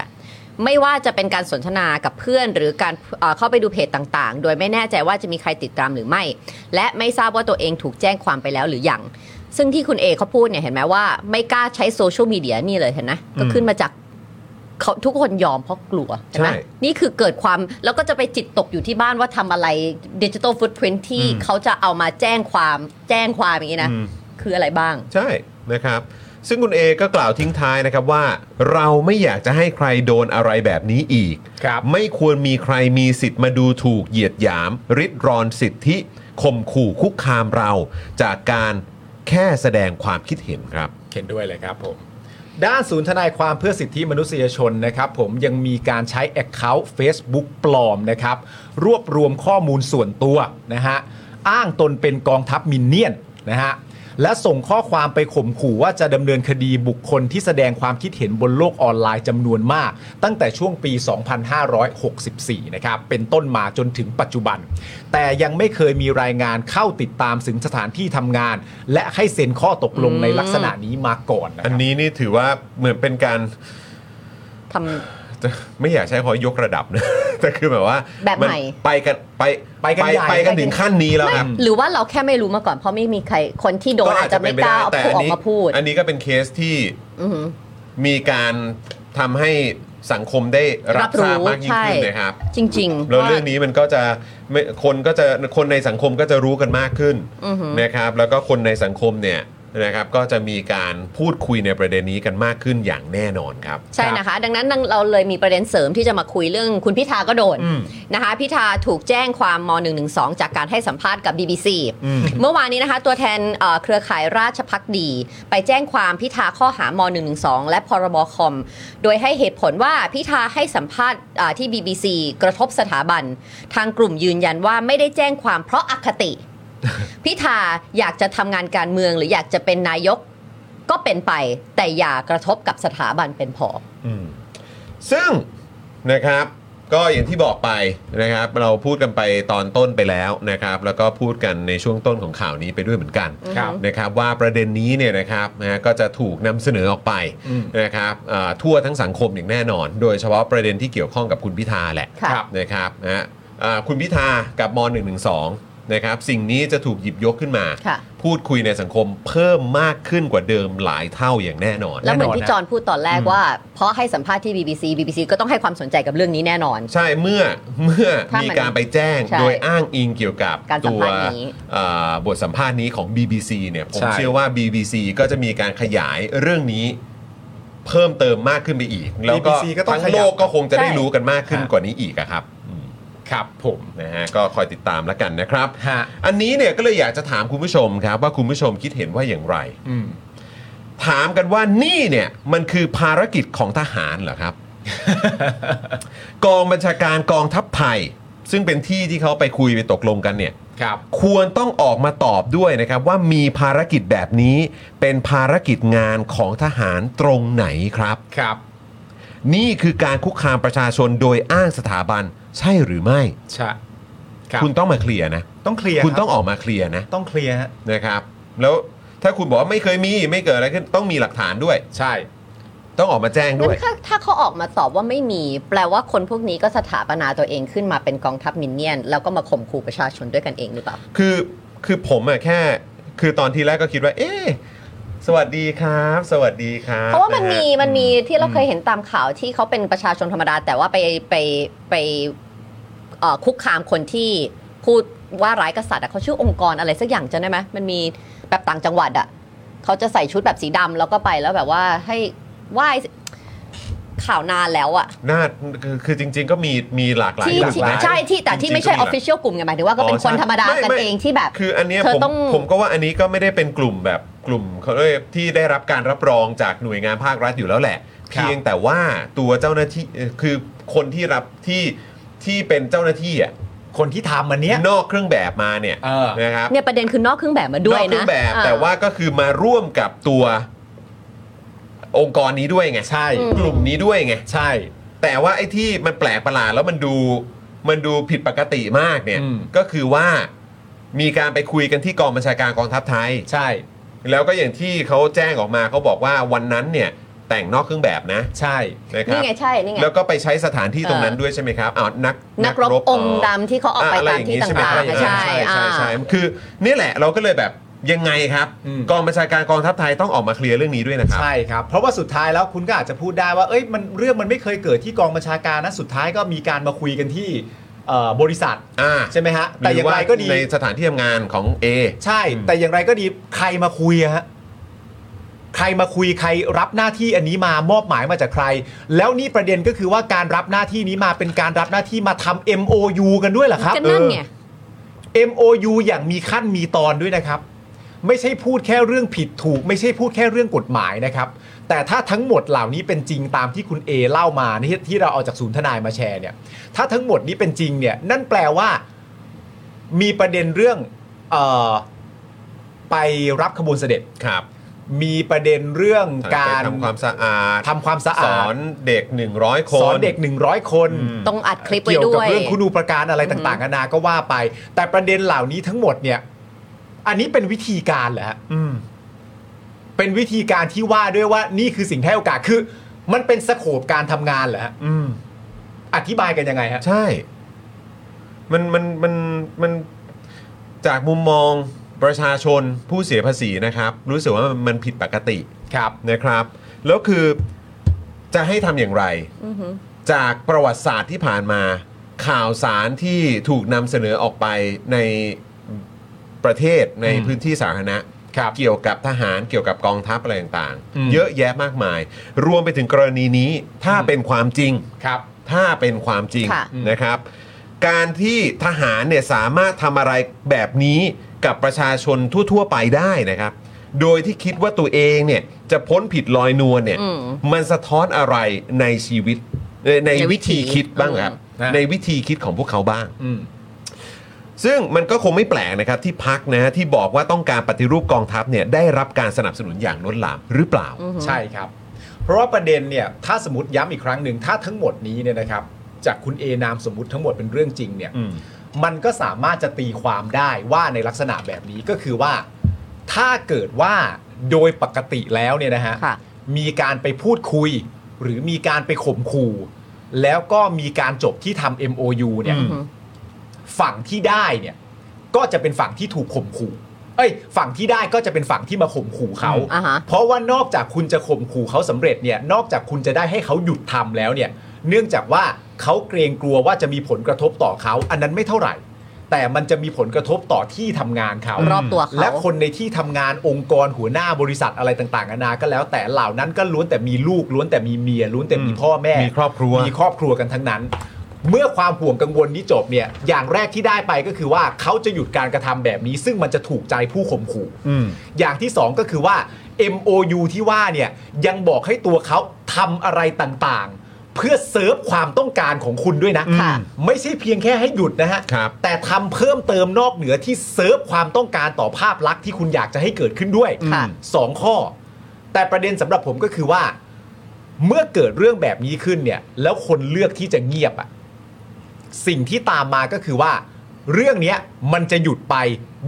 S4: ไม่ว่าจะเป็นการสนทนากับเพื่อนหรือการเอ่อเข้าไปดูเพจต่างๆ โดยไม่แน่ใจว่าจะมีใครติดตามหรือไม่ และไม่ทราบว่าตัวเองถูกแจ้งความไปแล้วหรือยัง ซึ่งที่คุณเอเขาพูดเนี่ยเห็นไหมว่าไม่กล้าใช้โซเชียลมีเดียนี่เลยเห็นไหมก็ขึ้นมาจากเขาทุกคนยอมเพราะกลัวเห็นไหม
S1: ใช่
S4: นี่คือเกิดความแล้วก็จะไปจิตตกอยู่ที่บ้านว่าทำอะไรดิจิทัลฟุตพิ้นที่เขาจะเอามาแจ้งความแจ้งความอย่างนี้นะ คืออะไรบ้าง
S1: ใช่นะครับ ซึ่งคุณเอก็กล่าวทิ้งท้ายนะครับว่า เราไม่อยากจะให้ใครโดนอะไรแบบนี้อีก
S3: ครับ
S1: ไม่ควรมีใครมีสิทธิ์มาดูถูกเหยียดหยาม ริดรอนสิทธิข่มขู่คุกคามเรา จากการแค่แสดงความคิดเห็นครับ
S3: เห็นด้วยเลยครับผม ด้านศูนย์ทนายความเพื่อสิทธิมนุษยชนนะครับผมยังมีการใช้ Account Facebook ปลอมนะครับ รวบรวมข้อมูลส่วนตัวนะฮะอ้างตนเป็นกองทัพมินเนี่ยนนะฮะและส่งข้อความไปข่มขู่ว่าจะดำเนินคดีบุคคลที่แสดงความคิดเห็นบนโลกออนไลน์จำนวนมาก ตั้งแต่ช่วงปี 2564 นะครับเป็นต้นมาจนถึงปัจจุบัน แต่ยังไม่เคยมีรายงานเข้าติดตามถึงสถานที่ทำงาน และให้เซ็นข้อตกลงในลักษณะนี้มาก่อนนะค
S1: อั
S3: รั
S1: น
S3: บ
S1: นี้นี่ถือว่าเหมือนเป็นการ
S4: ทำ
S1: จะไม่อยากใช้คำว่ายกระดับนะ <laughs> แต่คือแบบว่า
S4: แบบ
S1: มัน
S4: ใหม่
S1: ไปกันไป
S3: ไปกันใหญ่
S1: ไปกันถึงขั้นนี้แล้วครับ
S4: หรือว่าเราแค่ไม่รู้มาก่อนเพราะไม่มีใครคนที่โดนอาจจะไม่กล้าเอา
S1: แต่
S4: พูด
S1: อั
S4: ออน ก
S1: นี้
S4: มาพูด
S1: อันนี้ก็เป็นเคสที่
S4: อือหือ
S1: มีการทำให้สังคมได้รับ
S4: รับรู้
S1: ทราบมากยิ่งขึ้น
S4: ใช่
S1: นะครับ
S4: จริงๆ
S1: แล้ว
S4: ว่า
S1: เรื่องนี้มันก็จะไม่คนก็จะคนในสังคมก็จะรู้กันมากขึ้น
S4: อือหือ
S1: นะครับ แล้วก็คนในสังคมเนี่ยนะครับก็จะมีการพูดคุยในประเด็นนี้กันมากขึ้นอย่างแน่นอนครับ
S4: ใช่นะคะ ดังนั้นเราเลยมีประเด็นเสริมที่จะมาคุยเรื่องคุณพิธาก็โดนนะคะพิธาถูกแจ้งความม .112 จากการให้สัมภาษณ์กับ BBC เมื่อวานนี้นะคะ ตัวแทนเอ่อเครือข่ายราชพักดี ไปแจ้งความพิธาข้อหาม .112 และพรบคอม โดยให้เหตุผลว่าพิธาให้สัมภาษณ์อ่าที่ BBC กระทบสถาบัน ทางกลุ่มยืนยันว่าไม่ได้แจ้งความเพราะอค
S3: <laughs>
S4: ติ พิธาอยากจะทำงานการเมือง หรืออยากจะเป็นนายกก็เป็นไป แต่อย่ากระทบกับสถาบันเป็นพอ
S1: ซึ่งนะครับ ก็อย่างที่บอกไปนะครับ เราพูดกันไปตอนต้นไปแล้วนะครับ แล้วก็พูดกันในช่วงต้นของข่าวนี้ไปด้วยเหมือนกัน
S3: ครับ
S1: นะครับ ว่าประเด็นนี้เนี่ยนะครับนะฮะก็จะถูกนำเสนอออกไป
S3: อืม
S1: นะครับอ่าทั่วทั้งสังคมอย่างแน่นอน โดยเฉพาะประเด็นที่เกี่ยวข้องกับคุณพิธาแหละ
S4: ค่ะ
S1: นะครับนะฮะอ่าคุณพิธากับม .112 นะครับสิ่งนี้จะถูกหยิบยกขึ้นมา
S4: ค่ะ
S1: พูดคุยในสังคมเพิ่มมากขึ้นกว่าเดิมหลายเท่าอย่างแน่นอน
S4: แล้วเหมือน
S3: แน่นอน
S4: ที่
S3: นะ
S4: จอห์นพูดตอนแรกว่า เพราะให้สัมภาษณ์ที่ BBC BBC ก็ต้องให้ความสนใจกับเรื่องนี้แน่นอน
S1: ใช่เมื่อเมื่อ
S4: ถ้ามี
S1: มีการไปแจ้ง
S4: ใช่
S1: โดยอ้างอิงเกี่ยวกับ
S4: การสัม
S1: ตัว
S4: ภาษณ์นี้
S1: เอ่อบทสัมภาษณ์นี้ของ BBC เนี่ยผม
S3: ใช่
S1: เชื่อว่า BBC ก็จะมีการขยายเรื่องนี้เพิ่มเติมมากขึ้นไปอีก แล้วก็
S3: BBC ก็ต้อง
S1: ทั้ง
S3: ข
S1: โล
S3: ยับ
S1: กก็คงจะได้
S4: ใช่
S1: รู้กันมากขึ้นกว่านี้อีกอะครับอืม
S3: ครับผม
S1: นะฮะก็คอยติดตามแล้วกันนะครับ
S3: ฮะ
S1: อันนี้เนี่ยก็เลยอยากจะถามคุณผู้ชมครับว่าคุณผู้ชมคิดเห็นว่าอย่างไร
S3: อืม
S1: ถามกันว่านี่เนี่ยมันคือภารกิจของทหารเหร
S3: <laughs>
S1: อครับ กองบัญชาการกองทัพไทย ซึ่งเป็นที่ที่เขาไปคุยไปตกลงกันเนี่ย
S3: ครับ
S1: ควรต้องออกมาตอบด้วยนะครับ ว่ามีภารกิจแบบนี้เป็นภารกิจงานของทหารตรงไหนครับ
S3: ครับ
S1: นี่คือการคุกคามประชาชนโดยอ้างสถาบัน ใช่หรือไม่
S3: ใช่ครับ
S1: คุณต้องมาเคลียร์นะ
S3: ต้องเคลียร์
S1: คุณต้อง
S3: รับ
S1: ออกมาเคลียร์นะ
S3: ต้องเคลียร์ฮะ
S1: นะครับแล้วถ้าคุณบอกว่าไม่เคยมีไม่เกิดอะไรขึ้นต้องมีหลักฐานด้วย
S3: ใช่
S1: ต้องออกมาแจ้งด้
S4: งั้
S1: วย
S4: นถ้าถ้าเขาออกมาตอบว่าไม่มี แปลว่าคนพวกนี้ก็สถาปนาตัวเองขึ้นมาเป็นกองทัพมินเนี่ยน แล้วก็มาข่มขู่ประชาชนด้วยกันเองหรือเปล่า
S1: คือคือผมอะแค่ คือตอนที่แรกก็คิดว่า เอ๊ะสวัสดีครับ สวัสดีครับ
S4: เพราะว่ามันมี
S1: ฮ
S4: มันมีที่เราเคยเห็นตามข่าวที่เขาเป็นประชาชนธรรมดา แต่ว่าไปไปไปเอ่อคุกคามคนที่พูดว่าร้ายกษัตริย์อะเขาชื่อองค์กรอะไรสักอย่างจำได้ไหมมันมีแบบต่างจังหวัดอ่ะเขาจะใส่ชุดแบบสีดำแล้วก็ไปแล้วแบบว่าให้ไหว้ข่าวนานแล้วอ่ะ
S1: น่าคือคือจริง ๆ ก็มีมีหลากหลาย
S4: ที่
S1: กลุ่ม
S4: ที่
S1: นะ
S4: ใช่ที่แต่ที่ไม่ใช่
S1: จ
S4: อ
S1: ริงๆก็
S4: อฟฟิเชียลกลุ่มไงหมายถึงว่าก็เป็นคนธรรมดากันเองที่แบบ
S1: คืออันเนี้ย
S4: เธอ
S1: ผม
S4: ต้อง
S1: ผมก็ว่าอันนี้ก็ไม่ได้เป็นกลุ่มแบบกลุ่มเขาเรียกที่ได้รับการรับรองจากหน่วยงานภาครัฐอยู่แล้วแหละ
S3: ครับ
S1: เพียงแต่ว่าตัวเจ้าหน้าที่เอ่อคือคนที่รับที่ที่เป็นเจ้าหน้าที่อ่ะ
S3: คนที่ทำมันเนี้ย
S1: นอกเครื่องแบบมาเนี่ย
S3: เออ
S1: นะครับ
S4: เนี่ยประเด็นคือนอกเครื่องแบบมาด้วย
S1: นอก
S4: นะ
S1: เครื่องแบบ
S4: อ่
S1: แต่ว่าก็คือมาร่วมกับตัวองค์กรนี้ด้วยไง
S3: ใช่
S4: อืม
S1: กลุ่มนี้ด้วยไง
S3: ใช่
S1: แต่ว่าไอ้ที่มันแปลกประหลาดแล้วมันดูมันดูผิดปกติมากเนี่ย
S3: อืม
S1: ก็คือว่ามีการไปคุยกันที่กองบัญชาการกองทัพไทย
S3: ใช่
S1: แล้วก็อย่างที่เขาแจ้งออกมาเขาบอกว่าวันนั้นเนี่ย แต่งนอกเครื่องแบบนะ
S3: ใช่
S1: นะครับ
S4: นี่ไงใช่นี่ไง
S1: แล้วก็ไปใช้สถานที่ตรงนั้น
S4: เออ
S1: ด้วยใช่ไหมครับอ้าวนัก
S4: นักรบองค์
S1: เ
S4: ดำที่เขาออกไป
S1: ะร
S4: ตาม
S1: ย่
S4: ที่
S1: ใช่ไห
S4: ต่างๆอะ
S1: ใช่
S4: ใช่
S1: ใช่ใช่
S4: อ่า
S1: คือนี่แหละเราก็เลยแบบยังไงครับ
S3: อืม
S1: กองบัญชาการกองทัพไทยต้องออกมาเคลียร์เรื่องนี้ด้วยนะครับ
S3: ใช่ครับ เพราะว่าสุดท้ายแล้วคุณก็อาจจะพูดได้ว่าเอ้ยมันเรื่องมันไม่เคยเกิดที่กองบัญชาการนะ สุดท้ายก็มีการมาคุยกันที่เอ่อบริษัท
S1: อ่า
S3: ใช่ไหมฮะ แต่อย่างไรก็ดี
S1: หในสถานที่ทำงานของ A
S3: ใช่ แต่อย่างไรก็ดีใครมาคุยอะฮะใครมาคุยใครรับหน้าที่อันนี้มามอบหมายมาจากใคร แล้วนี่ประเด็นก็คือว่าการรับหน้าที่นี้มาเป็นการรับหน้าที่มาทำ MOU กันด้วยเหรอครับ
S4: ก็นั่นไง
S3: เออ MOU อย่างมีขั้นมีตอนด้วยนะครับ ไม่ใช่พูดแค่เรื่องผิดถูก ไม่ใช่พูดแค่เรื่องกฎหมายนะครับ แต่ถ้าทั้งหมดเหล่านี้เป็นจริงตามที่คุณเอเล่ามาที่ที่เราเอาจากศูนย์ทนายมาแชร์เนี่ย ถ้าทั้งหมดนี้เป็นจริงเนี่ย นั่นแปลว่า มีประเด็นเรื่องเออไปรับขบวนเสด็จ
S1: ครับ
S3: มีประเด็นเรื่องการ
S1: ทำความสะอาด
S3: ทำความสะ
S1: ส
S3: อา
S1: อ
S3: ด
S1: นเด็ก 100 คน
S3: สอนเด็ก 100 คน
S4: ต้องอัดคลิปไว้
S3: เกี่ยว
S4: ด้
S3: กับ
S4: วย
S3: เรื่องคุณูปการอะไรต่างๆนานาก็ว่าไป แต่ประเด็นเหล่านี้ทั้งหมดเนี่ย อันนี้เป็นวิธีการเหรอฮะ
S1: อืม
S3: เป็นวิธีการที่ว่าด้วยว่านี่คือสิ่งที่ให้โอกาสคือ มันเป็นสโคปการทำงานเหรอฮะ
S1: อืม
S3: อธิบายกันยังไงฮะ
S1: ใช่ มันมันมันมันจากมุมมองประชาชนผู้เสียภาษีนะครับ รู้สึกว่ามันผิดปกติ
S3: ครับ
S1: นะครับ แล้วคือจะให้ทำอย่างไร
S4: อือหือ
S1: จากประวัติศาสตร์ที่ผ่านมา ข่าวสารที่ถูกนำเสนอออกไปในประเทศใน
S3: อืม
S1: พื้นที่สาธารณะ
S3: ครับ
S1: เกี่ยวกับทหารเกี่ยวกับกองทัพอะไรต่าง
S3: อืม
S1: ๆ เยอะแยะมากมาย รวมไปถึงกรณีนี้ถ้าเป็นความจริง
S3: ครับ
S1: ถ้าเป็นความจริง
S4: ค่ะ
S1: นะครับ การที่ทหารเนี่ยสามารถทำอะไรแบบนี้กับประชาชนทั่ว ๆ ไปได้นะครับ โดยที่คิดว่าตัวเองเนี่ยจะพ้นผิดลอยนวลเนี่ย
S4: อืม
S1: มันสะท้อนอะไรในชีวิตเอ่อใน
S4: ในวิ
S1: วิ
S4: ถี
S1: ธีคิดบ้างครับ
S3: นะ
S1: ในวิธีคิดของพวกเขาบ้าง
S3: อืม
S1: ซึ่งมันก็คงไม่แปลกนะครับที่พักนะฮะที่บอกว่าต้องการปฏิรูปกองทัพเนี่ยได้รับการสนับสนุนอย่างล้นหลามหรือเปล่า
S3: ใช่ครับ เพราะว่าประเด็นเนี่ย ถ้าสมมติย้ำอีกครั้งหนึ่ง ถ้าทั้งหมดนี้เนี่ยนะครับ จากคุณเอนามสมมุติทั้งหมดเป็นเรื่องจริงเนี่ย
S1: อืม
S3: มันก็สามารถจะตีความได้ว่าในลักษณะแบบนี้ก็คือว่า ถ้าเกิดว่าโดยปกติแล้วเนี่ยนะฮะ
S4: ค่ะ
S3: มีการไปพูดคุย หรือมีการไปข่มขู่แล้วก็มีการจบที่ทำ MOU เนี่ย
S1: อืม
S3: ฝั่งที่ได้เนี่ยก็จะเป็นฝั่งที่ถูกข่มขู่ เอ้ย ฝั่งที่ได้ก็จะเป็นฝั่งที่มาข่มขู่เขา
S4: อ่าฮะ
S3: เพราะว่านอกจากคุณจะข่มขู่เขาสำเร็จเนี่ยนอกจากคุณจะได้ให้เขาหยุดทำแล้วเนี่ย เนื่องจากว่าเขาเกรงกลัวว่าจะมีผลกระทบต่อเขา อันนั้นไม่เท่าไหร่ แต่มันจะมีผลกระทบต่อที่ทำงานเขา
S4: รอบตัวเขา
S3: และคนในที่ทำงานองค์กรหัวหน้าบริษัทอะไรต่างๆนานาก็แล้ว แต่เหล่านั้นก็ล้วนแต่มีลูกล้วนแต่มีเมียล้วนแต่มีพ่อแม่
S1: มีครอบครัว
S3: มีครอบครัวกันทั้งนั้น เมื่อความห่วงกังวลนี้จบเนี่ย อย่างแรกที่ได้ไปก็คือว่าเขาจะหยุดการกระทำแบบนี้ ซึ่งมันจะถูกใจผู้ข่มขู่
S1: อืม
S3: อย่างที่ 2 ก็คือว่า MOU ที่ว่าเนี่ยยังบอกให้ตัวเขาทำอะไรต่างๆ เพื่อเซิร์ฟความต้องการของคุณด้วยนะ
S4: ค่ะ
S3: ไม่ใช่เพียงแค่ให้หยุดนะฮะ
S1: ครับ
S3: แต่ทำเพิ่มเติมนอกเหนือที่เซิร์ฟความต้องการต่อภาพลักษณ์ที่คุณอยากจะให้เกิดขึ้นด้วย
S4: ค่ะ
S3: สองข้อ แต่ประเด็นสำหรับผมก็คือว่า เมื่อเกิดเรื่องแบบนี้ขึ้นเนี่ย แล้วคนเลือกที่จะเงียบอะสิ่งที่ตามมาก็คือว่า เรื่องเนี้ยมันจะหยุดไป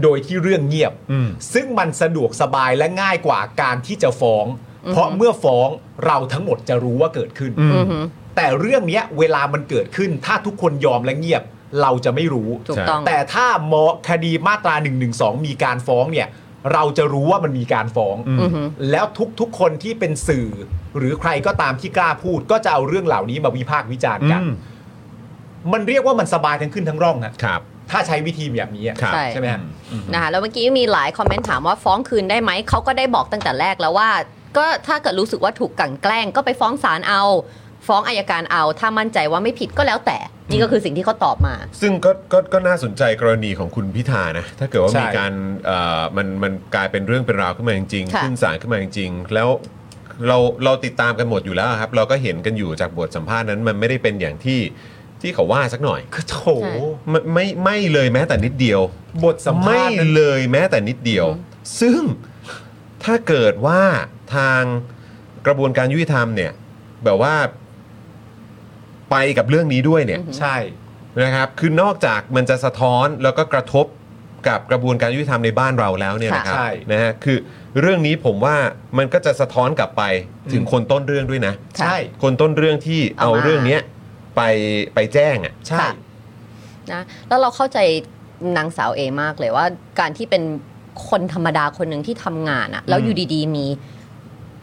S3: โดยที่เรื่องเงียบ
S1: อืม
S3: ซึ่งมันสะดวกสบายและง่ายกว่าการที่จะฟ้อง เพราะเมื่อฟ้องเราทั้งหมดจะรู้ว่าเกิดขึ้น
S4: อือหือ
S3: แต่เรื่องเนี้ยเวลามันเกิดขึ้น ถ้าทุกคนยอมและเงียบ เราจะไม่รู้
S4: ถูกต้อง
S3: แต่ถ้ามอคดีมาตรา1นึมีการฟ้องเนี่ย เราจะรู้ว่ามันมีการฟ้อง
S4: อือหือ
S3: แล้วทุกๆ คนที่เป็นสื่อ หรือใครก็ตามที่กล้าพูด ก็จะเอาเรื่องเหล่านี้มาวิพากษ์วิจารณ์กัน
S1: อืม
S3: มันเรียกว่ามันสบายทั้งขึ้นทั้งร่องอะ
S1: ครับ
S3: ถ้าใช้วิธีแบบนี้อะ
S1: ครับ
S4: ใช่
S3: ใช่ไหมฮะ
S4: นะคะแล้วเมื่อกี้มีหลายคอมเมนต์ถามว่าฟ้องคืนได้ไหม เขาก็ได้บอกตั้งแต่แรกแล้วว่า ก็ถ้าเกิดรู้สึกว่าถูกกลั่นแกล้ง ก็ไปฟ้องศาลเอา ฟ้องอายการเอา ถ้ามั่นใจว่าไม่ผิดก็แล้วแต่ นี่ก็คือสิ่งที่เขาตอบมา
S1: ซึ่งก็ก็ก็น่าสนใจกรณีของคุณพิธานะ ถ้าเกิดว่า
S3: ใช่
S1: มีการเอ่อมันมันกลายเป็นเรื่องเป็นราวขึ้นมาจริงๆ
S4: ค่ะ
S1: ขึ้นศาลขึ้นมาจริงๆแล้วเราเราติดตามกันหมดอยู่แล้วครับ เราก็เห็นกันอยู่จากบทสัมภาษณ์นั้น มันไม่ได้เป็นอย่างที่ที่เขาว่าสักหน่อย
S3: คือโถ
S4: ใช่
S1: ไม่ไม่ไม่เลยแม้แต่นิดเดียว
S3: บทสัมภา
S1: ไม่
S3: ษณ์นั้น
S1: เลยแม้แต่นิดเดียว ซึ่งถ้าเกิดว่าทางกระบวนการยุติธรรมเนี่ย แบบว่าไปกับเรื่องนี้ด้วยเนี่ย
S3: ใช่
S1: นะครับ คือนอกจากมันจะสะท้อนแล้วก็กระทบกับกระบวนการยุติธรรมในบ้านเราแล้วเนี่ยนะครับ
S3: ใช่
S1: นะฮะ คือเรื่องนี้ผมว่ามันก็จะสะท้อนกลับไปถึง
S3: อืม
S1: คนต้นเรื่องด้วยนะ
S3: ใช่
S1: คนต้นเรื่องที่เอา
S4: เอามา
S1: เรื่องเนี้ยไปไปแจ้งอ่ะ
S3: ใช่
S4: ค่ะ นะแล้วเราเข้าใจนางสาวเอมากเลยว่า การที่เป็นคนธรรมดาคนหนึ่งที่ทำงานอะแล้วอยู่ดีๆมี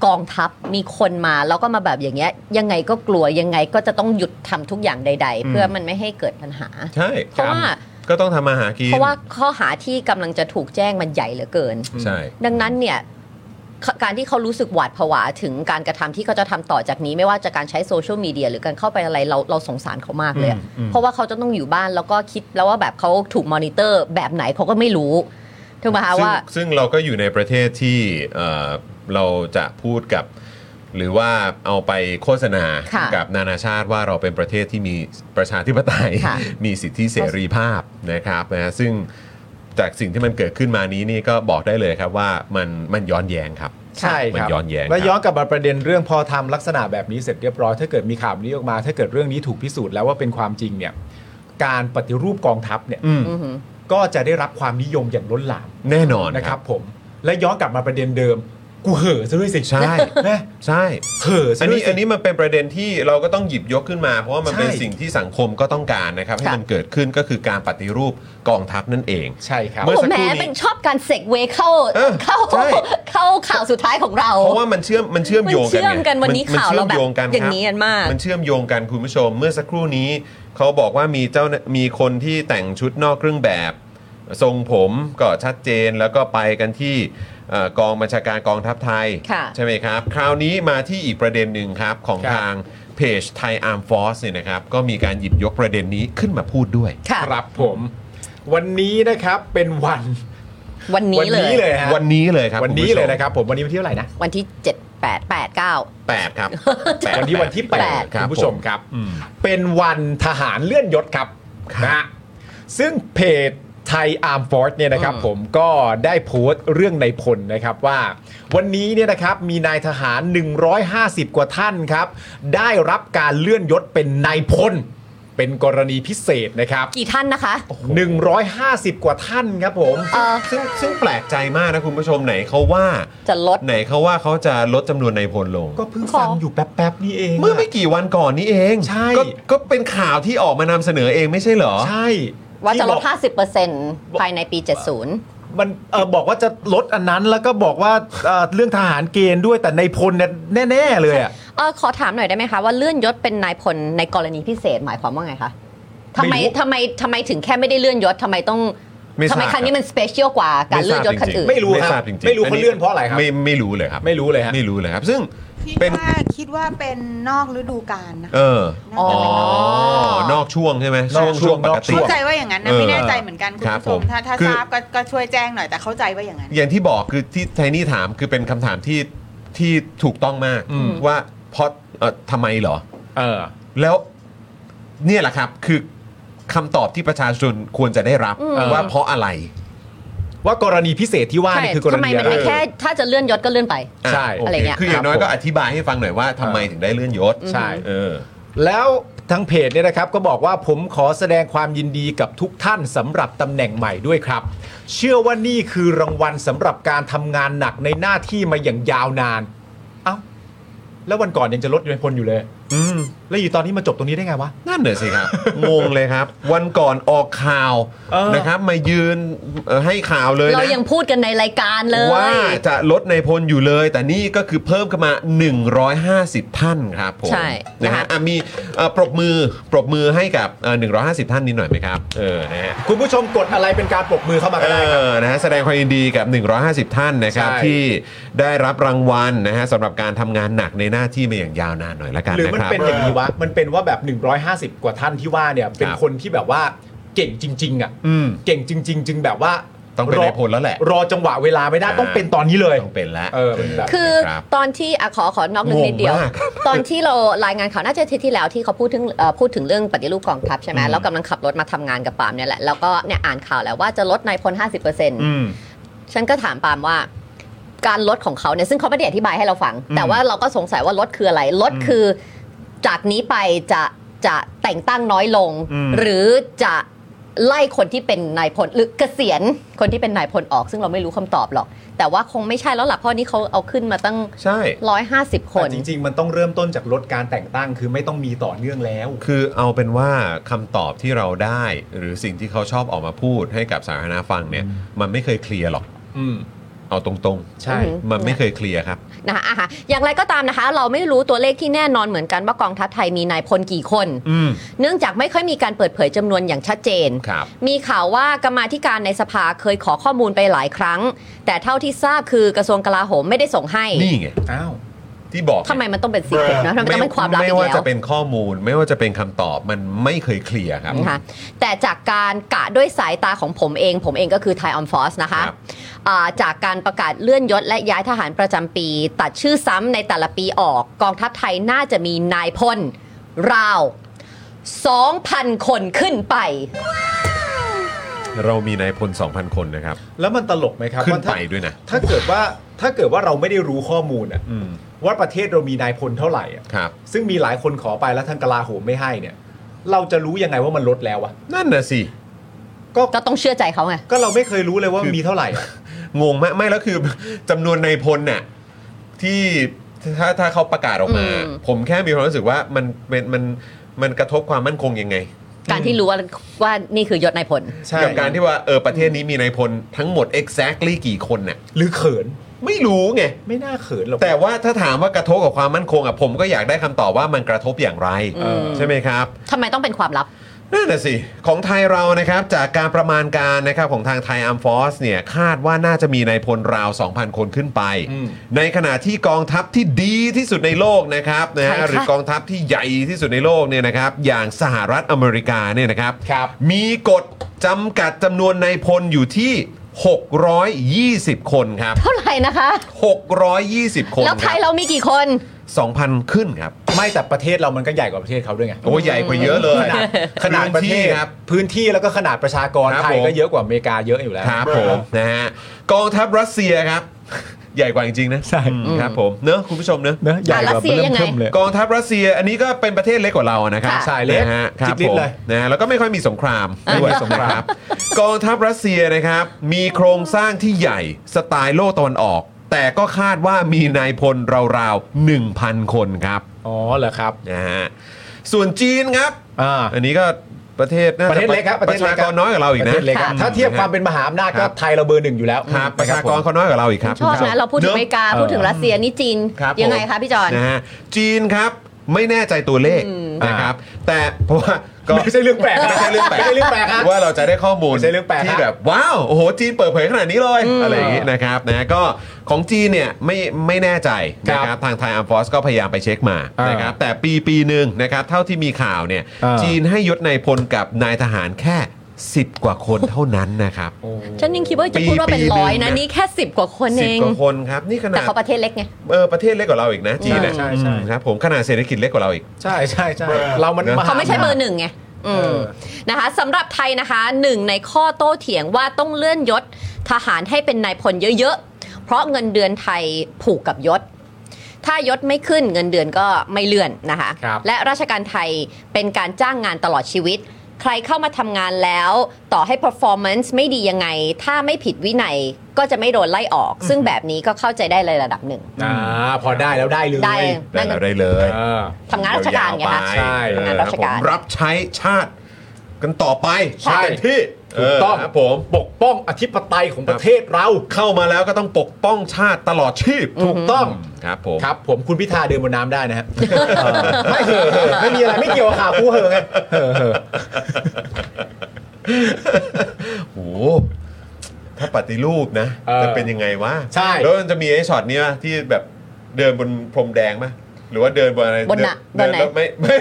S4: กองทัพมีคนมาแล้วก็มาแบบอย่างเงี้ย ยังไงก็กลัวยังไงก็จะต้องหยุดทำทุกอย่างใด ๆ เพื่อมันไม่ให้เกิดปัญหา
S1: ใช่
S4: เพราะว่า
S1: ก็ต้องทำมาหากิน
S4: เพราะว่าข้อหาที่กำลังจะถูกแจ้งมันใหญ่เหลือเกิน
S1: ใช่
S4: ดังนั้นเนี่ยกการที่เขารู้สึกหวาดผวาถึงการกระทำที่เขาจะทำต่อจากนี้ไม่ว่าจะการใช้โซเชียลมีเดียหรือการเข้าไปอะไรเราเราสงสารเขามากเลยอะเพราะว่าเขาจะต้องอยู่บ้านแล้วก็คิดแล้วว่าแบบเขาถูกมอนิเตอร์แบบไหนเขาก็ไม่รู้ถูกไหมคะ
S1: ซึ่ง
S4: ว่า
S1: ซึ่งเราก็อยู่ในประเทศที่เอ่อเราจะพูดกับ หรือว่าเอาไปโฆษณา
S4: ค่ะ
S1: กับนานาชาติว่าเราเป็นประเทศที่มีประชาธิปไตย
S4: ค่ะ
S1: มีสิทธิเสรีภาพนะครับนะซึ่งจากสิ่งที่มันเกิดขึ้นมานี้นี่ก็บอกได้เลยครับว่ามันมันย้อนแย้งครับ
S3: ใช่
S1: มั
S3: ครับ
S1: ย้อนแย้ง
S3: แล้วย้อ
S1: ครับ
S3: นกลับมาประเด็นเรื่องพอทำลักษณะแบบนี้เสร็จเรียบร้อยถ้าเกิดมีข่าวนี้ออกมา ถ้าเกิดเรื่องนี้ถูกพิสูจน์แล้วว่าเป็นความจริงเนี่ยการปฏิรูปกองทัพเนี่ย
S1: อืม
S4: อือหือ
S3: ก็จะได้รับความนิยมอย่างล้นหลาม
S1: แน่นอน
S3: นะ
S1: ค
S3: ค
S1: รั
S3: รับ บ ผม และย้อนกลับมาประเด็นเดิม กูเห่อซะด้วยสิ
S1: ใช่
S3: นะ
S1: ใช่
S3: เห่อซะ
S1: อัน
S3: ด้วย
S1: นี้
S3: สิ
S1: อันนี้มันเป็นประเด็นที่เราก็ต้องหยิบยกขึ้นมา เพราะว่ามัน
S3: ใช่
S1: เป็นสิ่งที่สังคมก็ต้องการนะครับให้
S4: ค่ะ
S1: มันเกิดขึ้นก็คือการปฏิรูปกองทัพนั่นเอง
S3: ใช่ครับ
S1: เมื่อ
S4: โอ้
S1: สัก
S4: แหม
S1: ครู่นี้
S4: เป็นชอบการเสกเวเข้า
S1: เออ
S4: เข้า
S1: ใช่
S4: เข้าข่าวสุดท้ายของเรา
S1: เพราะว่ามันเชื่อมมันเชื่อมโยงกัน
S4: มันเชื่อมกันวันนี้
S1: มั
S4: ข่าว
S1: ชื่อม
S4: เราแบบ
S1: โยงกัน
S4: อย่าง
S1: ครับ
S4: นี้กันมาก
S1: มันเชื่อมโยงกันคุณผู้ชม เมื่อสักครู่นี้เขาบอกว่ามีเจ้ามีคนที่แต่งชุดนอกเครื่องแบบ ทรงผมก็ชัดเจนแล้วก็ไปกันที่เอ่อกองบัญชาการกองทัพไทย
S4: ค่ะ
S1: ใช่ไหมครับ คราวนี้มาที่อีกประเด็นหนึ่งครับ ของ
S3: ครับ
S1: ทางเพจไทยอาร์มฟอสเนี่ยนะครับ ก็มีการหยิบยกประเด็นนี้ขึ้นมาพูดด้วย
S4: ค่ะ
S3: ครับผม วันนี้นะครับเป็นวัน
S4: วันนี้
S3: วั
S4: เลย
S3: นี้เลยฮะ
S1: วันนี้เลยครับ
S3: วันนี้เลยนะครับ ผมวันนี้วันที่เท่าไหร่นะ
S4: วันที่เจ็ดแปดแปดเก้า
S1: แปดครับแปด
S3: วันนี้วันที่แปด
S1: รับ
S3: คุณผู้ชม
S1: ผ
S3: ครับ เป็นวันทหารเลื่อนยศครับนะฮะซึ่งเพจไทยอาร์มฟอร์สเนี่ยนะครับ
S4: อืม
S3: ผมก็ได้โพสต์เรื่องในพลนะครับว่า วันนี้เนี่ยนะครับมีนายทหาร 150 กว่าท่านครับ ได้รับการเลื่อนยศเป็นนายพล เป็นกรณีพิเศษนะครับ
S4: กี่ท่านนะคะ
S3: 150 กว่าท่านครับผม
S4: เออ
S1: ซึ่งซึ่งแปลกใจมากนะคุณผู้ชมไหนเขาว่า
S4: จะลด
S1: ไหนเขาว่าเขาจะลดจำนวนในายพลลง
S3: ก็เพิ่ง
S4: ขอ
S3: ฟังอยู่แป๊บๆนี่เอง
S1: เมื่อไม่
S3: ะ
S1: กี่วันก่อนนี้เอง
S3: ใช่
S1: ก็ก็เป็นข่าวที่ออกมานำเสนอเองไม่ใช่เหรอ
S3: ใช่
S4: ว่าจะลด
S3: ที่บอก
S4: 50%ภายในปี 70
S3: มันเออบอกว่าจะลดอันนั้นแล้วก็บอกว่าเอ่อเรื่องทหารเกณฑ์ด้วยแต่ในพลเนี่ยแน่ ๆ เลยอ่ะ
S4: เออขอถามหน่อยได้ไหมคะ ว่าเลื่อนยศเป็นนายพลในกรณีพิเศษหมายความว่าไงคะทำไม
S3: ไม่รู้
S4: ทำไมทำไมถึงแค่ไม่ได้เลื่อนยศทำไมต้อง
S1: ไม่ทราบ
S4: ทำไมครั้งนี้มันสเปเชียลกว่าการเลื่อนยศคันอื่น
S3: ไม่รู้
S1: ไม่
S3: ครับ
S1: ทราบจริงๆ
S3: ไม่รู้เขาเลื่อนเพราะอะไรครับ
S1: ไม่ไม่รู้เลยครับ
S3: ไม่รู้เลยฮะ
S1: ไม่รู้เลยครับ ซึ่ง
S7: คิด
S1: เป็น
S7: ว่าคิดว่าเป็นนอกฤดูกาลนะคะ
S1: เออ
S7: น่า
S1: อ๋อ
S7: จะเป็นนอก
S1: นอกช่วงใช่ไหม
S3: น
S1: ช่
S3: อ
S1: ว
S3: ก
S1: ง
S3: ช่
S1: ช่ว
S3: ว
S1: ง
S3: ง
S1: ป
S3: นอก กช่
S1: ติ
S3: วง
S7: เข้าใจว่าอย่างนั้นนะไม่แน่ใจเหมือนกันคุณ
S1: ครับ
S7: ผู้
S1: ผ
S7: ช
S1: ม
S7: มถ้าถ้า
S1: คือ
S7: ทราบก็ก็ช่วยแจ้งหน่อยแต่เข้าใจว่าอย่างนั้น
S1: อย่างที่บอกคือที่ไทนี่ถามคือเป็นคำถามที่ที่ถูกต้องมาก
S3: อืม
S1: ว่าเพราะเอ่อทำไมเหรอ
S3: เออ
S1: แล้วเนี่ยแหละครับคือคำตอบที่ประชาชนควรจะได้รับ
S4: อืม
S1: ว่าเพราะอะไร
S3: ว่ากรณีพิเศษที่ว่า
S4: ใช่
S3: นี่คือกร
S4: ทำไม
S3: ณี
S4: มั
S3: อะ
S4: น
S3: ไร
S4: ไม่แค่ถ้าจะเลื่อนยศก็เลื่อนไป
S3: ใช่
S1: โ
S4: อะไรเงี้ย
S1: คืออย่างน้อยก็อธิบายให้ฟังหน่อยว่าทำไมถึงได้เลื่อนยศ
S3: ใช่
S1: เออ
S3: แล้วทางเพจเนี่ยนะครับก็บอกว่าผมขอแสดงความยินดีกับทุกท่านสำหรับตำแหน่งใหม่ด้วยครับ เชื่อว่านี่คือรางวัลสำหรับการทำงานหนักในหน้าที่มาอย่างยาวนาน เอ้า แล้ววันก่อนยังจะลดในพลอยู่เลย
S1: อืม
S3: แล้วอยู่ตอนนี้มาจบตรงนี้ได้ไงวะ
S1: นั่นเหนือสิครับ งงเลยครับ วันก่อนออกข่าว
S3: เออ
S1: นะครับ มายืนเอ่อให้ข่าวเลย
S4: เรา
S1: นะ
S4: ยังพูดกันในรายการเลย
S1: ว่าจะลดในพลอยู่เลย แต่นี่ก็คือเพิ่มขึ้นมา 150 ท่านครับผม
S4: ใช่
S1: นะ
S4: นะคะ
S1: ฮะอ่ะมีเอ่อปรบมือปรบมือให้กับเอ่อ150 ท่านนี้หน่อยไหมครับ เออนะฮะ
S3: คุณผู้ชมกดอะไรเป็นการปรบมือเข้ามาก็
S1: เอ
S3: ได้ครับ
S1: อนะฮะแสดงความยินดีกับ 150 ท่านนะครับ
S3: ใช่
S1: ที่ได้รับรางวัลนะฮะสำหรับการทำงานหนักในหน้าที่มาอย่างยาวนานหน่อยละกัน
S3: หรือ
S1: นะ
S3: มัน
S1: ครับ
S3: เป็นอย่างนี้วะ มันเป็นว่าแบบ 150 กว่าท่านที่ว่าเนี่ย เป็น
S1: ครับ
S3: คนที่แบบว่าเก่งจริง ๆ อ่ะ
S1: อืม
S3: เก่งจริง ๆ จึงแบบว่า
S1: ต้องเป็น
S3: ร
S1: นายพลแล้วแหละ
S3: รอจังหวะเวลาไม่ได้ต้องเป็นตอนนี้เลย
S1: ต้องเป็นแล้ว
S3: เออเป็นแบบ
S4: คือ
S1: รับ
S4: ตอนที่อะขอขอนอกเรื่องนิดเดียว
S1: งงมาก
S4: ตอนที่เรารายงานข่าวน่าจะอาทิตย์ที่แล้วที่เขาพูดถึงเอ่อพูดถึงเรื่องปฏิรูปกองทัพใช่ไหมแล้วกำลังขับรถมาทำงานกับปาล์มเนี่ยแหละแล้วก็เนี่ยอ่านข่าวแล้วว่าจะลดนายพล
S1: อืม
S4: 50%ฉันก็ถามปาล์มว่า การลดของเขาเนี่ยซึ่งเขาไม่ได้อธิบายให้เราฟัง
S1: อืม
S4: แต่ว่าเราก็สงสัยว่าลดคืออะไรลดคือจากนี้ไปจะจะแต่งตั้งน้อยลง หรือจะไล่คนที่เป็นนายพลหรือเกษียณคนที่เป็นนายพลออก ซึ่งเราไม่รู้คำตอบหรอก แต่ว่าคงไม่ใช่แล้วล่ะเพราะนี้เขาเอาขึ้นมาตั้ง
S1: ใช่
S4: ร้อยห้าสิบคน
S3: แต่จริง ๆ มันต้องเริ่มต้นจากลดการแต่งตั้ง คือไม่ต้องมีต่อเนื่องแล้ว
S1: คือเอาเป็นว่าคำตอบที่เราได้ หรือสิ่งที่เขาชอบออกมาพูดให้กับสาธารณะฟังเนี่ย มันไม่เคยเคลียร์หรอก
S3: อืม
S1: เอาตรงๆ
S3: ใช่
S1: มันไม่เคยเคลียร์ครับ
S4: นะคะอ่ะค่ะอย่างไรก็ตามนะคะ เราไม่รู้ตัวเลขที่แน่นอนเหมือนกันว่ากองทัพไทยมีนายพลกี่คน
S1: อืม
S4: เนื่องจากไม่ค่อยมีการเปิดเผยจำนวนอย่างชัดเจน
S1: ครับ
S4: มีข่าวว่ากรรมาธิการในสภาเคยขอข้อมูลไปหลายครั้ง แต่เท่าที่ทราบคือกระทรวงกลาโหมไม่ได้ส่งให้
S1: นี่ไง
S3: อ้าว
S1: ที่บอก
S4: ทำไมมันต้องเป็นสีเ e ็นะทำไมต้องเป็นความลับ
S1: ไม่
S4: อีก
S1: ว่า
S4: แล้
S1: จะ
S4: ว
S1: เป็นข้อมูล ไม่ว่าจะเป็นคำตอบมันไม่เคยเคลียร์ครับ
S4: นะคะแต่จากการกะด้วยสายตาของผมเอง ผมเองก็คือไทยออมฟอสนะคะ
S1: ครับ
S4: อ่าจากการประกาศเลื่อนยศและย้ายทหารประจำปี ตัดชื่อซ้ำในแต่ละปีออก กองทัพไทยน่าจะมีนายพลราว 2,000 คนขึ้นไป
S1: เรามีนายพล 2,000 คนนะครับ
S3: แล้วมันตลกไหมครับ
S1: ขึ้น
S3: ว่า
S1: ไป
S3: ถ้า
S1: ด้วยนะ
S3: ถ้าเกิดว่าถ้าเกิดว่าเราไม่ได้รู้ข้อมูลอะ
S1: อืม
S3: ว่าประเทศเรามีนายพลเท่าไหร่อะ
S1: ครับ
S3: ซึ่งมีหลายคนขอไปแล้วทางกลาโหมไม่ให้เนี่ย เราจะรู้ยังไงว่ามันลดแล้ววะ
S1: นั่นน่ะสิ
S4: ก็ต้องเชื่อใจเขาไง
S3: ก็เราไม่เคยรู้เลยว่า
S1: คือ
S3: มีเท่าไหร่อะ
S1: งงมากไม่แล้วคือ <laughs> จำนวนนายพลเนี่ยที่ถ้าถ้าเขาประกาศออกมา
S4: อืม
S1: ผมแค่มีความรู้สึกว่ามันเป็นมันมันกระทบความมั่นคงยังไง
S4: การที่รู้ว่าว่านี่คือยศนายพล
S1: กับการที่ว่าเออประเทศนี้มีนายพลทั้งหมด exactly กี่คนเนี่ย
S3: หรือเขิน
S1: ไม่รู้ไง
S3: ไม่น่าเขินหรอก
S1: แต่ว่าถ้าถามว่ากระทบกับความมั่นคงอ่ะผมก็อยากได้คำตอบว่ามันกระทบอย่างไร
S4: อืม
S1: ใช่ไหมครับ
S4: ทำไมต้องเป็นความลับ
S1: นั่นน่ะสิ ของไทยเรานะครับ จากการประมาณการนะครับของทางไทยอาร์มฟอสเนี่ย คาดว่าน่าจะมีนายพลราว 2,000 คนขึ้นไป
S3: อืม
S1: ในขณะที่กองทัพที่ดีที่สุดในโลกนะครับนะ
S4: ใคร
S1: ฮะ
S4: คะ
S1: หรือกองทัพที่ใหญ่ที่สุดในโลกเนี่ยนะครับ อย่างสหรัฐอเมริกาเนี่ยนะครับ
S3: ครับ
S1: มีกฎจำกัดจำนวนนายพลอยู่ที่ 620 คนครับ
S4: เท่าไหร่นะคะ
S1: 620 คน
S4: แล้วไทยเรามีกี่คน
S1: 2,000 ขึ้นครับ
S3: ไม่แต่ประเทศเรามันก็ใหญ่กว่าประเทศเขาด้วยไง
S1: โอ้ใหญ่กว่าเยอะเลย
S3: ขนาดขนาดประเทศ
S1: ครับ
S3: พื้นที่แล้วก็ขนาดประชากร
S1: ครับ
S3: ไทย
S1: ผม
S3: ก็เยอะกว่าอเมริกาเยอะอยู่แล้ว
S1: ครับผมนะฮะกองทัพรัสเซียครับ <laughs> ใหญ่กว่าจริงๆนะ
S3: ใช่
S1: อืมครับผมเนอะคุณผู้ชมเนอะ
S3: เนอะใหญ่
S4: อ่ะ
S3: ก
S4: รั
S3: ว่า
S4: สเซีย
S3: เริ่
S4: ยั
S3: ม
S4: งไง
S3: เทิมเลย
S1: กองทัพรัสเซียอันนี้ก็เป็นประเทศเล็กกว่าเรานะครับ
S4: ค่ะ
S3: ใช่เล็ก
S1: นะฮะค
S3: จิ๊
S1: รับบ
S3: ลิ
S1: ผ
S3: ด
S1: ม
S3: เลย
S1: นะฮะแล้วก็ไม่ค่อยมีสงคราม
S4: อ่ะ
S1: ด้วยนะครับ กองทัพรัสเซียนะครับมีโครงสร้างที่ใหญ่สไตล์โลกตะวันออก แต่ก็คาดว่ามีนายพลราวๆ1,000 คนครับ
S3: อ๋อเหรอครับ
S1: นะฮะส่วนจีนครับ
S3: อ่า
S1: อันนี้ก็ประเทศน่าจ
S3: ประเทศเล็กครับ
S1: ป
S3: ประ
S1: ระ
S3: เทศเล็
S1: ชาก ก
S3: ครั
S1: ร
S3: บ
S1: น้อยกว่าเราอีก
S3: ประ
S1: นะ
S3: เทศเล็กอะ
S4: อืม
S3: ถ้าเทียบความเป็นมหาอำนาจ
S1: ค
S3: ก็
S1: รับ
S3: ไทยเราเบอร์หนึ่งอยู่แล้ว
S1: ครับประชากร
S3: ค
S1: เขา
S3: บ
S1: น้อยกว่าเราอีกครับ
S4: ชอบนะเราพูดถึงอเมริกาพูดถึง
S3: เออ
S4: รัสเซียนี่จีน
S1: ครับ
S4: ยังไง
S1: ผม
S4: คะพี่จอน
S1: นะฮะจีนครับไม่แน่ใจตัวเลขนะครับ แต่เพราะว่าก็
S3: ไม่ใช่เรื่องแปลกนะ
S1: ไม่ใช่เรื่องแปลก
S3: ไม่ใช่เรื่องแปลกฮะ
S1: ว่าเราจะได้ข้อมูล
S3: ไม่ใช่เรื่องแปลกฮะ
S1: ที่แบบว้าวโอ้โหจีนเปิดเผยขนาดนี้เลยอะไรอย่างงี้นะครับนะก็ของจีนเนี่ยไม่ไม่แน่ใจนะค
S3: ครั
S1: รับบ ทางไทยอัมฟอสก็พยายามไปเช็คมา
S3: อ่าน
S1: นะครับแต่ปีปีหนึ่งนะครับเท่าที่มีข่าวเนี่ย
S3: อ่า
S1: จีนให้ยศนายพลกับนายทหารแค่ 10 กว่าคนเท่านั้นนะครับ
S4: ฉันยังคิดว่าจะ
S1: ปี
S4: พูดว่าเป็น
S1: ปี
S4: ร้อ
S1: ห
S4: ย
S1: นึ่
S4: นะ
S1: งนะ
S4: นี่แค่สิบกว่าคน
S1: สิ
S4: เอบ ง
S1: กว่าคนครับนี่ขนา
S4: แต่
S1: ด
S4: เขาประเทศเล็กไง
S1: เออประเทศเล็กกว่าเราอีกนะจีนอะ
S3: ใช่ใช่
S1: อื
S3: ใช่
S1: มครับผมขนาดเศรษฐกิจเล็กกว่าเราอีก
S3: ใช่ใช่ใช่เรามันห
S4: เขาไม่ใช่เบอร์หนึ่งไงอืมนะคะสำหรับไทยนะคะหนึ่งในข้อโต้เถียงว่าต้องเลื่อนยศทหารให้เป็นนายพลเยอะๆ เพราะเงินเดือนไทยผูกกับยศ ถ้ายศไม่ขึ้นเงินเดือนก็ไม่เลื่อนนะคะ
S3: ครับ
S4: และราชการไทยเป็นการจ้างงานตลอดชีวิต ใครเข้ามาทำงานแล้วต่อให้ performance ไม่ดียังไง ถ้าไม่ผิดวินัยก็จะไม่โดนไล่ออก ซึ่งแบบนี้ก็เข้าใจได้เลยระดับหนึ่ง
S3: อ่าพอได้แล้วได้เลย
S4: ได้ นั่
S1: ได้
S4: น
S1: เราได้เลย
S3: อ่า
S4: ทำงานราชการไง
S1: ย
S4: คะ
S1: วๆป
S3: ใช่
S1: เออ
S4: ทำงานราชการ
S1: ผมรับใช้ชาติกันต่อไป
S3: ใช่
S1: เต็มที่
S3: ถูกต้อง
S1: เครับผม
S3: ปกป้องอธิปไตยของประเทศเรา
S1: เข้ามาแล้วก็ต้องปกป้องชาติตลอดชีพ
S3: ถูกต้อง
S1: ครับผม
S3: ครับ ผมคุณพิธาเดินบนน้ำได้นะฮะไม่เหอะเหอะไม่มีอะไรไม่เกี่ยวกับข่าวกูเหอะไงเหอะเหอะ
S1: โอ้โหถ้าปฏิรูปนะ
S3: เออ
S1: จะเป็นยังไงวะ
S3: ใช่
S1: แล้วมันจะมีไอ้ช็อตนี้ป่ะที่แบบเดินบนพรมแดงป่ะหรือว่าเดินบนอะไร
S4: บนน่ะ
S1: เดิน
S4: บนไหน
S1: แล้วไม่
S4: <laughs>
S1: ไม่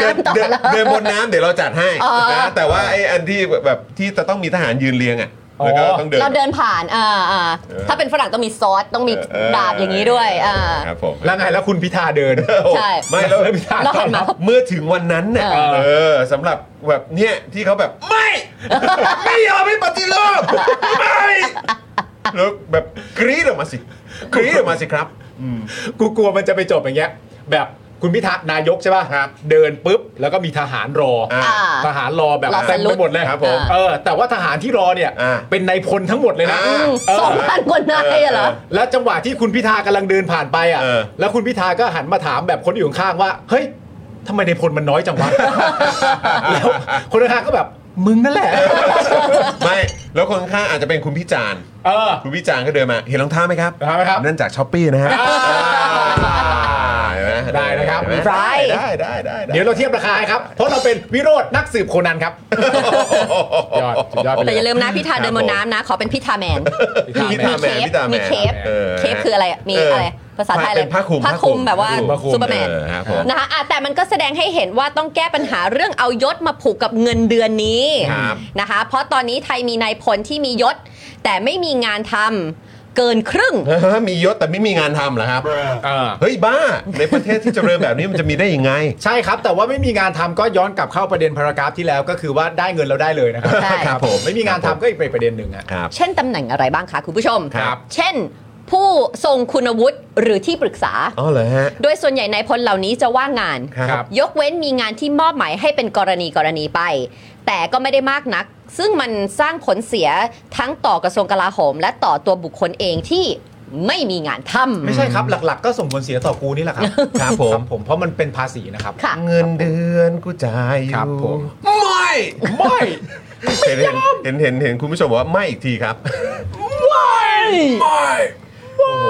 S1: เดิน
S4: ต่อ
S1: เดิน
S4: แล้ว
S1: เดินบนน้ำเดี๋ยวเราจัดให้
S4: อ๋อ
S1: นะแต่ว่าไอ้อันที่แบบที่จะต้องมีทหารยืนเรียงอ่ะแล้วก็ต้องเดิน
S4: เราเดินผ่านอ่าอ่าถ้าเป็นฝรั่งต้องมีซอส ต้องมี
S1: เออ
S4: ดาบอย่างนี้ด้วยอ่า
S1: ครับผม
S3: แล้วไงแล้วคุณพิธาเดิน
S4: ใช่
S1: ไม่แล้ว
S3: แล้วพิธา
S4: เราเห็นไหมา
S1: เมื่อถึงวันนั้นเนี่ย
S4: เออ
S1: เออสำหรับแบบเนี่ยที่เขาแบบไม่
S4: <laughs>
S1: ไม่ยอมไม่ปฏิรูปไม่แล้วแบบกรี๊ดออกมาสิกรี๊ดออกมาสิครับ
S3: กูกลัวมันจะไปจบอย่างเงี้ย แบบคุณพิธานายกใช่ป่ะ
S1: ครับ
S3: เดินปุ๊บ แล้วก็มีทหารรออา
S4: อ่า
S3: ทหารรอแบบ
S4: รอ
S3: เต็ม
S4: สลุ
S3: ไป
S4: ด
S3: หมดเลย
S1: ครับผม
S4: อ่า
S3: เออ แต่ว่าทหารที่รอเนี่ย
S1: อ่า
S3: เป็นนายพลทั้งหมดเลยนะ
S1: อ่า
S3: เออ
S4: สองพันคนนายอะเหรอ
S3: แล้วจังหวะที่คุณพิธากำลังเดินผ่านไปอ่ะ
S1: เออ
S3: แล้วคุณพิธาก็หันมาถามแบบคนที่อยู่ข้างๆว่า เฮ้ยทำไมในพลมันน้อยจั
S1: <laughs>
S3: งวะ แล้วคนข้างๆก็แบบ มึงนั่นแหละ
S1: ไม่แล้วคนข้างอาจจะเป็นคุณพิจารณ์
S3: เออ
S1: คุณพิจารณ์ก็เดินมา เห็นรองเท้าไหมครับ
S3: รองเท้าไหมครับ
S1: นั่นจากช้อปปี้นะฮะเห็นหม
S3: ได้นะครับ
S1: เห็ไหม
S4: ได้
S1: ได้ได้ได้ไ
S3: เดี๋ยวเราเทียบราคาให้ครับ เพราะเราเป็นวิโรจน์นักสืบโคนันครับ ยอดสุดยอดไปเล
S4: แต่อย่าลืมนะพิธา
S1: ครับ
S4: เดินบนน้ำนะ ขอเป็นพิธาแมน
S1: พิธาแมนพิธาแมน
S4: มีเคป
S1: ออ
S4: เคปคืออะไรอะมีอะไร ภาษาไทยอะไร
S1: เป็นผ้าคลุม
S4: ผ้าคลุมแบบว่า
S1: ผ้คลุ
S4: ซูเปอร์แมน
S1: เออครับผม
S4: นะคะอ่ะแต่มันก็แสดงให้เห็นว่าต้องแก้ปัญหาเรื่องเอายศมาผูกกับเงินเดือนนี้
S1: ครับ
S4: นะคะ เพราะตอนนี้ไทยมีนายพลที่มียศ แต่ไม่มีงานทำเกินครึ่ง
S1: มียศแต่ไม่มีงานทำเหรอครับ
S3: เออ
S1: เฮ้ยบ้า ในประเทศที่เจริญแบบนี้มันจะมีได้ยังไง
S3: ใช่ครับ แต่ว่าไม่มีงานทำก็ย้อนกลับเข้าประเด็นพารากราฟที่แล้วก็คือว่าได้เงินเราได้เลยนะครั
S4: ใช่
S1: ครับผม
S3: ไม่มีงานทำก็อีกเป็นประเด็นหนึ่งอะ
S1: ครับ
S4: เช่นตำแหน่งอะไรบ้างคะคุณผู้ชม
S1: ครับ
S4: เช่น ผู้ทรงคุณวุฒิหรือที่ปรึกษา
S1: อ๋อเหรอฮะ
S4: โดยส่วนใหญ่นายพลเหล่านี้จะว่างงาน
S1: ครับ
S4: ยกเว้นมีงานที่มอบหมายให้เป็นกรณีกรณีไป แต่ก็ไม่ได้มากนัก ซึ่งมันสร้างผลเสียทั้งต่อกระทรวงกลาโหม และต่อตัวบุคคลเองที่ไม่มีงานทำ
S3: ไม่ใช่ครับหลักๆ ก็ส่งผลเสียต่อกูนี่แหละครับ
S1: ครับผม
S3: ผมเพราะมันเป็นภาษีนะครับ
S4: ค่ะ
S1: เงินเดือนกูจ่ายอยู่
S3: ครับผม
S1: ไม่
S3: ไม่
S1: เห็นเห็นเห็นเห็นคุณผู้ชมบอกว่าไม่อีกทีครับ ไม่ไม่โอ้โ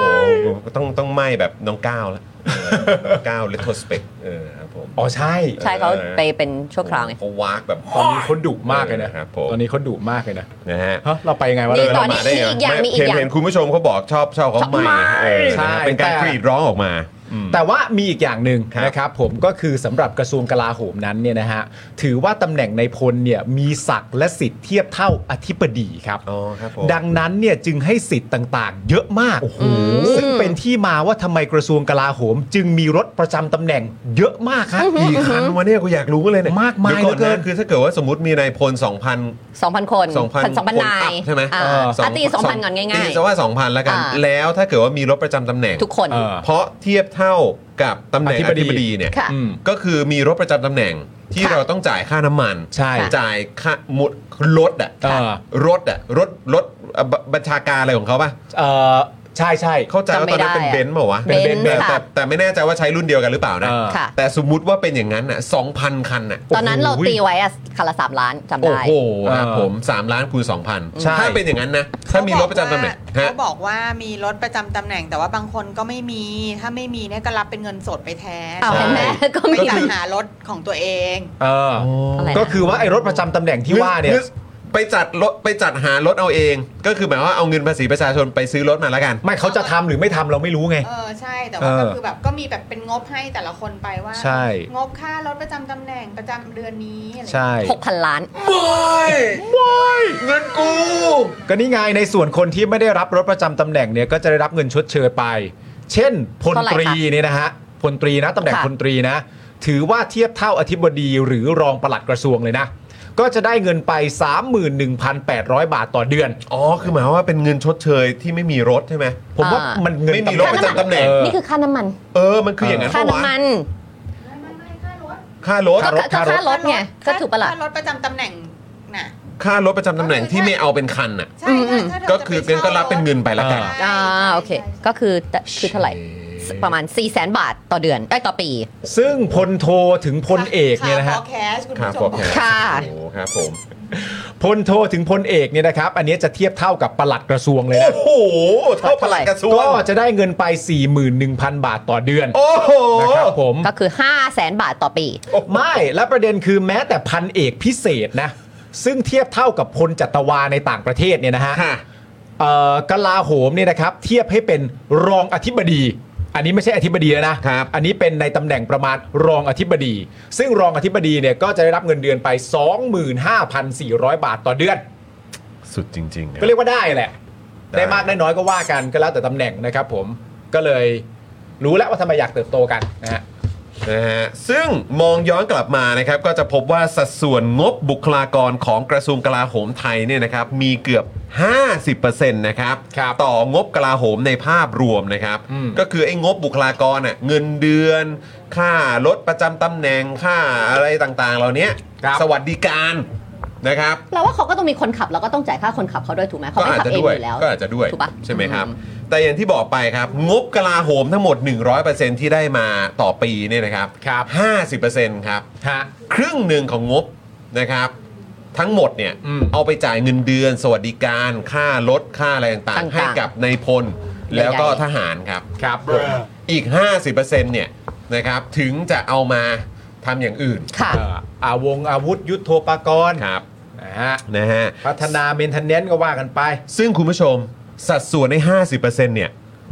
S1: หต้องต้องไม่แบบน้องก้าวละเออน้องก้าวเลโทสเปกเออครับผม
S3: อ๋อใช่
S4: ใช่เขาไปเป็นชั่วคราวไง
S1: เขาวากแบบ
S3: ตอนนี้เขาดุมากเลยนะครับ
S1: ผม
S3: ตอนนี้เขาดุมากเลยนะ
S1: นะฮะ
S3: ฮะเราไปยังไงวะ
S4: นี่
S3: เรา
S4: ตอนนี้มีอีกอย่าง
S1: ไ
S4: มีอีกอย่า
S1: เห็น
S4: ง
S1: เห็นคุณผู้ชมเขาบอกชอบชอบเขาไม่เออ
S3: ใช่
S1: เป็นการ
S3: แต่
S1: กรีดร้องออกมา อืม
S3: แต่ว่ามีอีกอย่างหนึ่ง
S1: ครับ
S3: นะครับผมก็คือสำหรับกระทรวงกลาโหมนั้นเนี่ยนะฮะถือว่าตำแหน่งในพลเนี่ยมีศักดิ์และสิทธิ์เทียบเท่าอธิบดีครับ
S1: อ๋อครับผม
S3: ดังนั้นเนี่ยจึงให้สิทธิ์ต่างๆ เยอะมาก
S4: ม
S3: ซึ่งเป็นที่มาว่าทำไมกระทรวงกลาโหม จึงมีรถประจำตำแหน่งเยอะมากครับ
S1: กี่คันวะเนี่ยกูอยากรู้เลยเนี่ย
S3: มากมาย
S1: ดี๋วก่อน
S3: เหลือ
S1: นะ
S3: เกิน
S1: คือถ้าเกิดว่าสมมติมีนายพล 2,000
S4: 2,000 คน
S1: 2,000
S4: 2,000นาย
S1: ใช่ไหม
S4: อ่า
S3: เออ
S4: อ่ะตี2,000ก่อนง่าย
S1: ตีซะว่า 2,000 แล้วกัน
S4: อ่า
S1: แล้วถ้าเกิดว่ามีรถประจำตำแหน่ง
S4: ๆ ทุกคน
S3: เออ
S1: เพราะเทียบเท่ากับตำแหน่ง
S3: อธิ
S1: อบธิ
S3: ดี
S1: บดีเนี่ย
S4: ค่ะ
S3: อืม
S1: ก็คือมีรถประจำตำแหน่งที่
S4: ค่ะ
S1: เราต้องจ่ายค่าน้ำมัน
S3: ใช่
S1: จ่ายค่าหมดรถอ่ะ
S3: ค่ะ
S1: รถอ่ะรถรถเอ่อบัญชาการอะไรของเขาป่ะ
S3: เอ่อใช่ใช่
S1: เข้าใจว่าตอนนั้นเป็น
S4: จำไม่ได้อะ
S1: เบนซ์เปล่าวะ
S4: เป็นเบนซ์
S1: แต่แต่
S4: ค่ะ
S1: แต่ไม่แน่ใจว่าใช้รุ่นเดียวกันหรือเปล่านะ
S3: เออ
S4: ค่ะ
S1: แต่สมมุติว่าเป็นอย่างนั้นอ่ะ2,000 คันอ่ะ
S4: ตอนนั้นเราตีไว้อะคันละ 3 ล้านจำ
S1: โอ้
S4: ได้
S1: โหครับ
S3: เออ
S1: ผม 3 ล้านคูณ2,000
S3: ใช่
S1: ถ้าเป็นอย่างนั้นนะ ถ้ามีรถประจำตำแหน่ง
S7: เขาบอก
S1: ฮะ
S7: ว่าเขาบอกว่ามีรถประจำตำแหน่งแต่ว่าบางคนก็ไม่มี ถ้าไม่มีเนี่ยก็รับเป็นเงินสดไปแทน
S4: เอาเห็นไหมก็ไม่
S7: จั
S4: มี
S7: ดหารถของตัวเอง
S3: เออ
S4: อะไรนะ
S3: ก็คือว่าไอ้รถประจำตำแหน่งที่ว่าเนี่ย
S1: กไปจัดรถไปจัดหารถเอาเอง ก็คือหมายว่าเอาเงินภาษีประชาชนไปซื้อรถมาแล้วกัน
S3: ไม่เขาจะทำหรือไม่ทำเราไม่รู้ไง
S7: เออใช่แต่ว่าก็
S3: เออ
S7: คือแบบก็มีแบบเป็นงบให้แต่ละคนไปว่า
S3: ใช่
S7: งบค่ารถประจำตำแหน่งประจำเดือนนี้อะไร
S3: ใช่
S4: 6,000 ล้าน
S1: เงินกู
S3: ก็นี่ไงในส่วนคนที่ไม่ได้รับรถประจำตำแหน่งเนี่ยก็จะได้รับเงินชดเชยไป เช่นพล
S4: เท่าไหร่
S3: ตรี
S4: คะ
S3: เนี่ยนะฮะพลตรีนะตำแหน่ง
S4: ค่ะ
S3: พลตรีนะ ถือว่าเทียบเท่าอธิบดีหรือรองปลัดกระทรวงเลยนะ ก็จะได้เงินไป 31,800 บาทต่อเดือน
S1: อ๋อ คือหมายว่าเป็นเงินชดเชยที่ไม่มีรถใช่ไหม
S3: ผมว่า
S4: อ่ามั
S3: มันเงิน
S1: ไม่มีรถประจำตำแหน่ง
S3: เออ
S4: นี่คือค่าน้ำมัน
S1: เออ มันคืออย่างนั้น
S4: ค่า
S1: ปะวะ
S4: น้ำมัน
S1: ค่ารถ
S4: ก็
S3: ค่า
S4: ค่าร
S3: ถ
S4: ค่ารถไงก็ถูกปะล่ะ
S7: ค่ารถประจำตำแหน่งน่ะ
S1: ค่ารถประจำตำแหน่งที่ไม่เอาเป็นคันอ่ะ
S7: ใช่ถ้าถ้าเรา
S1: ก็คือ
S7: จะไช่า
S1: ก็รับเป็นเงินไปละกัน
S7: ใช่
S4: อ่าโอเค ก็คือแต่คือเท่าไหร่ ประมาณ 4 0 0แสนบาทต่อเดือนได้ยต่อปี
S3: ซึ่งพลโทถึงพลเอกเนี่ยนะฮะ
S7: ค่า forecast คุณ
S1: ค่า
S7: ผู้ช
S1: พอแพ
S7: ม
S1: ง
S4: ค่ะ
S1: โอ้ครับผม
S3: พลโทถึงพลเอกเนี่ยนะครับ อันนี้จะเทียบเท่ากับปลัดกระทรวงเลยนะ
S1: โอ้โห เท่าพลังกระทรวง
S3: ก็จะได้เงินไป 41,000 บาทต่อเดือน
S1: โอ้โห
S3: นะครับผม
S4: ก็คือ 5 0 0แสนบาทต่อปี
S3: ไม่และประเด็นคือแม้แต่พันเอกพิเศษนะซึ่งเทียบเท่ากับพลจัตวาในต่างประเทศเนี่ยนะฮะ
S1: ค่ะ
S3: เอ่อกลาโหมเนี่ยนะครับ เทียบให้เป็นรองอธิบดี อันนี้ไม่ใช่อธิบดีแล้วนะครับ อันนี้เป็นในตำแหน่งประมาณรองอธิบดี ซึ่งรองอธิบดีเนี่ยก็จะได้รับเงินเดือนไป 25,400 บาทต่อเดือน
S1: สุดจริงๆครับ
S3: ก็เรียกว่าได้แหละ
S1: ได้
S3: ได้มากได้น้อยก็ว่ากันก็แล้วแต่ตำแหน่งนะครับผมก็เลยรู้แล้วว่าทำไมอยากเติบโตกันนะฮะ
S1: นะฮะซึ่งมองย้อนกลับมานะครับก็จะพบว่าสัดส่วนงบบุคลากรของกระทรวงกลาโหมไทยเนี่ยนะครับมีเกือบ 50%นะครับ
S3: ครับ
S1: ต่องบกลาโหมในภาพรวมนะครับ
S3: อืม
S1: ก็คือไอ้งบบุคลากรอ่ะเงินเดือน ค่ารถประจำตำแหน่งค่าอะไรต่างๆ เหล่านี้
S3: ครับ
S1: สวัสดิการนะครับ
S4: เราว่าเขาก็ต้องมีคนขับ แล้วก็ต้องจ่ายค่าคนขับเขาด้วยถูกไหมเขา
S1: ก็
S4: ไม่
S1: อาจ
S4: ขับ
S1: จะ
S4: เอง
S1: ด้วย
S4: อยู่แล้ว
S1: ก็อาจจะด้วย
S4: ถูกปะ
S1: ใช่ไหมครับ
S4: อืม
S1: แต่อย่างที่บอกไปครับ งบกลาโหมทั้งหมด 100%ที่ได้มาต่อปีเนี่ยนะครับ
S3: ครับ
S1: 50%ครับ
S3: ฮะ
S1: ครึ่งหนึ่งของงบนะครับ ทั้งหมดเนี่ย
S3: อืม
S1: เอาไปจ่ายเงินเดือน สวัสดิการ ค่ารถค่าอะไรต่าง
S4: ต่าง
S1: ๆ
S4: ๆ
S1: ให้กับนายพลแล้วก็ทหารครับ
S3: ครับ
S1: อีก 50%เนี่ยนะครับถึงจะเอามาทำอย่างอื่น
S4: ค่ะ
S3: เอ่ออาวงอาวุธยุทโธปกรณ์
S1: ครับ
S3: นะฮะ
S1: นะฮะ
S3: พัฒนาเมนเทนเนนต์ก็ว่ากันไป
S1: ซึ่งคุณผู้ชมสัดส่วนใน 50%เนี่ย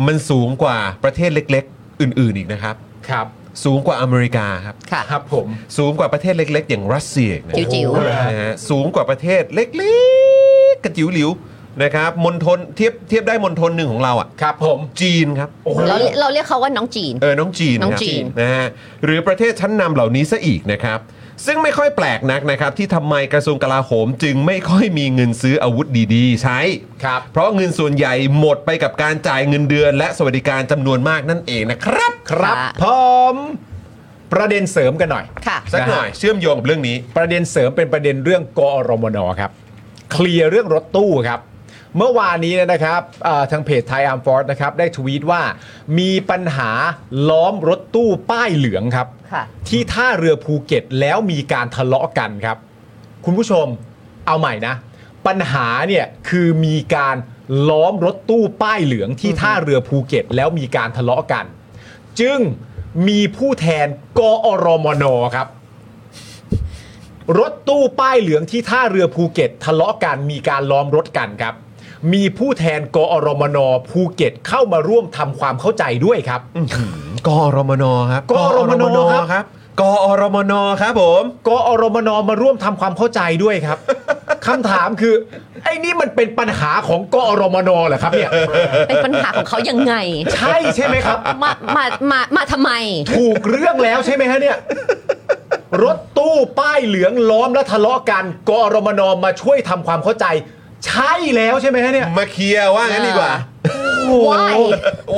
S1: มันสูงกว่าประเทศเล็กๆ อื่นๆอีกนะครับ
S3: ครับ
S1: สูงกว่าอเมริกาครับ
S4: ค่ะ
S3: ครับผม
S1: สูงกว่าประเทศเล็ก ๆ อย่างรัสเซียอีกนะ
S4: จิ๋วๆ
S1: โอ้โหนะฮะสูงกว่าประเทศเล็กๆกระจิ๋วหลิวนะครับมณฑลเทียบเทียบได้มณฑลหนึ่งของเราอ่ะ
S3: ครับผม
S1: จีนครับ
S3: โอ้โห
S4: เราเราเรียกเขาว่าน้องจีน
S1: เออน้องจีน
S4: น้อง
S1: ครับ
S4: จีน
S1: นะฮะหรือประเทศชั้นนำเหล่านี้ซะอีกนะครับ ซึ่งไม่ค่อยแปลกนักนะครับ ที่ทำไมกระทรวงกลาโหม จึงไม่ค่อยมีเงินซื้ออาวุธดีๆ ใช้
S3: ครับ
S1: เพราะเงินส่วนใหญ่หมดไปกับการจ่ายเงินเดือน และสวัสดิการจำนวนมากนั่นเองนะครับ
S3: ครับ
S4: ค่ะ
S3: ผม ประเด็นเสริมกันหน่อย
S4: ค่ะ
S1: สักหน่อยเชื่อมโยงกับเรื่องนี้
S3: ประเด็นเสริมเป็นประเด็นเรื่องกอรมนครับ เคลียร์เรื่องรถตู้ครับ เมื่อวานนี้นะครับเอ่อทางเพจไทยอาร์มฟอร์นะครับ ได้ทวีตว่ามีปัญหาล้อมรถตู้ป้ายเหลืองครับ
S4: ค่ะ
S3: ที่ท่าเรือภูเก็ตแล้วมีการทะเลาะกันครับ คุณผู้ชมเอาใหม่นะ ปัญหาเนี่ยคือมีการล้อมรถตู้ป้ายเหลืองที่ท่าเรือภูเก็ต แล้วมีการทะเลาะกัน จึงมีผู้แทนกอรมนครับ รถตู้ป้ายเหลืองที่ท่าเรือภูเก็ต ทะเลาะกันมีการล้อมรถกันครับ มีผู้แทนกอรมนภูเก็ตเข้ามาร่วมทำความเข้าใจด้วยครับ
S1: กอรมนครับ
S3: กอรมน
S1: ครับกอรมนครับผม
S3: กอรมนมาร่วมทำความเข้าใจด้วยครับ <laughs> คำถามคือ ไอ้นี่มันเป็นปัญหาของกอรมนเหรอครับเนี่ย <laughs>
S4: เป็นปัญหาของเขายังไง
S3: ใช่ใช่ไหมครับ
S4: มา มา มา มาทำไม
S3: ถูกเรื่องแล้วใช่ไหมฮะเนี่ย รถตู้ป้ายเหลืองล้อมและทะเลาะกันกอรมนมาช่วยทำความเข้าใจ ใช่แล้วใช่ไหมฮะเนี่ย
S1: มาเคลียร์ว่างั้นดีกว่า
S4: why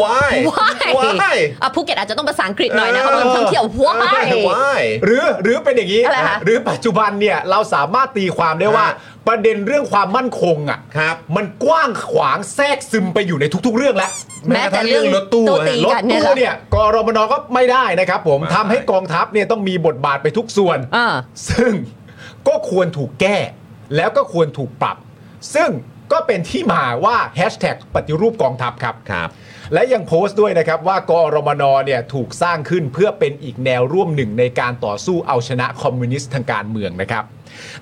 S1: why
S4: why
S1: why
S4: อ่ะภูเก็ตอาจจะต้องภาษาอังกฤษหน่อยนะเขาเป็นท่องเที่ยว why
S1: why
S3: หรือหรือเป็นอย่างนี้
S4: อะไรคะ
S3: หรือปัจจุบันเนี่ยเราสามารถตีความได้ว่า
S1: ฮะ
S3: ประเด็นเรื่องความมั่นคงอ่ะ
S1: ครับ
S3: มันกว้างขวางแทรกซึมไปอยู่ในทุก ๆ เรื่องแล้ว
S4: แม้แต่เรื่อง
S1: รถตู้
S4: ตี
S3: รถ
S4: กันเนี่ยเหร
S3: ตู้
S4: อ
S3: เนี่ยกรมนก็ไม่ได้นะครับผม
S1: ไม่
S3: ทำให้กองทัพเนี่ยต้องมีบทบาทไปทุกส่วน
S4: อ่า
S3: ซึ่งก็ควรถูกแก้ แล้วก็ควรถูกปรับ ซึ่งก็เป็นที่มาว่าแฮชแท็กปฏิรูปกองทัพครับ
S1: ครับ
S3: และยังโพสต์ด้วยนะครับว่ากรมนเนี่ยถูกสร้างขึ้นเพื่อเป็นอีกแนวร่วมหนึ่งในการต่อสู้เอาชนะคอมมิวนิสต์ทางการเมืองนะครับ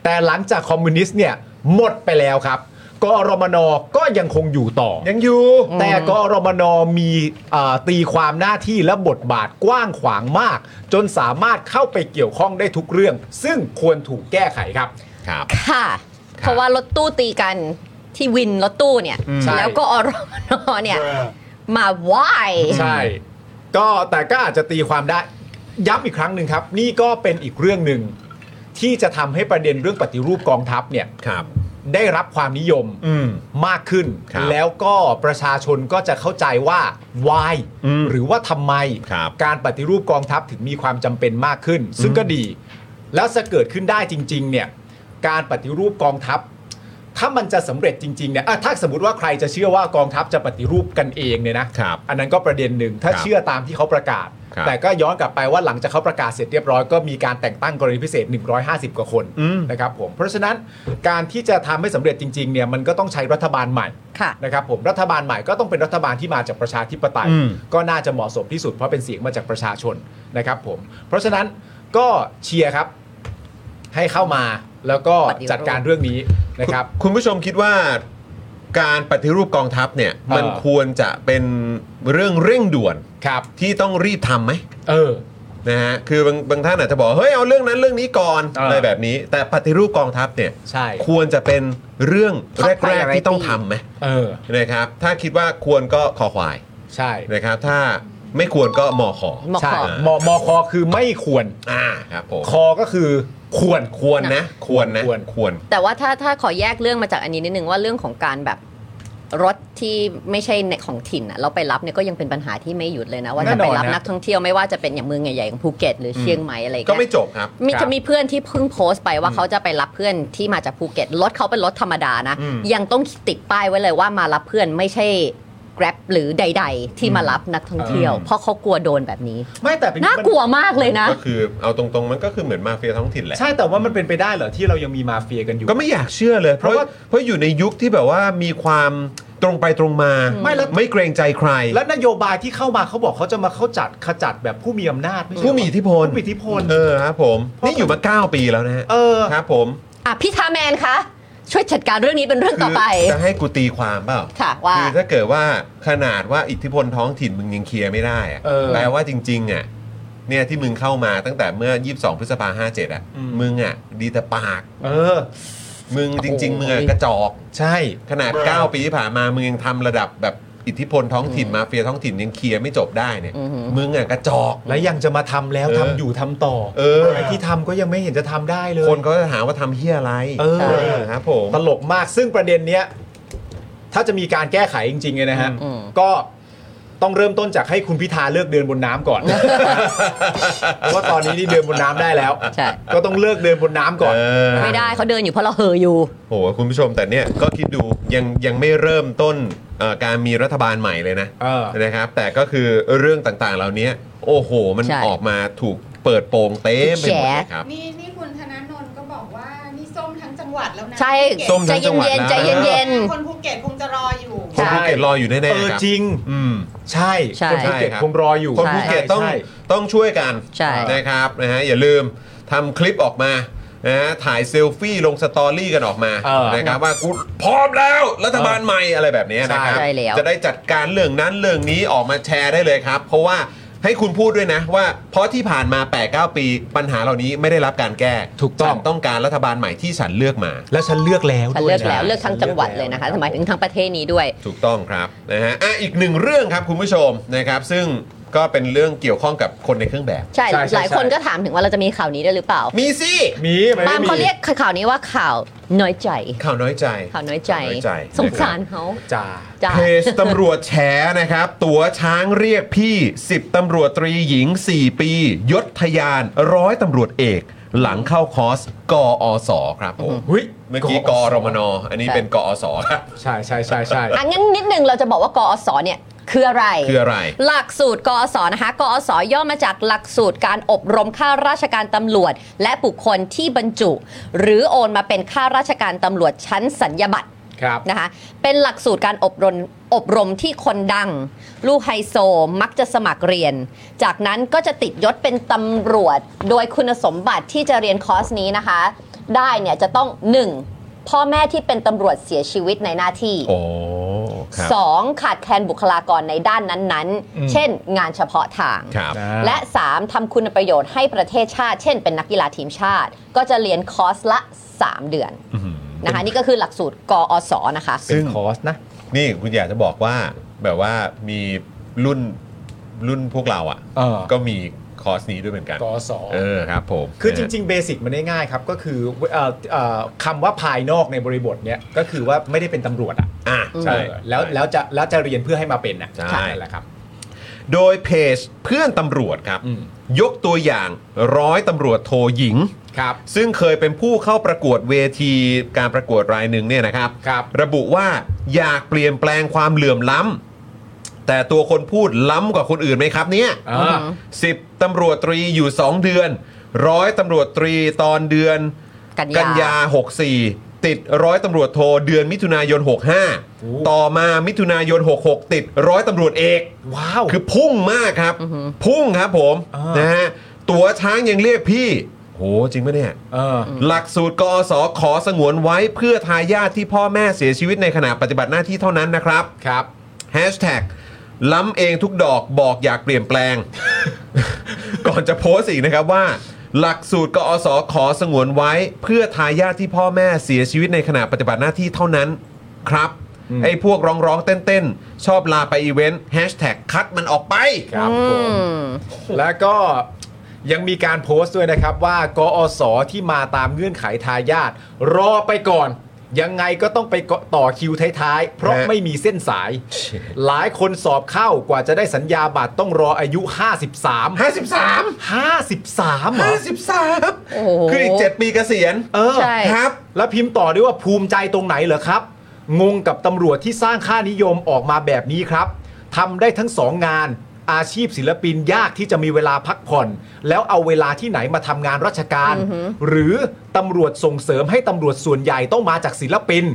S3: แต่หลังจากคอมมิวนิสต์เนี่ยหมดไปแล้วครับกรมนก็ยังคงอยู่ต่อ
S1: ยังอยู่
S3: แต่กอรมนมีเอ่อตีความหน้าที่และบทบาทกว้างขวางมาก จนสามารถเข้าไปเกี่ยวข้องได้ทุกเรื่อง ซึ่งควรถูกแก้ไขครับ
S1: ครับ
S4: ค่ะ เพราะว่ารถตู้ตีกันที่วินรถตู้เนี่ย
S3: ใช่
S4: แล้วก็อรมนเนี่ย มา why
S3: ใช่ ก็แต่ก็อาจจะตีความได้ ย้ำอีกครั้งหนึ่งครับ นี่ก็เป็นอีกเรื่องหนึ่งที่จะทำให้ประเด็นเรื่องปฏิรูปกองทัพเนี่ย
S1: ครับ
S3: ได้รับความนิยม
S1: อืม
S3: มากขึ้น
S1: ครับ
S3: แล้วก็ประชาชนก็จะเข้าใจว่า why
S1: อืม
S3: หรือว่าทำไม
S1: ครับ
S3: การปฏิรูปกองทัพถึงมีความจำเป็นมากขึ้น ซึ่งก็ดี แล้วจะเกิดขึ้นได้จริง ๆ เนี่ย การปฏิรูปกองทัพ ถ้ามันจะสำเร็จจริง ๆ เนี่ยอ่ะถ้าสมมติว่าใครจะเชื่อว่ากองทัพจะปฏิรูปกันเองเนี่ยนะครับอันนั้นก็ประเด็นหนึ่งถ้า
S1: ครับ
S3: เชื่อตามที่เขาประกาศ
S1: ครับ
S3: แต่ก็ย้อนกลับไปว่าหลังจากเขาประกาศเสร็จเรียบร้อยก็มีการแต่งตั้งกรณีพิเศษ 150 กว่าคนนะครับผม เพราะฉะนั้นการที่จะทำให้สำเร็จจริง ๆ เนี่ยมันก็ต้องใช้รัฐบาลใหม่
S4: ค่ะ
S3: นะครับผมรัฐบาลใหม่ก็ต้องเป็นรัฐบาลที่มาจากประชาธิปไตย
S1: อืม
S3: ก็น่าจะเหมาะสมที่สุดเพราะเป็นเสียงมาจากประชาชนนะครับผม เพราะฉะนั้นก็เชียร์ครับ ให้เข้ามาแล้วก็
S4: ปฏิรูป
S3: จัดการเรื่องนี้นะครับ
S1: ณคุณผู้ชมคิดว่าการปฏิรูปกองทัพเนี่ย มัน
S3: เออ
S1: ควรจะเป็นเรื่องเร่งด่วน
S3: ครับ
S1: ที่ต้องรีบทำไหม
S3: เออ
S1: นะฮะคือบางบางท่านอาจจะบอก เฮ้ย เอาเรื่องนั้นเรื่องนี้ก่อน
S3: เอออ
S1: อะไรแบบนี้ แต่ปฏิรูปกองทัพเนี่ย
S3: ใช่
S1: ควรจะเป็นเรื่องแ
S4: Top
S1: รก ๆ ที่ต้อง
S4: priority
S1: ทำไหม
S3: เออ
S1: นะครับ ถ้าคิดว่าควรก็คอควาย
S3: ใช่
S1: นะครับ ถ้าไม่ควรก็มอขอ
S4: มอ
S3: ใช่
S4: ขอ
S3: มมคคือไม่ควร
S1: อ่าครับผม
S3: คอก็คือควร
S1: ควรนะ ควรนะ
S3: ควร
S1: ควร
S4: แต่ว่าถ้าถ้าขอแยกเรื่องมาจากอันนี้นิดนึงว่าเรื่องของการแบบรถที่ไม่ใช่ในของถิ่นอะเราไปรับเนี่ยก็ยังเป็นปัญหาที่ไม่หยุดเลยนะ ว่าจะไปรับ
S3: แน่นอนนะ
S4: นักท่องเที่ยวไม่ว่าจะเป็นอย่างเมืองใหญ่ๆของภูเก็ตหรือเชียงใหม่อะไร
S1: ก็
S4: เงี้ย
S1: ไม่จบครับ
S4: มี
S3: ครับ
S4: จะมีเพื่อนที่เพิ่งโพสต์ไปว่าเขาจะไปรับเพื่อนที่มาจากภูเก็ตรถเขาเป็นรถธรรมดานะ
S1: อืม
S4: ยังต้องติดป้ายไว้เลยว่ามารับเพื่อนไม่ใช่ Grab หรือใด ๆ ที่มารับนักท่องเที่ยว
S3: อืม
S4: เพราะเขากลัวโดนแบบนี้
S3: ไม่แต่เป็น
S4: น่ากลัวมากเลยนะ
S1: ก็คือเอาตรงๆ มันก็คือเหมือนมาเฟียท้องถิ่นแหละ
S3: ใช่แต่ว่ามันเป็นไปได้เหรอที่เรายังมีมาเฟียกันอยู่
S1: ก็ไม่อยากเชื่อเลย เพราะว่าเพราะอยู่ในยุคที่แบบว่ามีความตรงไปตรงมา
S3: ไม่แล้ว
S1: ไม่เกรงใจใคร
S3: และนโยบายที่เข้ามาเขาบอกเขาจะมาเขาจัดขจัดแบบผู้มีอำนาจไใช่เหรอ
S1: ผู้มีอิทธิพล
S3: ผู้มีอิทธิพล
S1: เออครับผม
S3: เพราะ
S1: นี่อยู่มา 9 ปีแล้วนะฮะ
S3: เออ
S1: ครับผม
S4: อ่ะพี่ทาแมนคะช่วยจัดการเรื่องนี้เป็นเรื่องต่อไป
S1: คือจะให้กูตีความเปล่า
S4: ค่ะว่า
S1: คือถ้าเกิดว่าขนาดว่าอิทธิพลท้องถิ่นมึงยังเคลียร์ไม่ได้อะ
S3: เออ
S1: แปลว่าจริงๆอ่ะเนี่ยที่มึงเข้ามาตั้งแต่เมื่อ 22 พฤษภาห้าเจ็ดอ่ะ
S3: อืม
S1: มึงอ่ะดีแต่ปาก
S3: เออ
S1: มึงจริง ๆมึงอะกระจอก
S3: ใช่
S1: ขนาด 9 ปีที่ผ่านมา มึงยังทำระดับแบบอิทธิพลท้องถิ่นมาเฟียท้องถิ่นยังเคลียร์ไม่จบได้เนี่ย
S4: อือหือ
S1: มึงอ่ะกระจอก
S3: และยังจะมาทำแล้ว
S1: เออ
S3: ทำอยู่ทำต่อ
S1: เออ
S3: ไที่ทำก็ยังไม่เห็นจะทำได้เลย
S1: คนเขาจะหาว่าทำเฮี้ยอะไร
S3: เออ
S1: ครับผม
S3: ตลกมากซึ่งประเด็นเนี้ยถ้าจะมีการแก้ไขจริงๆเลยนะฮะ
S4: อืม
S3: ก็ต้องเริ่มต้นจากให้คุณพิธาเลิกเดินบนน้ำ <laughs> ก่อน เพราะว่าตอนนี้นี่เดินบนน้ำได้แล้ว
S4: ใช่
S3: ก็ต้องเลิกเดินบนน้ำก่อน
S1: เออ
S4: ไม่ได้เขาเดินอยู่เพราะเราเหออยู่
S1: โหคุณผู้ชมแต่เนี่ยก็คิดดูยังยังไม่เริ่มต้นเอ่อการมีรัฐบาลใหม่เลยนะ
S3: เออ
S1: นะครับ แต่ก็คือเรื่องต่างๆ เหล่านี้โอ้โห มัน
S4: ใช่
S1: ออกมาถูกเปิดโปงเต็มไปหมดเลย
S4: แฉ
S1: ครับ
S7: นี่นี่คุณธนาโนนก็บอกว่า นี่ส้มทั้งจังหวัดแล้วนะ
S4: ใช่
S7: ภูเก็ต
S1: ส้ม
S4: ใจ
S1: ทั้งจัง
S4: เย็
S1: หวัด
S4: น
S1: นะ
S4: ๆใจเย็น
S7: คนภูเก็ตคงจะรออยู่
S1: ค
S4: ใช่
S1: นภูเก็ตรออยู่แน่
S3: เออ
S1: ๆครับ
S3: จริง
S1: อืม
S3: ใช่
S4: ใช่
S3: คนภูเก็ต
S1: ใช่ครับ
S3: คงรออยู่
S1: คนภูเก็ตต้อง
S3: ใช่
S1: ต้องช่วยกัน
S4: ใช่
S1: นะครับนะฮะอย่าลืมทำคลิปออกมานะฮะถ่ายเซลฟี่ลงสตอรี่กันออกมา
S3: เออ
S1: นะครับว่ากูพร้อมแล้วรัฐบาลใหม่อะไรแบบเนี้ยนะครับ
S4: ใช่แล้ว
S1: จะได้จัดการเรื่องนั้นเรื่องนี้ออกมาแชร์ได้เลยครับ เพราะว่า ให้คุณพูดด้วยนะว่าเพราะที่ผ่านมา 8-9 ปีปัญหาเหล่านี้ไม่ได้รับการแก้
S3: ถูกต้อง
S1: ฉันต้องการรัฐบาลใหม่ที่ฉันเลือกมา
S3: แล้วฉันเลือกแล้ว
S4: ฉัน
S3: ด้วย
S4: เลือกแล้ว
S3: นะ
S4: เลือกทั้งจังหวัดเลยนะคะหมายถึงทั้งประเทศนี้ด้วย
S1: ถูกต้องครับนะฮะอ่ะอีกหนึ่งเรื่องครับคุณผู้ชมนะครับ ซึ่งก็เป็นเรื่องเกี่ยวข้องกับคนในเครื่องแบบ
S4: ใช่ หลายคนก็ถามถึงว่าเราจะมีข่าวนี้ได้วยหรือเปล่า
S1: มีสิ
S3: มีไหม
S4: บาง
S3: มี
S4: เขาเรียกข่าวนี้ว่าข่าวน้อยใจ
S1: ข่าวน้อยใจ
S4: ข่าวน้อยใจ
S1: ข่าวน้อยใจ
S4: สงสารเขา
S3: จ่า
S4: จ้า
S1: เพจตำรวจแฉนะครับ ตัวช้างเรียกพี่ 10ตำรวจตรีหญิง 4 ปี ยศทะยานร้อยตำรวจเอก หลังเข้าคอร์สกออสครับผม
S3: หุ้ย
S1: เมื่อกี้กอรมนอันนี้
S4: ใช่
S1: เป็นกอสครับ
S3: ใช่ใช่ใช่ใช่
S4: อันนั้นนิดนึงเราจะบอกว่ากอสเนี่ยคืออะไร
S1: คืออะไร
S4: หลักสูตรกอสนะคะกอสย่อมาจากหลักสูตรการอบรมข้าราชการตำรวจ และบุคคลที่บรรจุ หรือโอนมาเป็นข้าราชการตำรวจชั้นสัญญาบัตร
S3: ครับ
S4: นะคะเป็นหลักสูตรการอบรมอบรมที่คนดัง ลูกไฮโซมักจะสมัครเรียน จากนั้นก็จะติดยศเป็นตำรวจ โดยคุณสมบัติที่จะเรียนคอร์สนี้นะคะ ได้เนี่ยจะต้อง 1. พ่อแม่ที่เป็นตำรวจเสียชีวิตในหน้าที่
S1: โอ้ครับ
S4: สองขาดแคลนบุคลากรในด้านนั้น
S3: อืม
S4: ๆ เช่น งานเฉพาะทาง
S1: ครับ
S3: นะ
S4: และ 3ทำคุณประโยชน์ให้ประเทศชาติ เช่น เป็นนักกีฬาทีมชาติ ก็จะเรียนคอร์สละ 3 เดือนนะคะนี่ก็คือหลักสูตรกอสนะคะ
S3: เป็นคอร์สนะ
S1: นี่คุณอยากจะบอกว่าแบบว่ามีรุ่นรุ่นพวกเราอ่ะ
S3: เออ
S1: ก็มีคอร์สนี้ด้วยเหมือนกัน
S3: กอส
S1: เออครับผม
S3: คือจริงๆ เบสิกมันได้ง่ายครับ ก็คือเอ่อเอ่อคำว่าภายนอกในบริบทเนี้ยก็คือว่าไม่ได้เป็นตำรวจอ่ะ
S1: ๆอ่ะใช่
S3: เออแล้วแล้วจะแล้วจะเรียนเพื่อให้มาเป็นอ่ะ
S1: ใช่
S3: นั่นแหละครับ
S1: โดยเพจเพื่อนตำรวจครับ
S3: อืม
S1: ยกตัวอย่างร้อยตำรวจโทหญิง
S3: ครับ
S1: ซึ่งเคยเป็นผู้เข้าประกวดเวทีการประกวดรายหนึ่งเนี่ยนะครับ
S3: ครับ
S1: ระบุว่าอยากเปลี่ยนแปลงความเหลื่อมล้ำแต่ตัวคนพูดล้ำกว่าคนอื่นไหมครับเนี่ย
S3: อ่า
S1: สิบตำรวจตรีอยู่ 2 เดือน ร้อยตำรวจตรีตอนเดือน
S4: กันยา
S1: 64 ติดร้อยตำรวจโทเดือนมิถุนายน
S3: โอ้
S1: 65 ต่อมามิถุนายน 66 ติดร้อยตำรวจเอก
S3: ว้าว
S1: คือพุ่งมากครับ พุ่งครับผม
S3: อ่าน
S1: นะฮะตัวช้างยังเรียกพี่ โหจริงไหมเนี่ย
S3: เออ
S1: หลักสูตรกอสขอสงวนไว้เพื่อทายาทที่พ่อแม่เสียชีวิตในขณะปฏิบัติหน้าที่เท่านั้นนะครับ
S3: ครับ
S1: แฮชแท็กล้ำเองทุกดอกบอกอยากเปลี่ยนแปลง <laughs> ก่อนจะโพสต์อีกนะครับว่า หลักสูตรกอสขอสงวนไว้ เพื่อทายาทที่พ่อแม่เสียชีวิตในขณะปฏิบัติหน้าที่เท่านั้นครับ ไอ้พวกร้องร้องๆเต้นเต้นๆ ชอบลาไปอีเวนต์แฮชแท็กคัดมันออกไป
S3: ครับผ
S4: อื
S3: ม
S4: ม
S3: แล้วก็ยังมีการโพสต์ด้วยนะครับว่ากอสที่มาตามเงื่อนไขทายาทรอไปก่อน ยังไงก็ต้องไปต่อคิวท้ายๆ เพราะ
S1: ฮะ
S3: ไม่มีเส้นสาย หลายคนสอบเข้ากว่าจะได้สัญญาบัตรต้องรออายุ 53
S1: 53
S3: 53เหรอ
S4: โอ้โห
S1: 53คืออีก 7 ปีเกษียณ
S3: เออ
S4: ใช่
S1: ครับ
S3: แล้วพิมพ์ต่อด้วยว่าภูมิใจตรงไหนเหรอครับ งงกับตำรวจที่สร้างค่านิยมออกมาแบบนี้ครับทำได้ทั้งสองงาน อาชีพศิลปินยากที่จะมีเวลาพักผ่อน แล้วเอาเวลาที่ไหนมาทำงานราชการ หรือตำรวจส่งเสริมให้ตำรวจส่วนใหญ่ต้องมาจากศิลปิน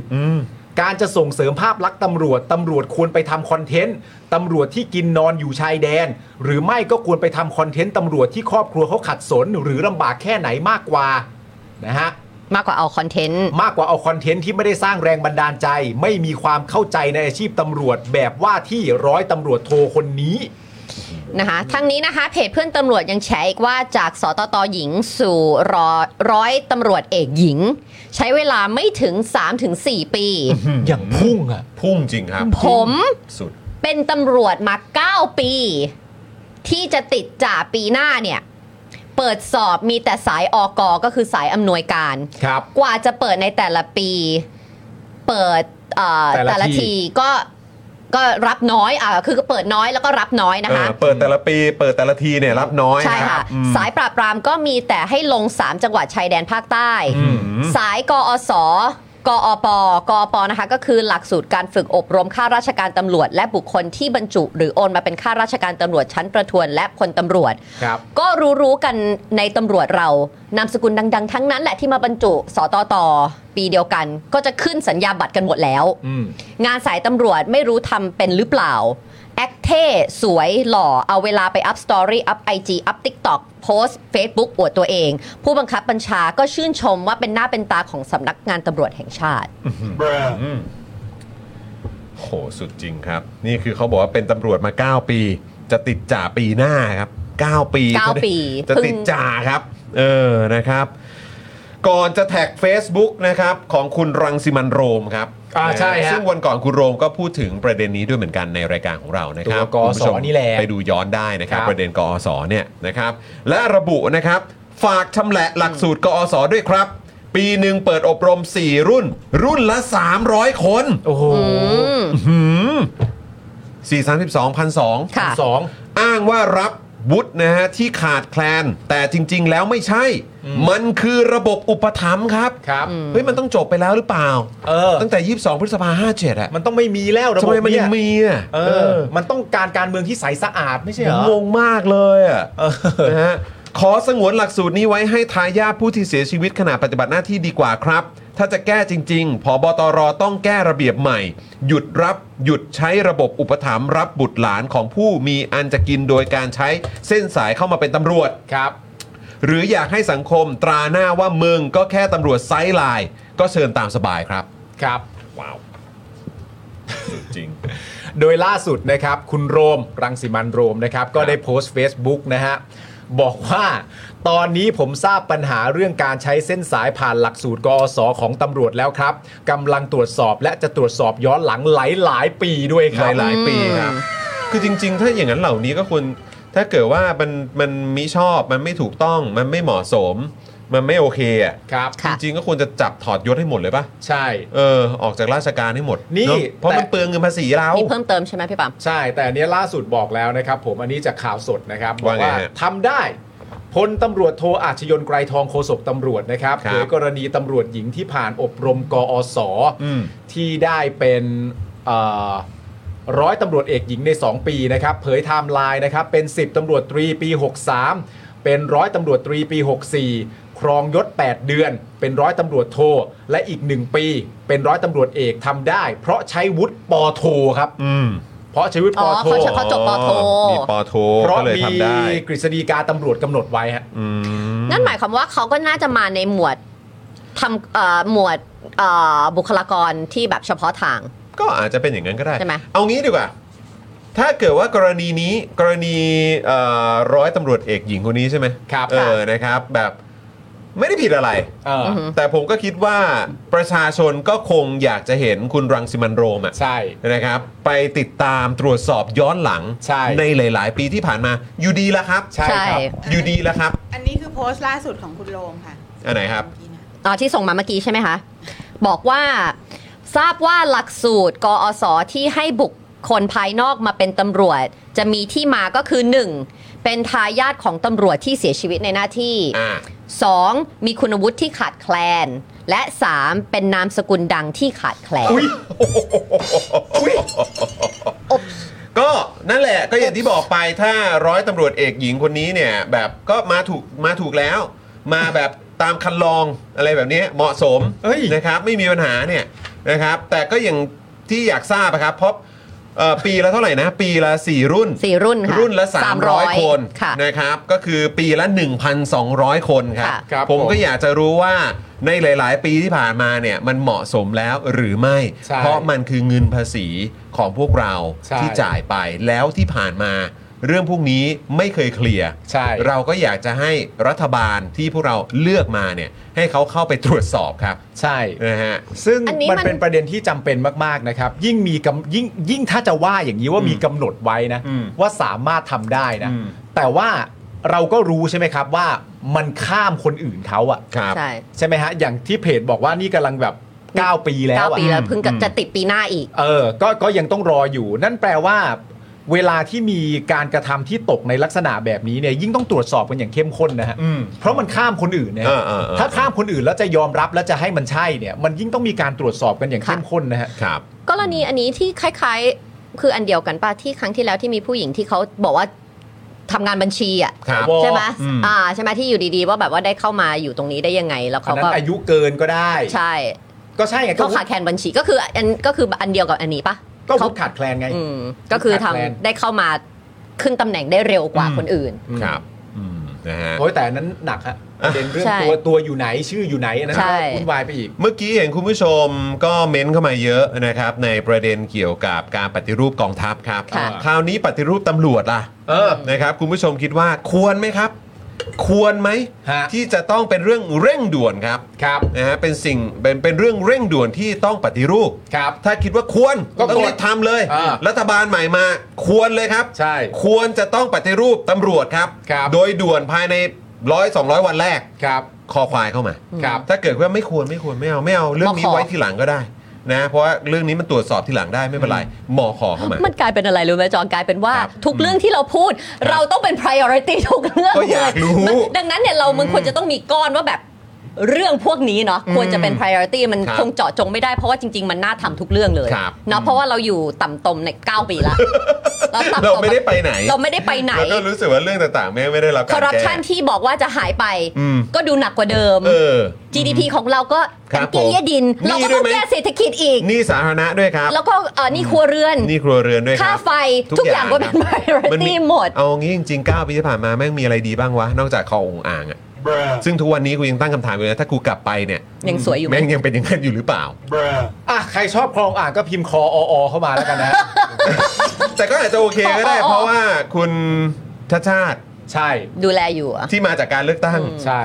S3: การจะส่งเสริมภาพลักษณ์ตำรวจ ตำรวจควรไปทำคอนเทนต์ ตำรวจที่กินนอนอยู่ชายแดน หรือไม่ก็ควรไปทำคอนเทนต์ตำรวจที่ครอบครัวเขาขัดสน หรือลำบากแค่ไหนมากกว่านะฮะ
S4: มากกว่าเอาคอนเทนต์
S3: มากกว่าเอาคอนเทนต์ที่ไม่ได้สร้างแรงบันดาลใจ ไม่มีความเข้าใจในอาชีพตำรวจแบบว่าที่ร้อยตำรวจโทคนนี้
S4: นะคะทั้งนี้นะคะเพจเพื่อนตำรวจยังแฉอีกว่าจากสตตหญิงสู่รอร้อยตำรวจเอกหญิง ใช้เวลาไม่ถึง 3-4 ปี
S3: อย่างพุ่งอะ
S1: พุ่งจริงครับ
S4: ผม
S1: สุด
S4: เป็นตำรวจมา 9 ปี ที่จะติดจ่าปีหน้าเนี่ย เปิดสอบมีแต่สายอกอก็คือสายอำนวยการ
S3: ครับ
S4: กว่าจะเปิดในแต่ละปี เปิดเอ่อ
S3: แต่ละ
S4: แต่ละ
S3: ที
S4: ทีก็ก็รับน้อยอ่ะคือเปิดน้อยแล้วก็รับน้อยนะคะ
S1: เออเปิดแต่ละปี เปิดแต่ละทีเนี่ยรับน้อย
S4: ใช่
S1: น
S4: ค่ะ
S1: อืม
S4: สายปราบปรามก็มีแต่ให้ลง 3 จังหวัดชายแดนภาคใต้ สายกอสกอปกอปนะคะก็คือหลักสูตรการฝึกอบรมข้าราชการตำรวจ และบุคคลที่บรรจุ หรือโอนมาเป็นข้าราชการตำรวจชั้นประทวนและพลตำรวจ
S3: ครับ
S4: ก็รู้รู้ๆกันในตำรวจเรานามสกุลดัง ๆ ทั้งนั้นแหละที่มาบรรจุสตตปีเดียวกัน ก็จะขึ้นสัญญาบัตรกันหมดแล้ว
S3: อืม
S4: งานสายตำรวจไม่รู้ทำเป็นหรือเปล่า แอคเท่สวยหล่อเอาเวลาไปอัพสตอรี่อัพไอจีอัพทิกตอกโพสเฟซบุ๊กอวดตัวเอง ผู้บังคับบัญชาก็ชื่นชมว่าเป็นหน้าเป็นตาของสำนักงานตำรวจแห่งชาติ
S1: โหสุดจริงครับ นี่คือเขาบอกว่าเป็นตำรวจมา 9 ปี จะติดจ่าปีหน้าครับ 9 ปี
S4: เก้าปี
S1: จะ
S4: เพิ่ง
S1: ติดจ่าครับ เออนะครับ ก่อนจะแท็ก Facebook นะครับของคุณรังสิมันโรมครับ
S3: อ่าใช่ฮะ
S1: ซึ่งวันก่อนคุณโรมก็พูดถึงประเด็นนี้ด้วยเหมือนกันในรายการของเรานะครับ
S3: ตัวกอส
S1: คุณผู้ชม
S3: นี่แหละ
S1: ไปดูย้อนได้นะครับ
S3: ครับ
S1: ประเด็นกอสเนี่ยนะครับ และระบุนะครับ ฝากชำแหละหลักสูตรกอสด้วยครับ ปีหนึ่งเปิดอบรม 4 รุ่น รุ่นละ 300 คน
S3: โอ้โห
S4: อืม
S1: หืมสี่สามสิบสองพันสอง
S4: ค่ะ
S3: สอง
S1: อ้างว่ารับวุฒินะฮะที่ขาดแคลน แต่จริง ๆ แล้วไม่ใช่ มันคือระบบอุปถัมภ์ครับ
S3: ครับ
S1: เฮ้ย มันต้องจบไปแล้วหรือเปล่า
S3: เออ
S1: ตั้งแต่ 22 พฤษภาห้าเจ็ดอะ
S3: มันต้องไม่มีแล้วระบ
S1: ทำ
S3: บ
S1: ไมมัน
S3: เนี้
S1: ยั
S3: ย
S1: งมีอะ
S3: เออ มันต้องการการเมืองที่ใสสะอาดไม่ใช่เหรอ
S1: งงมากเลยอะ
S3: เออ
S1: นะฮะขอสงวนหลักสูตรนี้ไว้ให้ทายาทผู้ที่เสียชีวิตขณะปฏิบัติหน้าที่ดีกว่าครับ ถ้าจะแก้จริงๆผบตรต้องแก้ระเบียบใหม่ หยุดรับหยุดใช้ระบบอุปถัมภ์รับบุตรหลานของผู้มีอันจะกินโดยการใช้เส้นสายเข้ามาเป็นตำรวจ
S3: ครับ
S1: หรืออยากให้สังคมตราหน้าว่ามึงก็แค่ตำรวจไซส์ไลน์ก็เชิญตามสบายครับ
S3: ครับ
S1: ว้าว จริง
S3: โดยล่าสุดนะครับ คุณโรมรังสิมันต์โรมนะครับ ก็ได้โพสต์ Facebook นะฮะ บอกว่า ตอนนี้ผมทราบปัญหาเรื่องการใช้เส้นสายผ่านหลักสูตรกอสของตำรวจแล้วครับกำลังตรวจสอบและจะตรวจสอบย้อนหลังหลายหลายๆปีด้วยค
S1: ห
S3: รับ
S1: ลายหลายๆปีครับ คือจริง ๆ ถ้าอย่างนั้นเหล่านี้ก็ควรถ้าเกิดว่ามันมันมิชอบมันไม่ถูกต้องมันไม่เหมาะสม มันไม่โอเคอ่ะ
S3: ครับ
S4: ค่ะ
S1: จริงๆก็ควรจะจับถอดยศให้หมดเลยป่ะ
S3: ใช่
S1: เออออกจากราชการให้หมด
S3: นี่
S1: เอะเพราะ
S3: แต่
S1: มันเปลืองเงินภาษีเรา
S4: นี่เพิ่มเติมใช่ไหมพี่ปั๊ม
S3: ใช่ แต่อันเนี้ยล่าสุดบอกแล้วนะครับ ผมอันนี้จากข่าวสดนะครับบอก
S1: ว่าไง
S3: ว่า
S1: ฮะ
S3: ทำได้พลตำรวจโทอาชยนไกรทองโฆษกตำรวจนะครับ
S1: ครับ
S3: โดยกรณีตำรวจหญิงที่ผ่านอบรมกอส
S1: อืม
S3: ที่ได้เป็นเอ่อร้อยตำรวจเอกหญิงใน 2 ปีนะครับ เผยไทม์ไลน์นะครับ เป็น 10ตำรวจตรีปี 63 เป็นร้อยตำรวจตรีปี 64 ครองยศ 8 เดือน เป็นร้อยตำรวจโทและอีก 1 ปี เป็นร้อยตำรวจเอกทำได้ เพราะใช้วุฒิปอโทครับ
S1: อืม
S3: เพราะชีวิตป
S4: อ๋
S3: อ
S4: อ
S3: โท
S4: เขาใช้เขาจบปอโท
S1: มีปอโท
S3: เพราะ
S1: ก็เลย
S3: มี
S1: ทำได้
S3: กฤษฎีกาตำรวจกำหนดไว้ฮะ
S1: อืม
S4: นั่นหมายความว่าเขาก็น่าจะมาในหมวดทำเอ่อหมวดเอ่อบุคลากรที่แบบเฉพาะทาง
S1: ก็อาจจะเป็นอย่างนั้นก็ได้
S4: ใช่ไหม
S1: เอางี้ดีกว่า ถ้าเกิดว่ากรณีนี้กรณีเอ่อร้อยตำรวจเอกหญิงคนนี้ใช่ไหม
S3: ครับ
S1: เออนะครับ แบบไม่ได้ผิดอะไร
S3: เอออ
S4: อฮึ
S1: แต่ผมก็คิดว่าประชาชนก็คงอยากจะเห็นคุณรังสิมันต์โรมอะ
S3: ใช่
S1: นะครับ ไปติดตามตรวจสอบย้อนหลัง
S3: ใช่
S1: หลาย ๆ ปีที่ผ่านมาอยู่ดีแล้วครับ
S3: ใช่ครับ
S1: อยู่ดีแล้วครับ
S7: อันนี้คือโพสต์ล่าสุดของคุณโรมค่ะ
S1: อันไหนครับ
S7: เมื่อกี้เนี่ย
S4: อ๋อที่ส่งมาเมื่อกี้ใช่ไหมคะ บอกว่าทราบว่าหลักสูตรกอสที่ให้บุคคลภายนอกมาเป็นตำรวจ จะมีที่มาก็คือ 1. เป็นทายาทของตำรวจที่เสียชีวิตในหน้าที่
S1: อ่า
S4: 2. มีคุณวุฒิที่ขาดแคลน และ 3. เป็นนามสกุลดังที่ขาดแคลน
S1: ก็นั่นแหละก็อย่างที่บอกไปถ้าร้อยตำรวจเอกหญิงคนนี้เนี่ย แบบก็มาถูกมาถูกแล้ว มาแบบตามคันลองอะไรแบบนี้เหมาะสม
S3: เอ้ย
S1: นะครับ ไม่มีปัญหาเนี่ยนะครับ แต่ก็อย่างที่อยากทราบอะครับเพราะเอ่อปีละเท่าไหร่นะ ปีละ 4 รุ่น
S4: สี่รุ่นค่ะ
S1: รุ่นละ 300
S4: 300
S1: คน
S4: ค่ะ
S1: นะครับ ก็คือปีละ 1,200 คนครับ
S4: ค่ะ
S3: ครับ
S1: ผม
S3: ผม
S1: ก็อยากจะรู้ว่าในหลาย ๆ ปีที่ผ่านมาเนี่ยมันเหมาะสมแล้วหรือไม่
S3: ใช่
S1: เพราะมันคือเงินภาษีของพวกเรา
S3: ใช่
S1: ที่จ่ายไปแล้วที่ผ่านมาเรื่องพวกนี้ไม่เคยเคลียร์
S3: ใช่
S1: เราก็อยากจะให้รัฐบาลที่พวกเราเลือกมาเนี่ยให้เขาเข้าไปตรวจสอบครับ
S3: ใช่
S1: นะฮะ
S3: ซึ่ง
S4: อันนี้
S3: มัน
S4: มัน
S3: เป็นประเด็นที่จำเป็นมาก ๆ นะครับ ยิ่งมีกำยิ่งยิ่งถ้าจะว่าอย่างนี้ว่ามีกำหนดไว้นะ
S1: อืม
S3: ว่าสามารถทำได้นะ
S1: อืม
S3: แต่ว่าเราก็รู้ใช่ไหมครับว่ามันข้ามคนอื่นเขาอะ
S1: ครับ
S4: ใช่
S3: ใช่ไหมฮะ อย่างที่เพจบอกว่านี่กำลังแบบเก้าปีแล้ว
S4: เก้า
S3: อะ
S4: ปีแล้วเพิ่งจะจะติดปีหน้าอีก
S3: เออ ก็ ก็ยังต้องรออยู่ นั่นแปลว่า เวลาที่มีการกระทำที่ตกในลักษณะแบบนี้เนี่ย ยิ่งต้องตรวจสอบกันอย่างเข้มข้นนะฮะ
S1: อืม
S3: เพราะมันข้ามคนอื่นนะฮะ
S1: เออเออเออ
S3: ถ้าข้ามคนอื่นแล้วจะยอมรับแล้วจะให้มันใช่เนี่ย มันยิ่งต้องมีการตรวจสอบกันอย่าง
S4: ค่ะ
S3: เข้มข้นนะฮะ
S1: ครับ
S4: กรณีอันนี้ที่คล้ายๆ คืออันเดียวกันป่ะที่ครั้งที่แล้วที่มีผู้หญิงที่เขาบอกว่าทำงานบัญชีอ่ะ
S1: ครับ
S3: วอ
S4: ใช่ไหม
S1: อืม
S4: อ่าใช่ไหมที่อยู่ดีๆ ว่าแบบว่าได้เข้ามาอยู่ตรงนี้ได้ยังไง แล้ว
S3: อัน
S4: เขา
S3: นั้
S4: ก็
S3: นอายุเกินก็ได้
S4: ใช่
S3: ก็ใช่ไง ก็
S4: เขาขาดแคลนบัญชีก็คืออันก็คืออันเดียวกับอันนี้ป่ะ
S3: ก็
S4: เขา
S3: วุฒิขาดแคลนไง
S4: อืมก็คือทำ
S3: ขาดแคลน
S4: ได้เข้ามาขึ้นตำแหน่งได้เร็วกว่าคนอื่น
S1: ครับอืม นะฮะ
S3: โอ้ยแต่อันนั้นหนักฮะประเด็นเรื่อง
S4: ใช่
S3: ตัวตัวอยู่ไหนชื่ออยู่ไหนอันนั้น
S4: ใช่
S3: ก็วุ่นวายไปอีก
S1: เมื่อกี้เห็นคุณผู้ชมก็เม้นเข้ามาเยอะนะครับ ในประเด็นเกี่ยวกับการปฏิรูปกองทัพครับ
S4: ค่ะ
S1: คราวนี้ปฏิรูปตำรวจล่ะ
S3: เออ
S1: นะครับ คุณผู้ชมคิดว่าควรไหมครับ ควรไหม
S3: ฮะ
S1: ที่จะต้องเป็นเรื่องเร่งด่วนครับ
S3: ครับ
S1: นะฮะเป็นสิ่งเป็นเป็นเรื่องเร่งด่วนที่ต้องปฏิรูป
S3: ครับ
S1: ถ้าคิดว่าควร
S3: ก็
S1: ต้อง
S3: กด
S1: รีบทำเลย
S3: อ่า
S1: รัฐบาลใหม่มา ควรเลยครับ
S3: ใช่
S1: ควรจะต้องปฏิรูปตำรวจครับ
S3: ครับ
S1: โดยด่วนภายในร้อยสองร้อยวันแรก
S3: ครับ
S1: คอควายเข้ามา
S3: ครับ
S1: ถ้าเกิดว่าไม่ควรไม่ควรไม่เอาไม่เอาเรื่องนี้
S4: มข
S1: ไว้ทีหลังก็ได้นะ เพราะว่าเรื่องนี้มันตรวจสอบทีหลังได้ไม่เป็นไรหมอขอเข้ามา
S4: มันกลายเป็นอะไรรู้ไหมจอนกลายเป็นว่า
S1: ครับ
S4: ทุกเรื่องที่เราพูด เราต้องเป็น priority ทุกเรื่อง
S1: ก็อยากรู้
S4: เลยมันดังนั้นเนี่ยเรามันควรจะต้องมีก้อนว่าแบบเรื่องพวกนี้เนาะควรจะเป็น priority มัน
S1: ครับ
S4: คงเจาะจงไม่ได้เพราะว่าจริง ๆ มันน่าทำทุกเรื่องเลย
S1: ครับ
S4: เนาะเพราะว่าเราอยู่ต่ำตมใน9ปีละต่ำต
S1: เราไม่ได้ไปไหน
S4: เราไม่ได้ไปไหน
S1: แล้วก็รู้สึกว่าเรื่องต่างๆ ไม่ไม่ได้รับ
S4: ค
S1: กา
S4: อ
S1: ร
S4: ร์รัป
S1: แก้
S4: ชันที่บอกว่าจะหายไป
S1: อืม
S4: ก็ดูหนักกว่าเดิม
S1: เออ
S4: GDP ของเราก็
S1: ครับ
S4: เป็นเกี้ยดิน
S1: ผม
S4: เรา
S1: นี่
S4: ก็
S1: ด้
S4: ต้
S1: ว
S4: อย ง
S1: ไหม
S4: แก้เศรษฐกิจอีก
S1: หนี่สาธารณะด้วยครับ
S4: แล้วก็เอ่อนี่ครัวเรือน
S1: หนี่ครัวเรือนด้วยค
S4: ค่า
S1: รับ
S4: ไฟ
S1: ทุก
S4: ทุกอย่าง
S1: อย่าง
S4: ก็เป็น
S1: ครับ มันมี
S4: priority หมด
S1: เอางี้จริงๆ9ปีที่ผ่านมาแม่งมีอะไรดีบ้างวะ นอกจากคอองอ่างอะซึ่งทุกวันนี้กูยังตั้งคำถามอยู่เลยถ้ากูกลับไปเนี่ย
S4: ยังสวยอยู่ไหม
S1: แม่งยังเป็นอย่างนั้นอยู่หรือเปล่า
S3: อ่ะใครชอบคลองอ่างก็พิมพ์คอออเข้ามาแล้วกันนะ
S1: แต่ก็อาจจะโอเคก็ได้ เพราะว่าคุณชาติชาติ
S3: ใช่
S4: ดูแลอยู่อะ
S1: ที่มาจากการเลือกตั้ง
S3: ใช่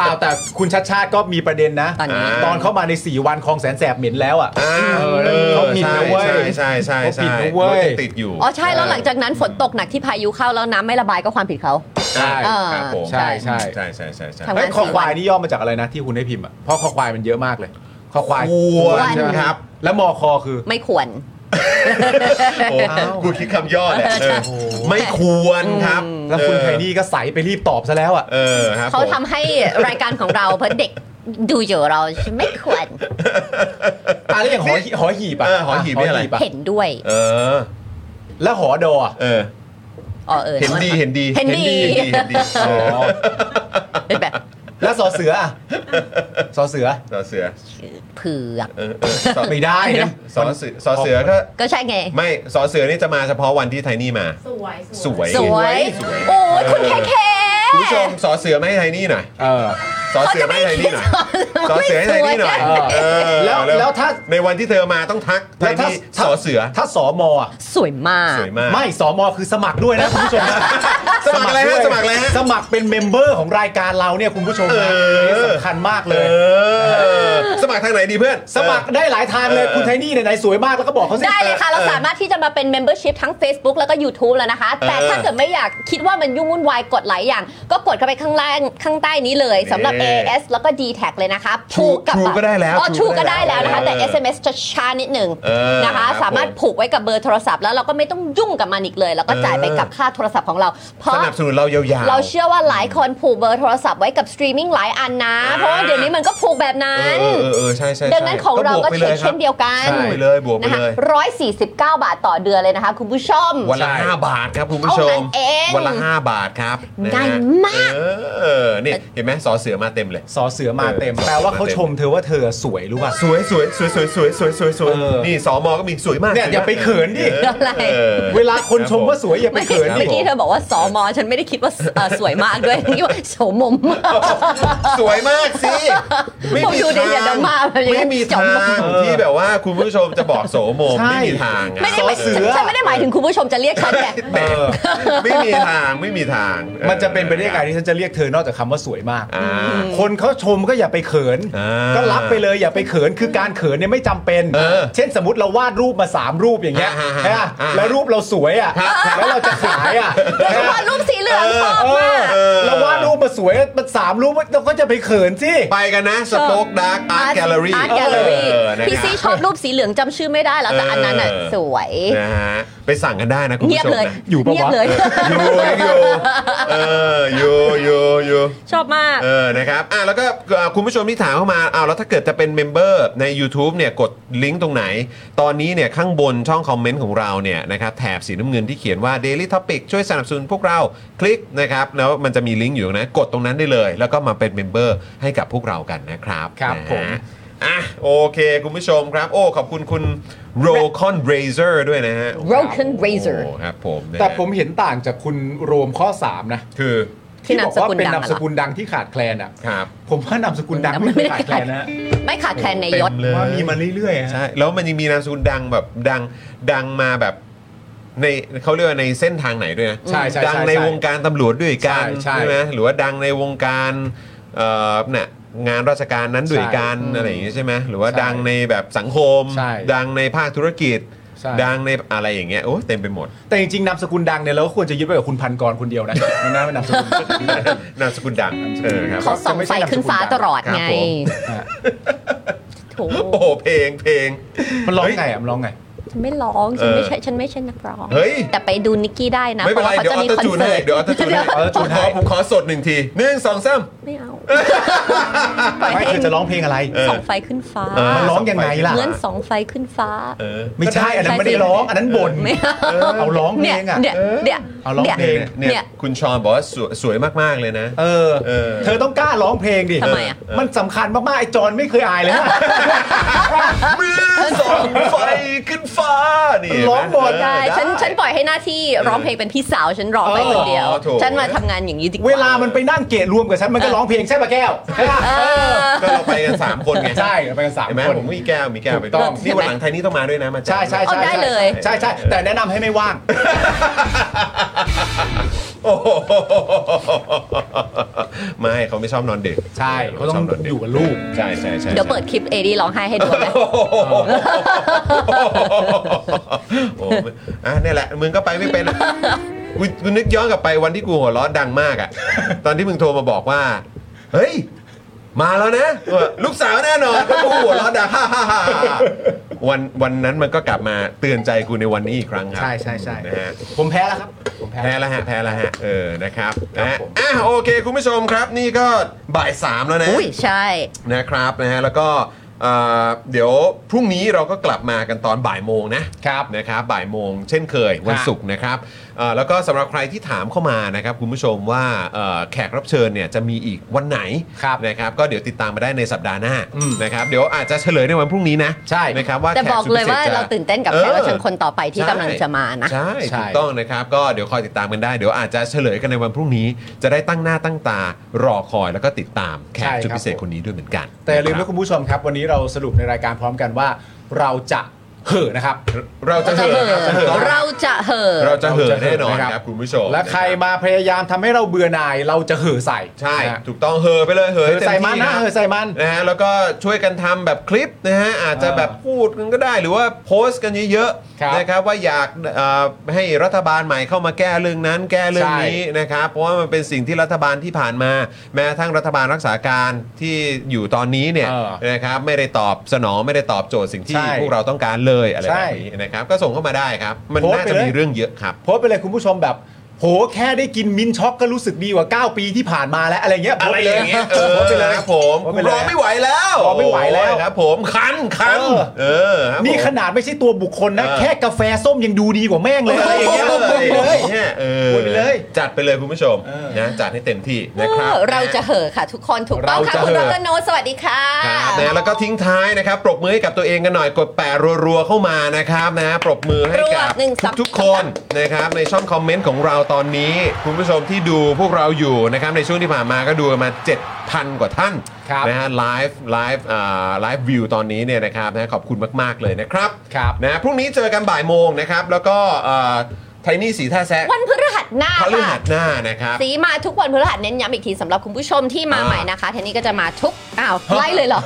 S3: อ้าวแต่คุณชัดชาติก็มีประเด็นนะ
S4: ตอนนี้
S3: ตอนเข้ามาใน 4 วันคลองแสนแสบเหม็นแล้วอ่ะ
S1: อ่า
S3: เออนั่นเขาผิด
S1: ใช่
S3: นะเว้ย
S1: ใช่ใช่ใช่ใช่
S3: เขาผิดนะเว้ย
S1: รถงติดอยู่
S4: อ๋อใช่แล้วหลังจากนั้นฝนตกหนักที่พายุเข้าแล้วน้ำไม่ระบายก็ความผิดเขา
S1: ใช่
S4: เออ
S1: ครับผม
S3: ใช่ใช่
S1: ใช่ใช่ใช่ใช่
S4: ทำ
S3: เฮ้ย
S4: ประมาณ
S3: คอ
S4: สี่
S3: ควาย
S4: วัน
S3: นี่ย่อมาจากอะไรนะที่คุณให้พิมพ์อ่ะเพราะคอควายมันเยอะมากเลยคอควาย
S1: ควร
S4: ควร
S1: ครับ
S3: แล้วมอคอคือ
S4: ไม่ควร
S1: โอ้กูคิดคำย่อแหละเออ
S3: โอ้
S1: ไม่ควรครับ
S3: แล้วคุณ
S1: เออ
S3: ไทนี่ก็ใสไปรีบตอบซะแล้วอ่ะ
S1: เออครับ
S4: เขา
S1: ผม
S4: ทำให้รายการของเราเพราะเด็กดูอยู่เราไม่ควร
S3: อ่ะแล้วอย่างหอหีหอหีบอ่ะ
S1: เออหอหีบนี่อะไร
S3: อ่ะ
S4: เห็นด้วย
S1: เออ
S3: แล้วหอดออ่ะ
S1: เออ
S4: อ๋อเออ
S1: เห็นดีเห็นดี
S4: เห็นดี
S1: เห็นดีเห็นดีเออ
S4: เป็นแบบ
S3: แล้วสอเสืออ่ะสอเสือ
S1: สอเสือ
S4: เผือก
S1: เออเออสอ
S3: ไม่ได้นะ
S1: สอเสือสอเสือก็
S4: ก็ใช่ไง
S1: ไม่สอเสือนี่จะมาเฉพาะวันที่ไทนี่มา
S8: สวย
S1: สวย
S4: สวย
S1: สวย
S4: โอ้ยคุณแค่
S1: เออ
S4: แค่
S1: คุณผู้ชมสอเสือไม่ให้ไทนี่หน่อย
S3: เออ
S1: สอเสือไม่ให้ไทนี่หน่อย สอเสือให้ไทยนี่หน่อย
S3: เออ
S1: เออ
S3: แล้วแล้วถ้า
S1: ในวันที่เธอมาต้องทักไท
S3: แล้ว
S1: ย
S3: ถ้า
S1: นี่สอเสือ
S3: ถ้าสอมอ่ะ
S4: สวยมาก
S1: สวยมาก
S3: ไม่สอมอคือสมัครด้วยนะคุณผู้ชมนะ
S1: <laughs> สมัครอะไรฮะ
S3: ด้วย
S1: สมัครอะไรฮะ
S3: สมัครเป็นเมมเบอร์ของรายการเราเนี่ยคุณผู้ชมนะ
S1: อ
S3: สำคัญมากเล
S1: เอย อ สมัครทางไหนดีเพื่อน
S3: สมัครได้หลายทางเลย
S1: เออ
S3: คุณไทนี่ไหนๆสวยมากแล้วก็บอกเขาสิ
S4: ได้เลยค่ะ เราสามารถที่จะมาเป็น membership ทั้ง Facebook แล้วก็ YouTube แล้วนะคะ แต่ถ้าเกิดไม่อยากคิดว่ามันยุ่งวุ่นวายกดหลายอย่าง ก็กดเข้าไปข้างล่างข้างใต้นี้เลยสำหรับ
S1: นี่
S4: AS แล้วก็ d t a c เลยนะคะ
S1: True
S4: ผูกกับ
S1: True ก็ได้แล้ว
S4: อ๋อ
S1: True
S4: True
S1: ก็
S4: ก็
S1: ได้
S4: ได้แล้วนะคะ แต่
S1: เออ
S4: SMS จะช้านิดหนึ่ง
S1: เออ
S4: นะคะ
S1: ครับ
S4: สามารถ
S1: ผม
S4: ผูกไว้กับเบอร์โทรศัพท์แล้วเราก็ไม่ต้องยุ่งกับมันอีกเลย แล้วก็จ่ายไป
S1: เออ
S4: กับค่าโทรศัพท์ของเรา เพ
S1: ส
S4: ราะ
S1: นับสนุนเรายาวๆ
S4: เราเชื่อว่าหลายคนผูกเบอร์โทรศัพท์ไว้กับสตรีมมิ่งหลายอันนะ
S1: อ่า
S4: เพราะว่าเดี๋ยวนี้มันก็ผูกแบบ
S1: เอ
S4: นั้
S1: อน เออเออเออใช่ใช่ใช่
S4: ดังนั้นของเรา
S1: บว
S4: ก็
S1: ไปล
S4: เช็ค
S1: ครับ
S4: เช่นเดียวกัน
S1: ใช่บวกไปเลยบวกไป
S4: นะคะ
S1: เลย
S4: ร้อยสี่สิบเก้าบาทต่อเดือนเลยนะคะ คุณผู้ชม
S1: วันละ
S3: ใช่
S1: 5 บาทครับคุณผู้ชม
S4: เท่านั้นเอง
S1: วันละ 5 บาทครับนะฮะ
S4: ง่ายมาก
S1: เออเนี่ยเห็นไหมสอเสือมาเต็มเลย
S3: สอเสือมาเต็ม
S1: เออ
S3: แปลว่าเขาชมเธอว่าเธอสวยรู้ป่ะ
S1: สวยสวยสวยสวยสวยสวยสวยสวย
S3: เออ
S1: นี่สอมอก็มีสวยมาก
S3: เนี่ยอย่าไปเขินดิ
S1: เอ
S4: อะไร
S1: อ
S3: เวลาคนชมว่าสวยอย่าไป
S4: ไม่
S3: เขิน
S4: เมื่
S3: ดิ
S4: อกี้เธอบอกว่าสอมอฉันไม่ได้คิดว่าเอ่อสวยมากด้วยคิดว่าโสมม
S1: สวยมากสิ ไม่มี
S4: ผมดูดิ
S1: ทาง
S4: อย่าดราม่าแบบอย่างนี้
S1: ไม่มีทางที่แบบว่าคุณผู้ชมจะบอกโสมมไม่มีทางอะ
S4: ไม่ได้ไม่
S3: เสือ
S4: ฉันไม่ได้หมายถึงคุณผู้ชมจะเรียกฉันแต่
S3: เออ
S1: ไม่มีทางไม่มีทาง
S3: มันจะเป็นไปได้ยังไงที่ฉันจะเรียกเธอนอกจากคำว่าสวยมาก
S1: อ่า
S3: คนเขาชมก็อย่าไปเขิน
S1: อ่า
S3: ก็รับไปเลยอย่าไปเขินคือการเขินเนี่ยไม่จำเป็น
S1: เออ
S3: เช่นสมมติเราวาดรูปมา 3 รูปอย่างเงี้ย
S1: อ่าฮะ
S3: ใช่ปะ
S1: อ่าฮะ
S3: แล้วรูปเราสวยอ่ะ
S1: ครับ
S3: แล้วเราจะขายอ่ะ
S4: โดยเฉพาะรูปสีเหลืองชอบ
S3: เอ
S4: มาก
S3: อ
S1: เออ
S3: เราวาดรูปมาสวยมันสามรูปเราก็จะไปเขินสิ
S1: ไปกันนะสป o อกดาร์กอาร์ตแกลเลอรี่
S4: Art Gallery พี่ซีชอบรูปสีเหลืองจำชื่อไม่ได้แล้วแต่อันนั้นน่ะ
S1: เออ
S4: สวย
S1: นะฮะไปสั่งกันได้นะคุณ
S4: เงียบ
S1: ผู้ชม
S4: เลย
S1: นะ
S3: อยู่ปะวะ
S4: เงียบเลย
S1: อยู่อยู่เอออยู่อยู่อยู่
S4: ชอบมาก
S1: เออ นะครับ อ่ะ แล้วก็เอ่อคุณผู้ชมที่ถามเข้ามาอ้าวแล้วถ้าเกิดจะเป็นเมมเบอร์ใน YouTube เนี่ย กดลิงก์ตรงไหน ตอนนี้เนี่ย ข้างบนช่องคอมเมนต์ของเราเนี่ยนะครับ แถบสีน้ำเงินที่เขียนว่า Daily Topic ช่วยสนับสนุนพวกเรา คลิกนะครับ แล้วมันจะมีลิงก์อยู่ตรงนะกดตรงนั้นได้เลย แล้วก็มาเป็นเมมเบอร์ให้กับพวกเรากันนะครับ
S3: ครับ
S1: นะฮะ
S3: ผม
S1: อ่ะ โอเค คุณผู้ชมครับ โอ้ ขอบคุณคุณโรคอนเรเซอร์ด้วยนะฮะ
S4: Rokon Razor
S1: โอ้ครับผมนะฮะ
S3: แต่ผมเห็นต่างจากคุณโรมข้อ 3 นะ
S1: คือ
S4: ที่นาม
S3: บอก
S4: ส
S3: ว่า
S4: กุล
S3: เป็น
S4: ดัง
S3: นาม
S4: อะ
S3: ส
S4: เหรอ
S3: กุลดังที่ขาดแคลนอ่ะ
S1: ครับ
S3: ผมว่านามสกุลดังไม่เคยขาดแคลนนะฮะ
S4: ไม่ขาดแคลนในยศ
S1: เต็มเลย
S3: ว่ามีมาเรื่อยๆฮะ
S1: ใช่แล้วมันยังมีนามสกุลดังแบบดังดังมาแบบในเขาเรียกว่าในเส้นทางไหนด้วยนะ
S3: ใช่ใช่ใช่
S1: ดังในวงการตำรวจด้วยกัน
S3: ใช่ใช่
S1: ไหมหรือว่าดังในวงการเอ่อเนี่ยงานราชการนั้นด้วยกัน
S3: ใช่
S1: อะไรอย่างเงี้ยใช่ไหมหรือว่า
S3: ใช่
S1: ดังในแบบสังคม
S3: ใช่
S1: ดังในภาคธุรกิจ
S3: ใช่
S1: ดังในอะไรอย่างเงี้ยโอ้เต็มไปหมด
S3: แต่จริงๆนามสกุลดังเนี่ยเราก็ควรจะยึดไว้กับคุณพันกรคนเดียวนะไม่น่าเป็นนามสกุล
S1: นามสกุลดังเออครับ
S4: เขาส่องไฟขึ้นฟ้าตลอดไง
S1: ครับผม
S4: โถ
S1: โอ้โหเพลงเพลง
S3: มันร้องไงอ่ะมันร้องไง
S4: ฉันไม่ร้องฉันไม่ใช่ฉันไม่ใช่นักร้อง
S1: เฮ้ย
S4: แต่ไปดูนิกกี้ได้นะ
S1: ไม่เป็นไร
S4: พาะว่า
S1: เดี๋ยวออโต้จูนให้เดี๋ยวออโต้จูนให้
S3: เดี๋ย
S1: ผ
S3: ว
S1: มขอผมขอสดหนึ่งทีหนึ่งสองสาม
S4: ไม่เอาปล่อย
S3: ไม่
S4: ให้
S3: เธอจะร้องเพลงอะไร
S1: เออ
S4: ส่องไฟขึ้นฟ้า
S1: เ
S3: มันร้องยังไงล่ะ
S4: เหมือนสองไฟขึ้นฟ้า
S1: เออ
S3: ไม่ใช่อันนั้นไม่ได้ร้อง อันนั้นบ่น
S4: ไม่เอา
S3: เออเอาร้องเพล
S4: เนี่ย
S3: งอ่ะ
S4: เดี๋ยวเดี๋ยว
S3: เอาร้อง
S4: เดี๋ยว
S3: เพลง
S1: เนี่ย
S4: เนี่ย
S1: คุณชอนบอกว่าสวยสวยมากๆเลยนะ
S3: เออ
S1: เออ
S3: เธอต้องกล้าร้องเพลงดิ
S4: ทำไมอ่ะ
S3: มันสำคัญมากๆไอ้จอนไม่เคยอาย
S4: <laughs>
S3: เลยนะ
S1: เมื่อส่องไฟขึ้นฟ้านี่
S3: ร้องบ
S1: เห็
S3: น
S1: นหม
S4: ได้ฉันฉันปล่อยให้หน้าที่ร้องเพลงเป็นพี่สาวฉันร้องไปคนเดียว
S1: เออโถ
S4: ฉันมาทำงานอย่างนี้ดีกว่า
S3: เวลามันไปนั่งเกะรวมกับฉันมันก็ร้องเพลงใช่ปะแก้วใช่ปะ
S4: เออ
S1: ก็เราไปกันสามคนไง
S3: ใช่ไปกันสาม
S1: เห็นไหม
S3: คน
S1: ผมมีแก้วมีแก้วไป
S3: ถูกต้อง
S1: นี่วันหลังไทยนี่ต้องมาด้วยนะมาจ้ะ
S3: ใช่ใช่
S4: เอา
S3: ใช่
S4: ได้เลย
S3: ใช่ใช่แต่แนะนำให้ไม่ว่าง
S1: โอ้โหไม่เขาไม่ชอบนอนดึก
S3: ใช่เขาต้อง
S1: ชบนนดึ
S3: อยู่กับลูก
S1: ใช่ใช่ใช่
S4: เดี๋ยวเปิดคลิปเอดีร้องไห้ให้ดูไหม
S1: โอ้โหอ่ะเนี่ยแหละมึงก็ไปไม่เป็นอะกูกูนึกย้อนกลับไปวันที่กูหัวเร้อนดังมากอ่ะ ตอนที่มึงโทรมาบอกว่า เฮ้ย มาแล้วนะเออลูกสาวแน่นอนแล้วกูหัวเร้อนดังฮ่าฮ่าฮ่าวันวันนั้นมันก็กลับมาเตือนใจกูในวันนี้อีกครั้งครับ
S3: ใช่ใช่ใช่
S1: นะฮะ
S3: ผมแพ้แล้วครับ ผมแพ้
S1: แพ้แล้วฮะแพ้แล้วฮะเออนะครับนะฮะ
S3: ผม
S1: อ่ะโอเค คุณผู้ชมครับ นี่ก็บ่ายสามแล้วนะ
S4: อุ้ยใช่
S1: นะครับนะฮะแล้วก็เอ่อเดี๋ยวพรุ่งนี้เราก็กลับมากันตอนบ่ายโมงนะครับ นะครับบ่ายโมงเช่นเคยวันศุกร์นะครับเอ่อแล้วก็สำหรับใครที่ถามเข้ามานะครับคุณผู้ชมว่าเอ่อแขกรับเชิญเนี่ยจะมีอีกวันไหน
S3: ครับ
S1: นะครับก็เดี๋ยวติดตามมาได้ในสัปดาห์หน้า
S3: อืม
S1: นะครับเดี๋ยวอาจจะเฉลยในวันพรุ่งนี้นะ
S3: ใช่
S1: นะครับว่า
S4: แต่
S1: ข
S4: บอก
S1: สุด
S4: เล
S1: พิศษ
S4: ยว่า
S1: จะ
S4: เราตื่นเต้นกับ
S1: เออ
S4: แขกรับเชิญคนต่อไปที่กำลังจะมานะ
S1: ใช่
S3: ใช่
S1: ถูกต้องนะครับก็เดี๋ยวคอยติดตามกันได้เดี๋ยวอาจจะเฉลยกันในวันพรุ่งนี้ จะได้ตั้งหน้าตั้งตารอคอยแล้วก็ติดตามแขกสุดพิเศษคนนี้ด้วยเหมือนกัน
S3: แต่อย่าลืม
S1: นะครับ
S3: นะคุณผู้ชมครับ วันนี้เราสรุปในรายการพร้อมกันว่า เราจะเห่อนะครับ
S1: เราจะ
S4: จะ
S1: เห่
S4: เห
S1: อครับ
S4: อะเราจะเหอะ
S1: เราจะเห่อแน่นอน
S3: เราจะเห่อ
S1: ค
S3: นะครั
S1: รับบ คุณผู้ชม
S3: และใครมาพยายามทำให้เราเบื่อหน่ายเราจะเห่อใส่
S1: ใช่
S3: นะฮะ
S1: ถูกต้องเห่อไปเลยเห่อ
S3: เห่อ
S1: ให้เต็
S3: ใส่
S1: ม
S3: มัน
S1: ที่
S3: นะ
S1: นะ
S3: เห่อใส่มัน
S1: นะฮะแล้วก็ช่วยกันทำแบบคลิปนะฮะอาจจะแบบพูดกันก็ได้ หรือว่าโพสต์กันเยอะ
S3: ครับ
S1: ๆนะครับว่าอยากเอ่อให้รัฐบาลใหม่เข้ามาแก้เรื่องนั้น แก้เรื่องนี้นะครับเพราะว่ามันเป็นสิ่งที่รัฐบาลที่ผ่านมา แม้กระทั้งรัฐบาลรักษาการที่อยู่ตอนนี้เนี่ย
S3: เออ
S1: นะครับไม่ได้ตอบสนองไม่ได้ตอบโจทย์สิ่งที่
S3: ใช่
S1: พวกเราต้องการเลยอะไร
S3: ใช่
S1: แบบนี้นะครับก็ส่งเข้ามาได้ครับ มัน
S3: โพสต์
S1: น่าจะ
S3: ไปเลย
S1: มีเรื่องเยอะครับ
S3: โพสต์ไปเลยคุณผู้ชมแบบโหแค่ได้กินมินท์ช็อกก็รู้สึกดีกว่า 9 ปีที่ผ่านมาแล้วอะไรเงี้ย
S1: อะไรอย่างเงี้ยเอ
S3: โพ
S1: อ
S3: สต์ไปเลย
S1: ครับผม
S3: โพสต์ไปเลย
S1: รอไม่ไหวแล้ว
S3: รอไม่ไหวแล้ว
S1: ครับ ผมคันคัน
S3: เออ
S1: เออครับผม
S3: นี่ขนาดไม่ใช่ตัวบุคคลนะ
S1: เออ
S3: แค่กาแฟส้มยังดูดีกว่าแม่งเลยอะไรอย่างเงี้ย
S1: ออ
S3: เลยเลย
S1: นี่เออ
S3: วนไปเลย
S1: จัดไปเลยคุณผู้ชม
S3: เออ
S1: นะจัดให้เต็มที่นะครับ
S4: เออเราจะเหอะค่ะทุกคนถูกต้องค่ะ
S1: เราจะ
S4: คุณ
S1: เห
S4: รั
S1: อะ
S4: ตโนสวัสดีค่ะ
S1: ครับนะแล้วก็ทิ้งท้ายนะครับ ปรบมือให้กับตัวเองกันหน่อยกดแปะรัวๆเข้ามานะครับนะปรบมือให้กับ
S4: รัวหนึ่งสอง
S1: ทุกๆคนนะครับในช่องคอมเมนต์ของเราตอนนี้ คุณผู้ชมที่ดูพวกเราอยู่นะครับในช่วงที่ผ่านมาก็ดูกันมา 7,000 กว่าท่าน
S3: ครับ
S1: นะฮะไลฟ์ไลฟ์อ่าไลฟ์วิวตอนนี้เนี่ยนะครับนะขอบคุณมากๆเลยนะครับ
S3: ครับ
S1: นะพรุ่งนี้เจอกันบ่ายโมงนะครับ แล้วก็ไทนี่สีท่าแซะ
S4: วันพฤหัสหน้า
S1: พฤ
S4: ค่ะ
S1: หัสหน้านะครับ
S4: สีมาทุกวันพฤหัสเน้นย้ำอีกทีสำหรับคุณผู้ชมที่มา
S1: อ่า
S4: ใหม่นะคะเทนนี่ก็จะมาทุกอ้าวไล่เลยเหรอ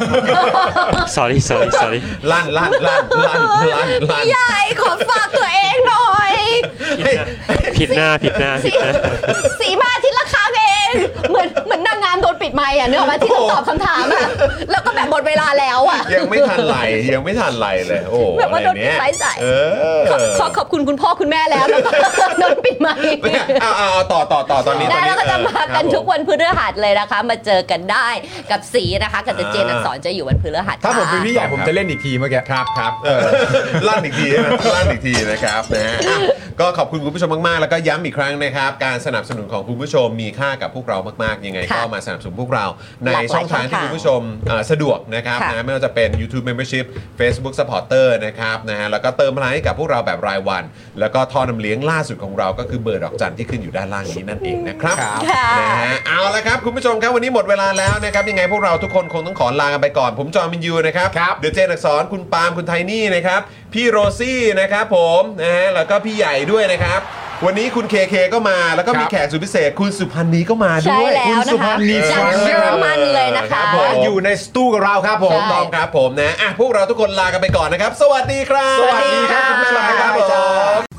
S5: sorry sorry sorry
S1: ลั่นลั่นลั่นลั่นลั่นลั่น
S4: ใหญ่ขอฝากตัวเองหน่อย
S1: เฮ้ย
S5: ผิดหน้าผิดหน้าผิ
S4: สี
S5: ดหน้า
S4: สีมาอาทิตย์ละครั้งเอง เหมือนเหมือนนางงามโดนปิดไมค์อ่ะเนื้ออกไหมาที่ต้องตอบคำถามอ่ะแล้วก็แบบหมดเวลาแล้วอ่ะ
S1: <laughs> ยังไม่ทันไหลยังไม่ทันไหลเลย โอ้โห
S4: แบบว่าโดน
S1: อะไรเนี้ย
S4: ไร้สาย
S1: เออ
S4: ขอขอขอบคุณคุณพ่อคุณแม่แล้วแล้วก็โดนปิดไมค์
S1: ไม่เอาเอาเอาต่อต่อต่อตอนนี้ตอ
S4: ได้
S1: นนี้
S4: แล้วก็จะมา
S1: เออค
S4: กั
S1: รับ
S4: นทุก
S1: ผม
S4: วันพฤหัสเลยนะคะ มาเจอกันได้กับสีนะคะกับเจเจนอักษรจะอยู่วันพฤหัส
S3: ถ้าผม
S4: ค่ะ
S3: เป็นพี่ใหญ่ผมจะเล่นอีกทีเมื่อกี้
S1: ครับครับเออลั่นอีกทีใช่ไหมลั่นอีกทีนะครับนะฮะอ่ะก็ขอบคุณคุณผู้ชมมาก ๆ แล้วก็ย้ำอีกครั้งนะครับ การสนับสนุนของคุณผู้ชมมีค่ากับพวกเรามาก ๆ ยังไงก็
S4: ค่ะ
S1: มาสนับสนุน นุนพวกเรา ใน
S4: หลากหลาย
S1: ช่องทางที่
S4: ช่องทาง
S1: คุณผู้ชมเอ่อสะดวกนะครับ
S4: ค่ะ
S1: นะไม่ว่าจะเป็น YouTube Membership Facebook Supporter นะครับนะฮะแล้วก็เติมพลังให้กับพวกเราแบบรายวัน แล้วก็ท่อน้ำเลี้ยงล่าสุดของเราก็คือเบอร์ดอกจันที่ขึ้นอยู่ด้านล่างนี้นั่นเองนะครับ
S3: ครับ
S4: ค่ะ
S1: นะฮะเอาละครับคุณผู้ชมครับวันนี้หมดเวลาแล้วนะครับยังไงพวกเราทุกคนคงต้องขอลากันไปก่อน ผมจอมินยูนะครับ
S3: ครับ
S1: เดอะเจนอักษรคุณปาล์มคุณไทนี่นะครับพี่โรซี่นะครับผมนะฮะแล้วก็พี่ใหญ่ด้วยนะครับวันนี้คุณเคเคก็มาแล้วก็มีแขกสุดพิเศษ คุณสุพันธ์นีก็มา
S4: ใช่
S1: ด้วย
S4: แล้ว
S1: คุณสุพันธ์นี
S4: นะ
S1: ค
S4: คะ
S1: รับ
S4: จากเยอรมันเลยนะคะ
S1: รับผม
S3: อยู่ในสตูกับเราครับผม
S1: ถูกต้องครับผมนะอ่ะพวกเราทุกคนลากันไปก่อนนะครับ สวัสดีครับ
S3: สวัสดีครับ
S1: คุณผู้ชมครับ
S3: บ๊ายบาย
S1: ผ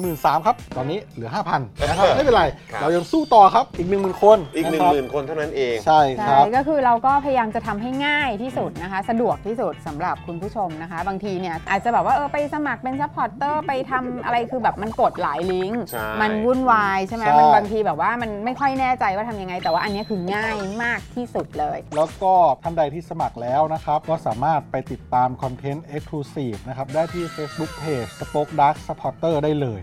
S6: 1 3ื่นครับ ตอนนี้เหลือ 5,000นะครับไม่เป็นไร
S1: ครับ
S6: เรายังสู้ต่อครับอีก 10,000 คน
S1: อีก1
S6: นะครับ
S1: 0,000คนเท่านั้นเอง
S6: ใช่ค
S2: ใช่
S6: รับ
S2: ก็คือเราก็พยายามจะทำให้ง่ายที่สุดนะคะ สะดวกที่สุดสำหรับคุณผู้ชมนะคะ บางทีเนี่ยอาจจะแบบว่าเออไปสมัครเป็นซัพพอร์ตเตอร์ไปทำอะไรคือแบบมันกดหลายลิงก์
S1: ใช่
S2: มันวุ่นวายใช่ไหม
S6: ใช่
S2: มันบางทีแบบว่ามันไม่ค่อยแน่ใจว่าทำยังไง แต่ว่าอันเนี้ยคือง่ายมากที่สุดเลย
S6: แล้วก็ท่านใดที่สมัครแล้วนะครับ ก็สามารถไปติดตามคอนเทนต์ Exclusive นะครับ ได้ที่ Facebook Page Spoke Dark Supporter ได้เลย